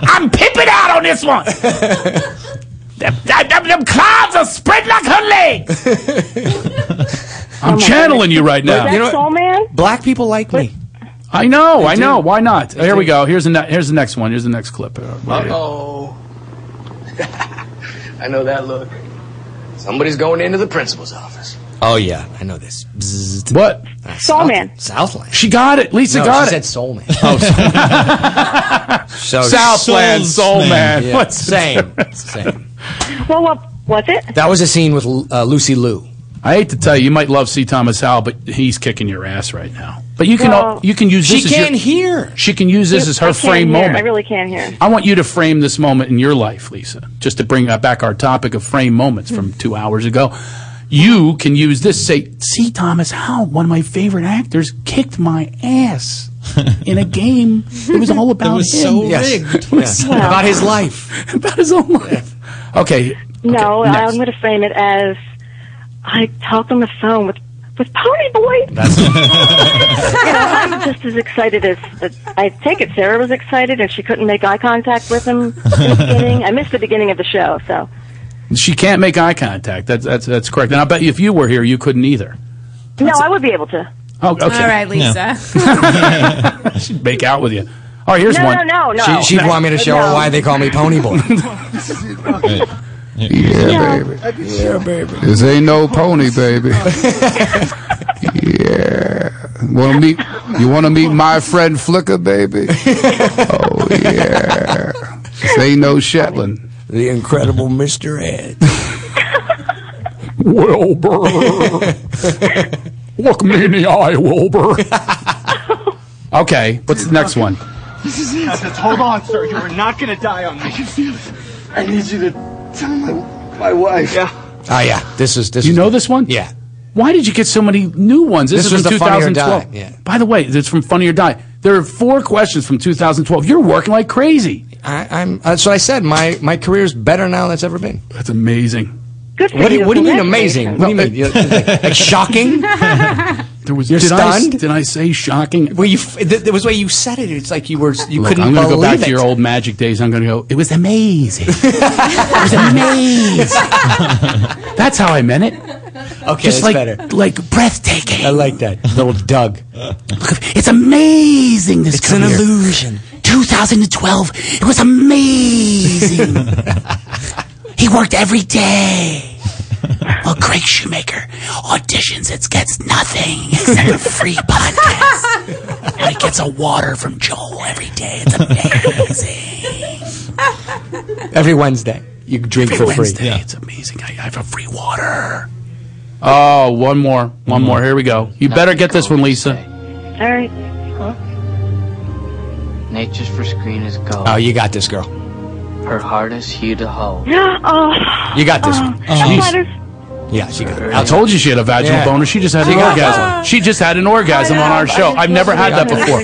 I'm pimping out on this one. them, them- them clouds are spread like her legs. I'm channeling you right now. You know what? Man? Black people like me. I know. They I know. do. Why not? They Here we do. go. Here's the ne- here's the next one. Here's the next clip. Uh, right here. oh. I know that look. Somebody's going into the principal's office. Oh yeah, I know this. What? Soul man. Southland. She got it. Lisa no, got she it. said soul man. So Southland Soul Man. Yeah, What's- same? Same. Well, what was it? That was a scene with uh, Lucy Liu. I hate to tell you, you might love C. Thomas Howell, but he's kicking your ass right now. But you can Well- you can use She this. as your- can't hear. She can use this as her I can't frame hear. moment. I really can't hear. I want you to frame this moment in your life, Lisa, just to bring uh, back our topic of frame moments Hmm. from two hours ago. You can use this. Say, see, Thomas Howell, one of my favorite actors, kicked my ass in a game. It was all about was him. so Yes. rigged. Yes. Well- About his life. about his own life. Okay, No, next. I'm going to frame it as I talked on the phone with with Pony Boy. That's You know, I'm just as excited as as- I take it. Sarah was excited, and she couldn't make eye contact with him. In the beginning. I missed the beginning of the show, so she can't make eye contact. That's that's that's correct. And I bet you if you were here, you couldn't either. no, I would be able to. Oh, okay. All right, Lisa. She'd make out with you. All right, here's No, one. no, Oh, no, no. She, she'd want me to show her No. why they call me Pony Boy. No. yeah, baby. This ain't no pony, baby. yeah. Wanna meet you wanna meet my friend Flicker, baby? Oh yeah. This ain't no Shetland. The incredible Mr. Ed. Wilbur. Look me in the eye, Wilbur. okay, what's the next one? This is it. Hold on, sir. You are not going to die on me. I can feel it. I need you to tell my, my wife. Yeah. Oh yeah, this is this. You is, know this one? Yeah. Why did you get so many new ones? This, is This was from the Funny or 2012. Die, yeah. By the way, it's from Funny or Die. There are four questions from 2012. You're working like crazy. I, I'm. That's what I said. My my career's better now than it's ever been. That's amazing. Good for What do you. you, what do you mean Congratulations. amazing? What do you mean? You- Like, like shocking? There was. You're did I s- stunned? did I say shocking? Well, you f- th- there was way you said it. It's like you were you Look, couldn't I'm gonna believe go back it. to your old magic days. I'm going to go. It was amazing. it was amazing. That's how I meant it. okay, Just that's like better. like breathtaking. I like that little Doug. It's amazing. This It's an career. illusion. 2012. It was amazing. he worked every day. Well, Craig Shoemaker auditions. It gets nothing except a free podcast. And he gets a water from Joel every day. It's amazing. Every Wednesday, you drink for Every free. Wednesday, it's amazing. I, I have a free water. Oh, one more. One more. Here we go. You better get this one, Lisa. All right. Nature's for screen is gold. Oh, you got this, girl. Her heart is hue to hold. Oh, You got this. oh, one. that's why there's- Yeah, she got it. I told you she had a vaginal Yeah. boner. She just had an got orgasm. She just had an orgasm on our show. I've never had that before.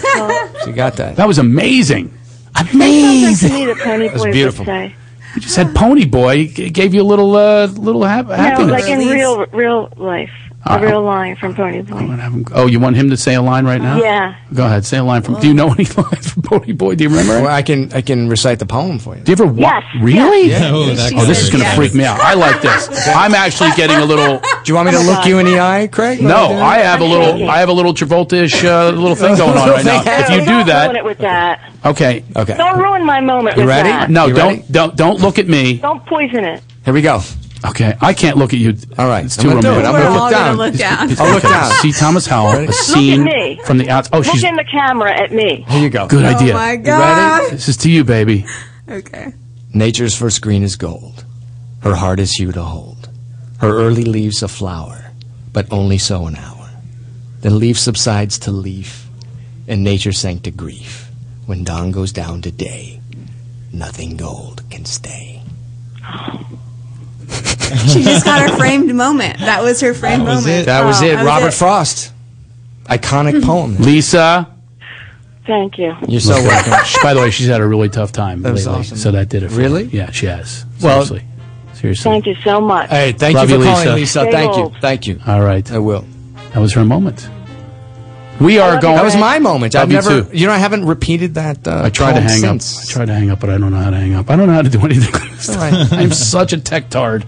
She got that. That was amazing. Sounds like Amazing. to me that Pony Boy would beautiful. say. You just had Pony Boy It gave you a little uh, little hap- No, happiness. like in real real life, a real line from Pony I'm Boy. gonna have him- oh, you want him to say a line right now? Yeah. Go ahead, say a line from. Do you know any lines from Pony Boy? Do you remember? Well, it? I can I can recite the poem for you. Do you ever watch? Yes, Really? yes. Yeah. Oh, that Oh, this is gonna yes. freak me out. I like this. I'm actually getting a little. Do you want me Oh to look you in the eye, Craig? when No, do I have a little. I have a little Travolta-ish uh, little thing going on right now. If you do Don't ruin it that, with that. okay. that? Okay. Don't ruin my moment You with ready? that. No, You ready? don't don't don't look at me. Don't poison it. Here we go. Okay, I can't look at you. All right, it's I'm too gonna do it. romantic. I'm We're gonna all look going to down. look down. I'll look Okay, down. See Thomas Howell, a scene me. from the outside. Oh, Look she's in the camera at me. Here you go. good Oh, idea. my God. This is to you, baby. Okay. Nature's first green is gold. Her heart is you to hold. Her early leaves a flower, but only so an hour. Then leaf subsides to leaf, and nature sank to grief. When dawn goes down to day, nothing gold can stay. She just got her framed moment. That was her framed moment. was it. That was Oh, it. that was Robert Frost. Iconic poem. Lisa, Thank you. You're so welcome. By the way, she's had a really tough time That was lately, awesome. so that did it. For really? Yeah, she has. Well- Seriously. Seriously. Thank you so much. Hey, thank Love you you, for Lisa. calling, Lisa. Stay Thank you. gold. Thank you. All right. I will. That was her moment. We are going. That was my moment. Love I've you never, too. you know, I haven't repeated that. Uh, I tried to call hang since. up. I tried to hang up, but I don't know how to hang up. I don't know how to do anything. all right. I'm such a tectard.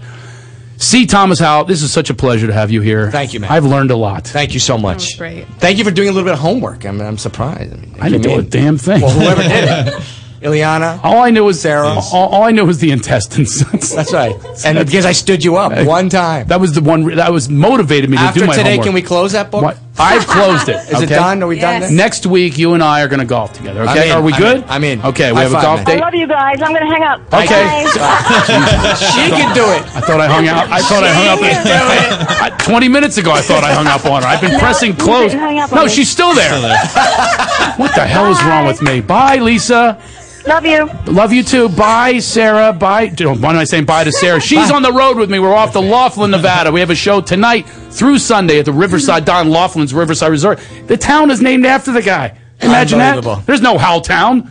See Thomas Howe. This is such a pleasure to have you here. Thank you, man. I've learned a lot. Thank you so much. Great. Thank you for doing a little bit of homework. I mean, I'm surprised. I, mean, I didn't you do a mean- damn thing. Well, whoever did it, Ileana. All I knew was Sarah. All, all I knew was the intestines. That's right. And because I stood you up one time. That was the one re- that was motivated me to After do my today, homework. can we close that book? What? I've closed it. Is it okay? done? Are we done Yes. then? Next week, you and I are going to golf together. I'm Okay, in, are we I'm good? in, I'm in. Okay, we High have a five, golf man. I date. love you guys. I'm going to hang up. Okay. she can do it. I thought I hung out. I thought I hung up. I, Twenty minutes ago, I thought I hung up on her. I've been No, pressing you close. didn't hang up on No, me. she's still there. what the hell is wrong with me? Bye, Lisa. Love you. Love you too. Bye, Sarah. Bye. Don't- Why am I saying bye to Sarah? She's on the road with me. We're off to Laughlin, Nevada. We have a show tonight through Sunday at the Riverside Don Laughlin's Riverside Resort. The town is named after the guy. Imagine Unbelievable. that. There's no Howltown.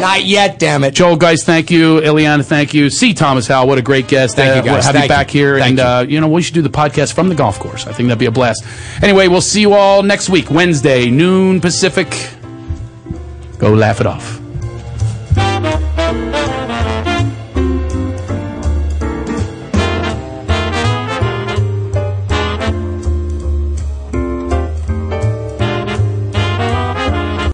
Not yet, damn it. Joel Geist, thank you. Ileana, thank you. C. Thomas Howell, what a great guest. Uh, Thank you, we'll guys. Have you Thank back you. here. Thank and, uh, you know, we should do the podcast from the golf course. I think that'd be a blast. Anyway, we'll see you all next week, Wednesday, noon Pacific. Go laugh it off. Thank you.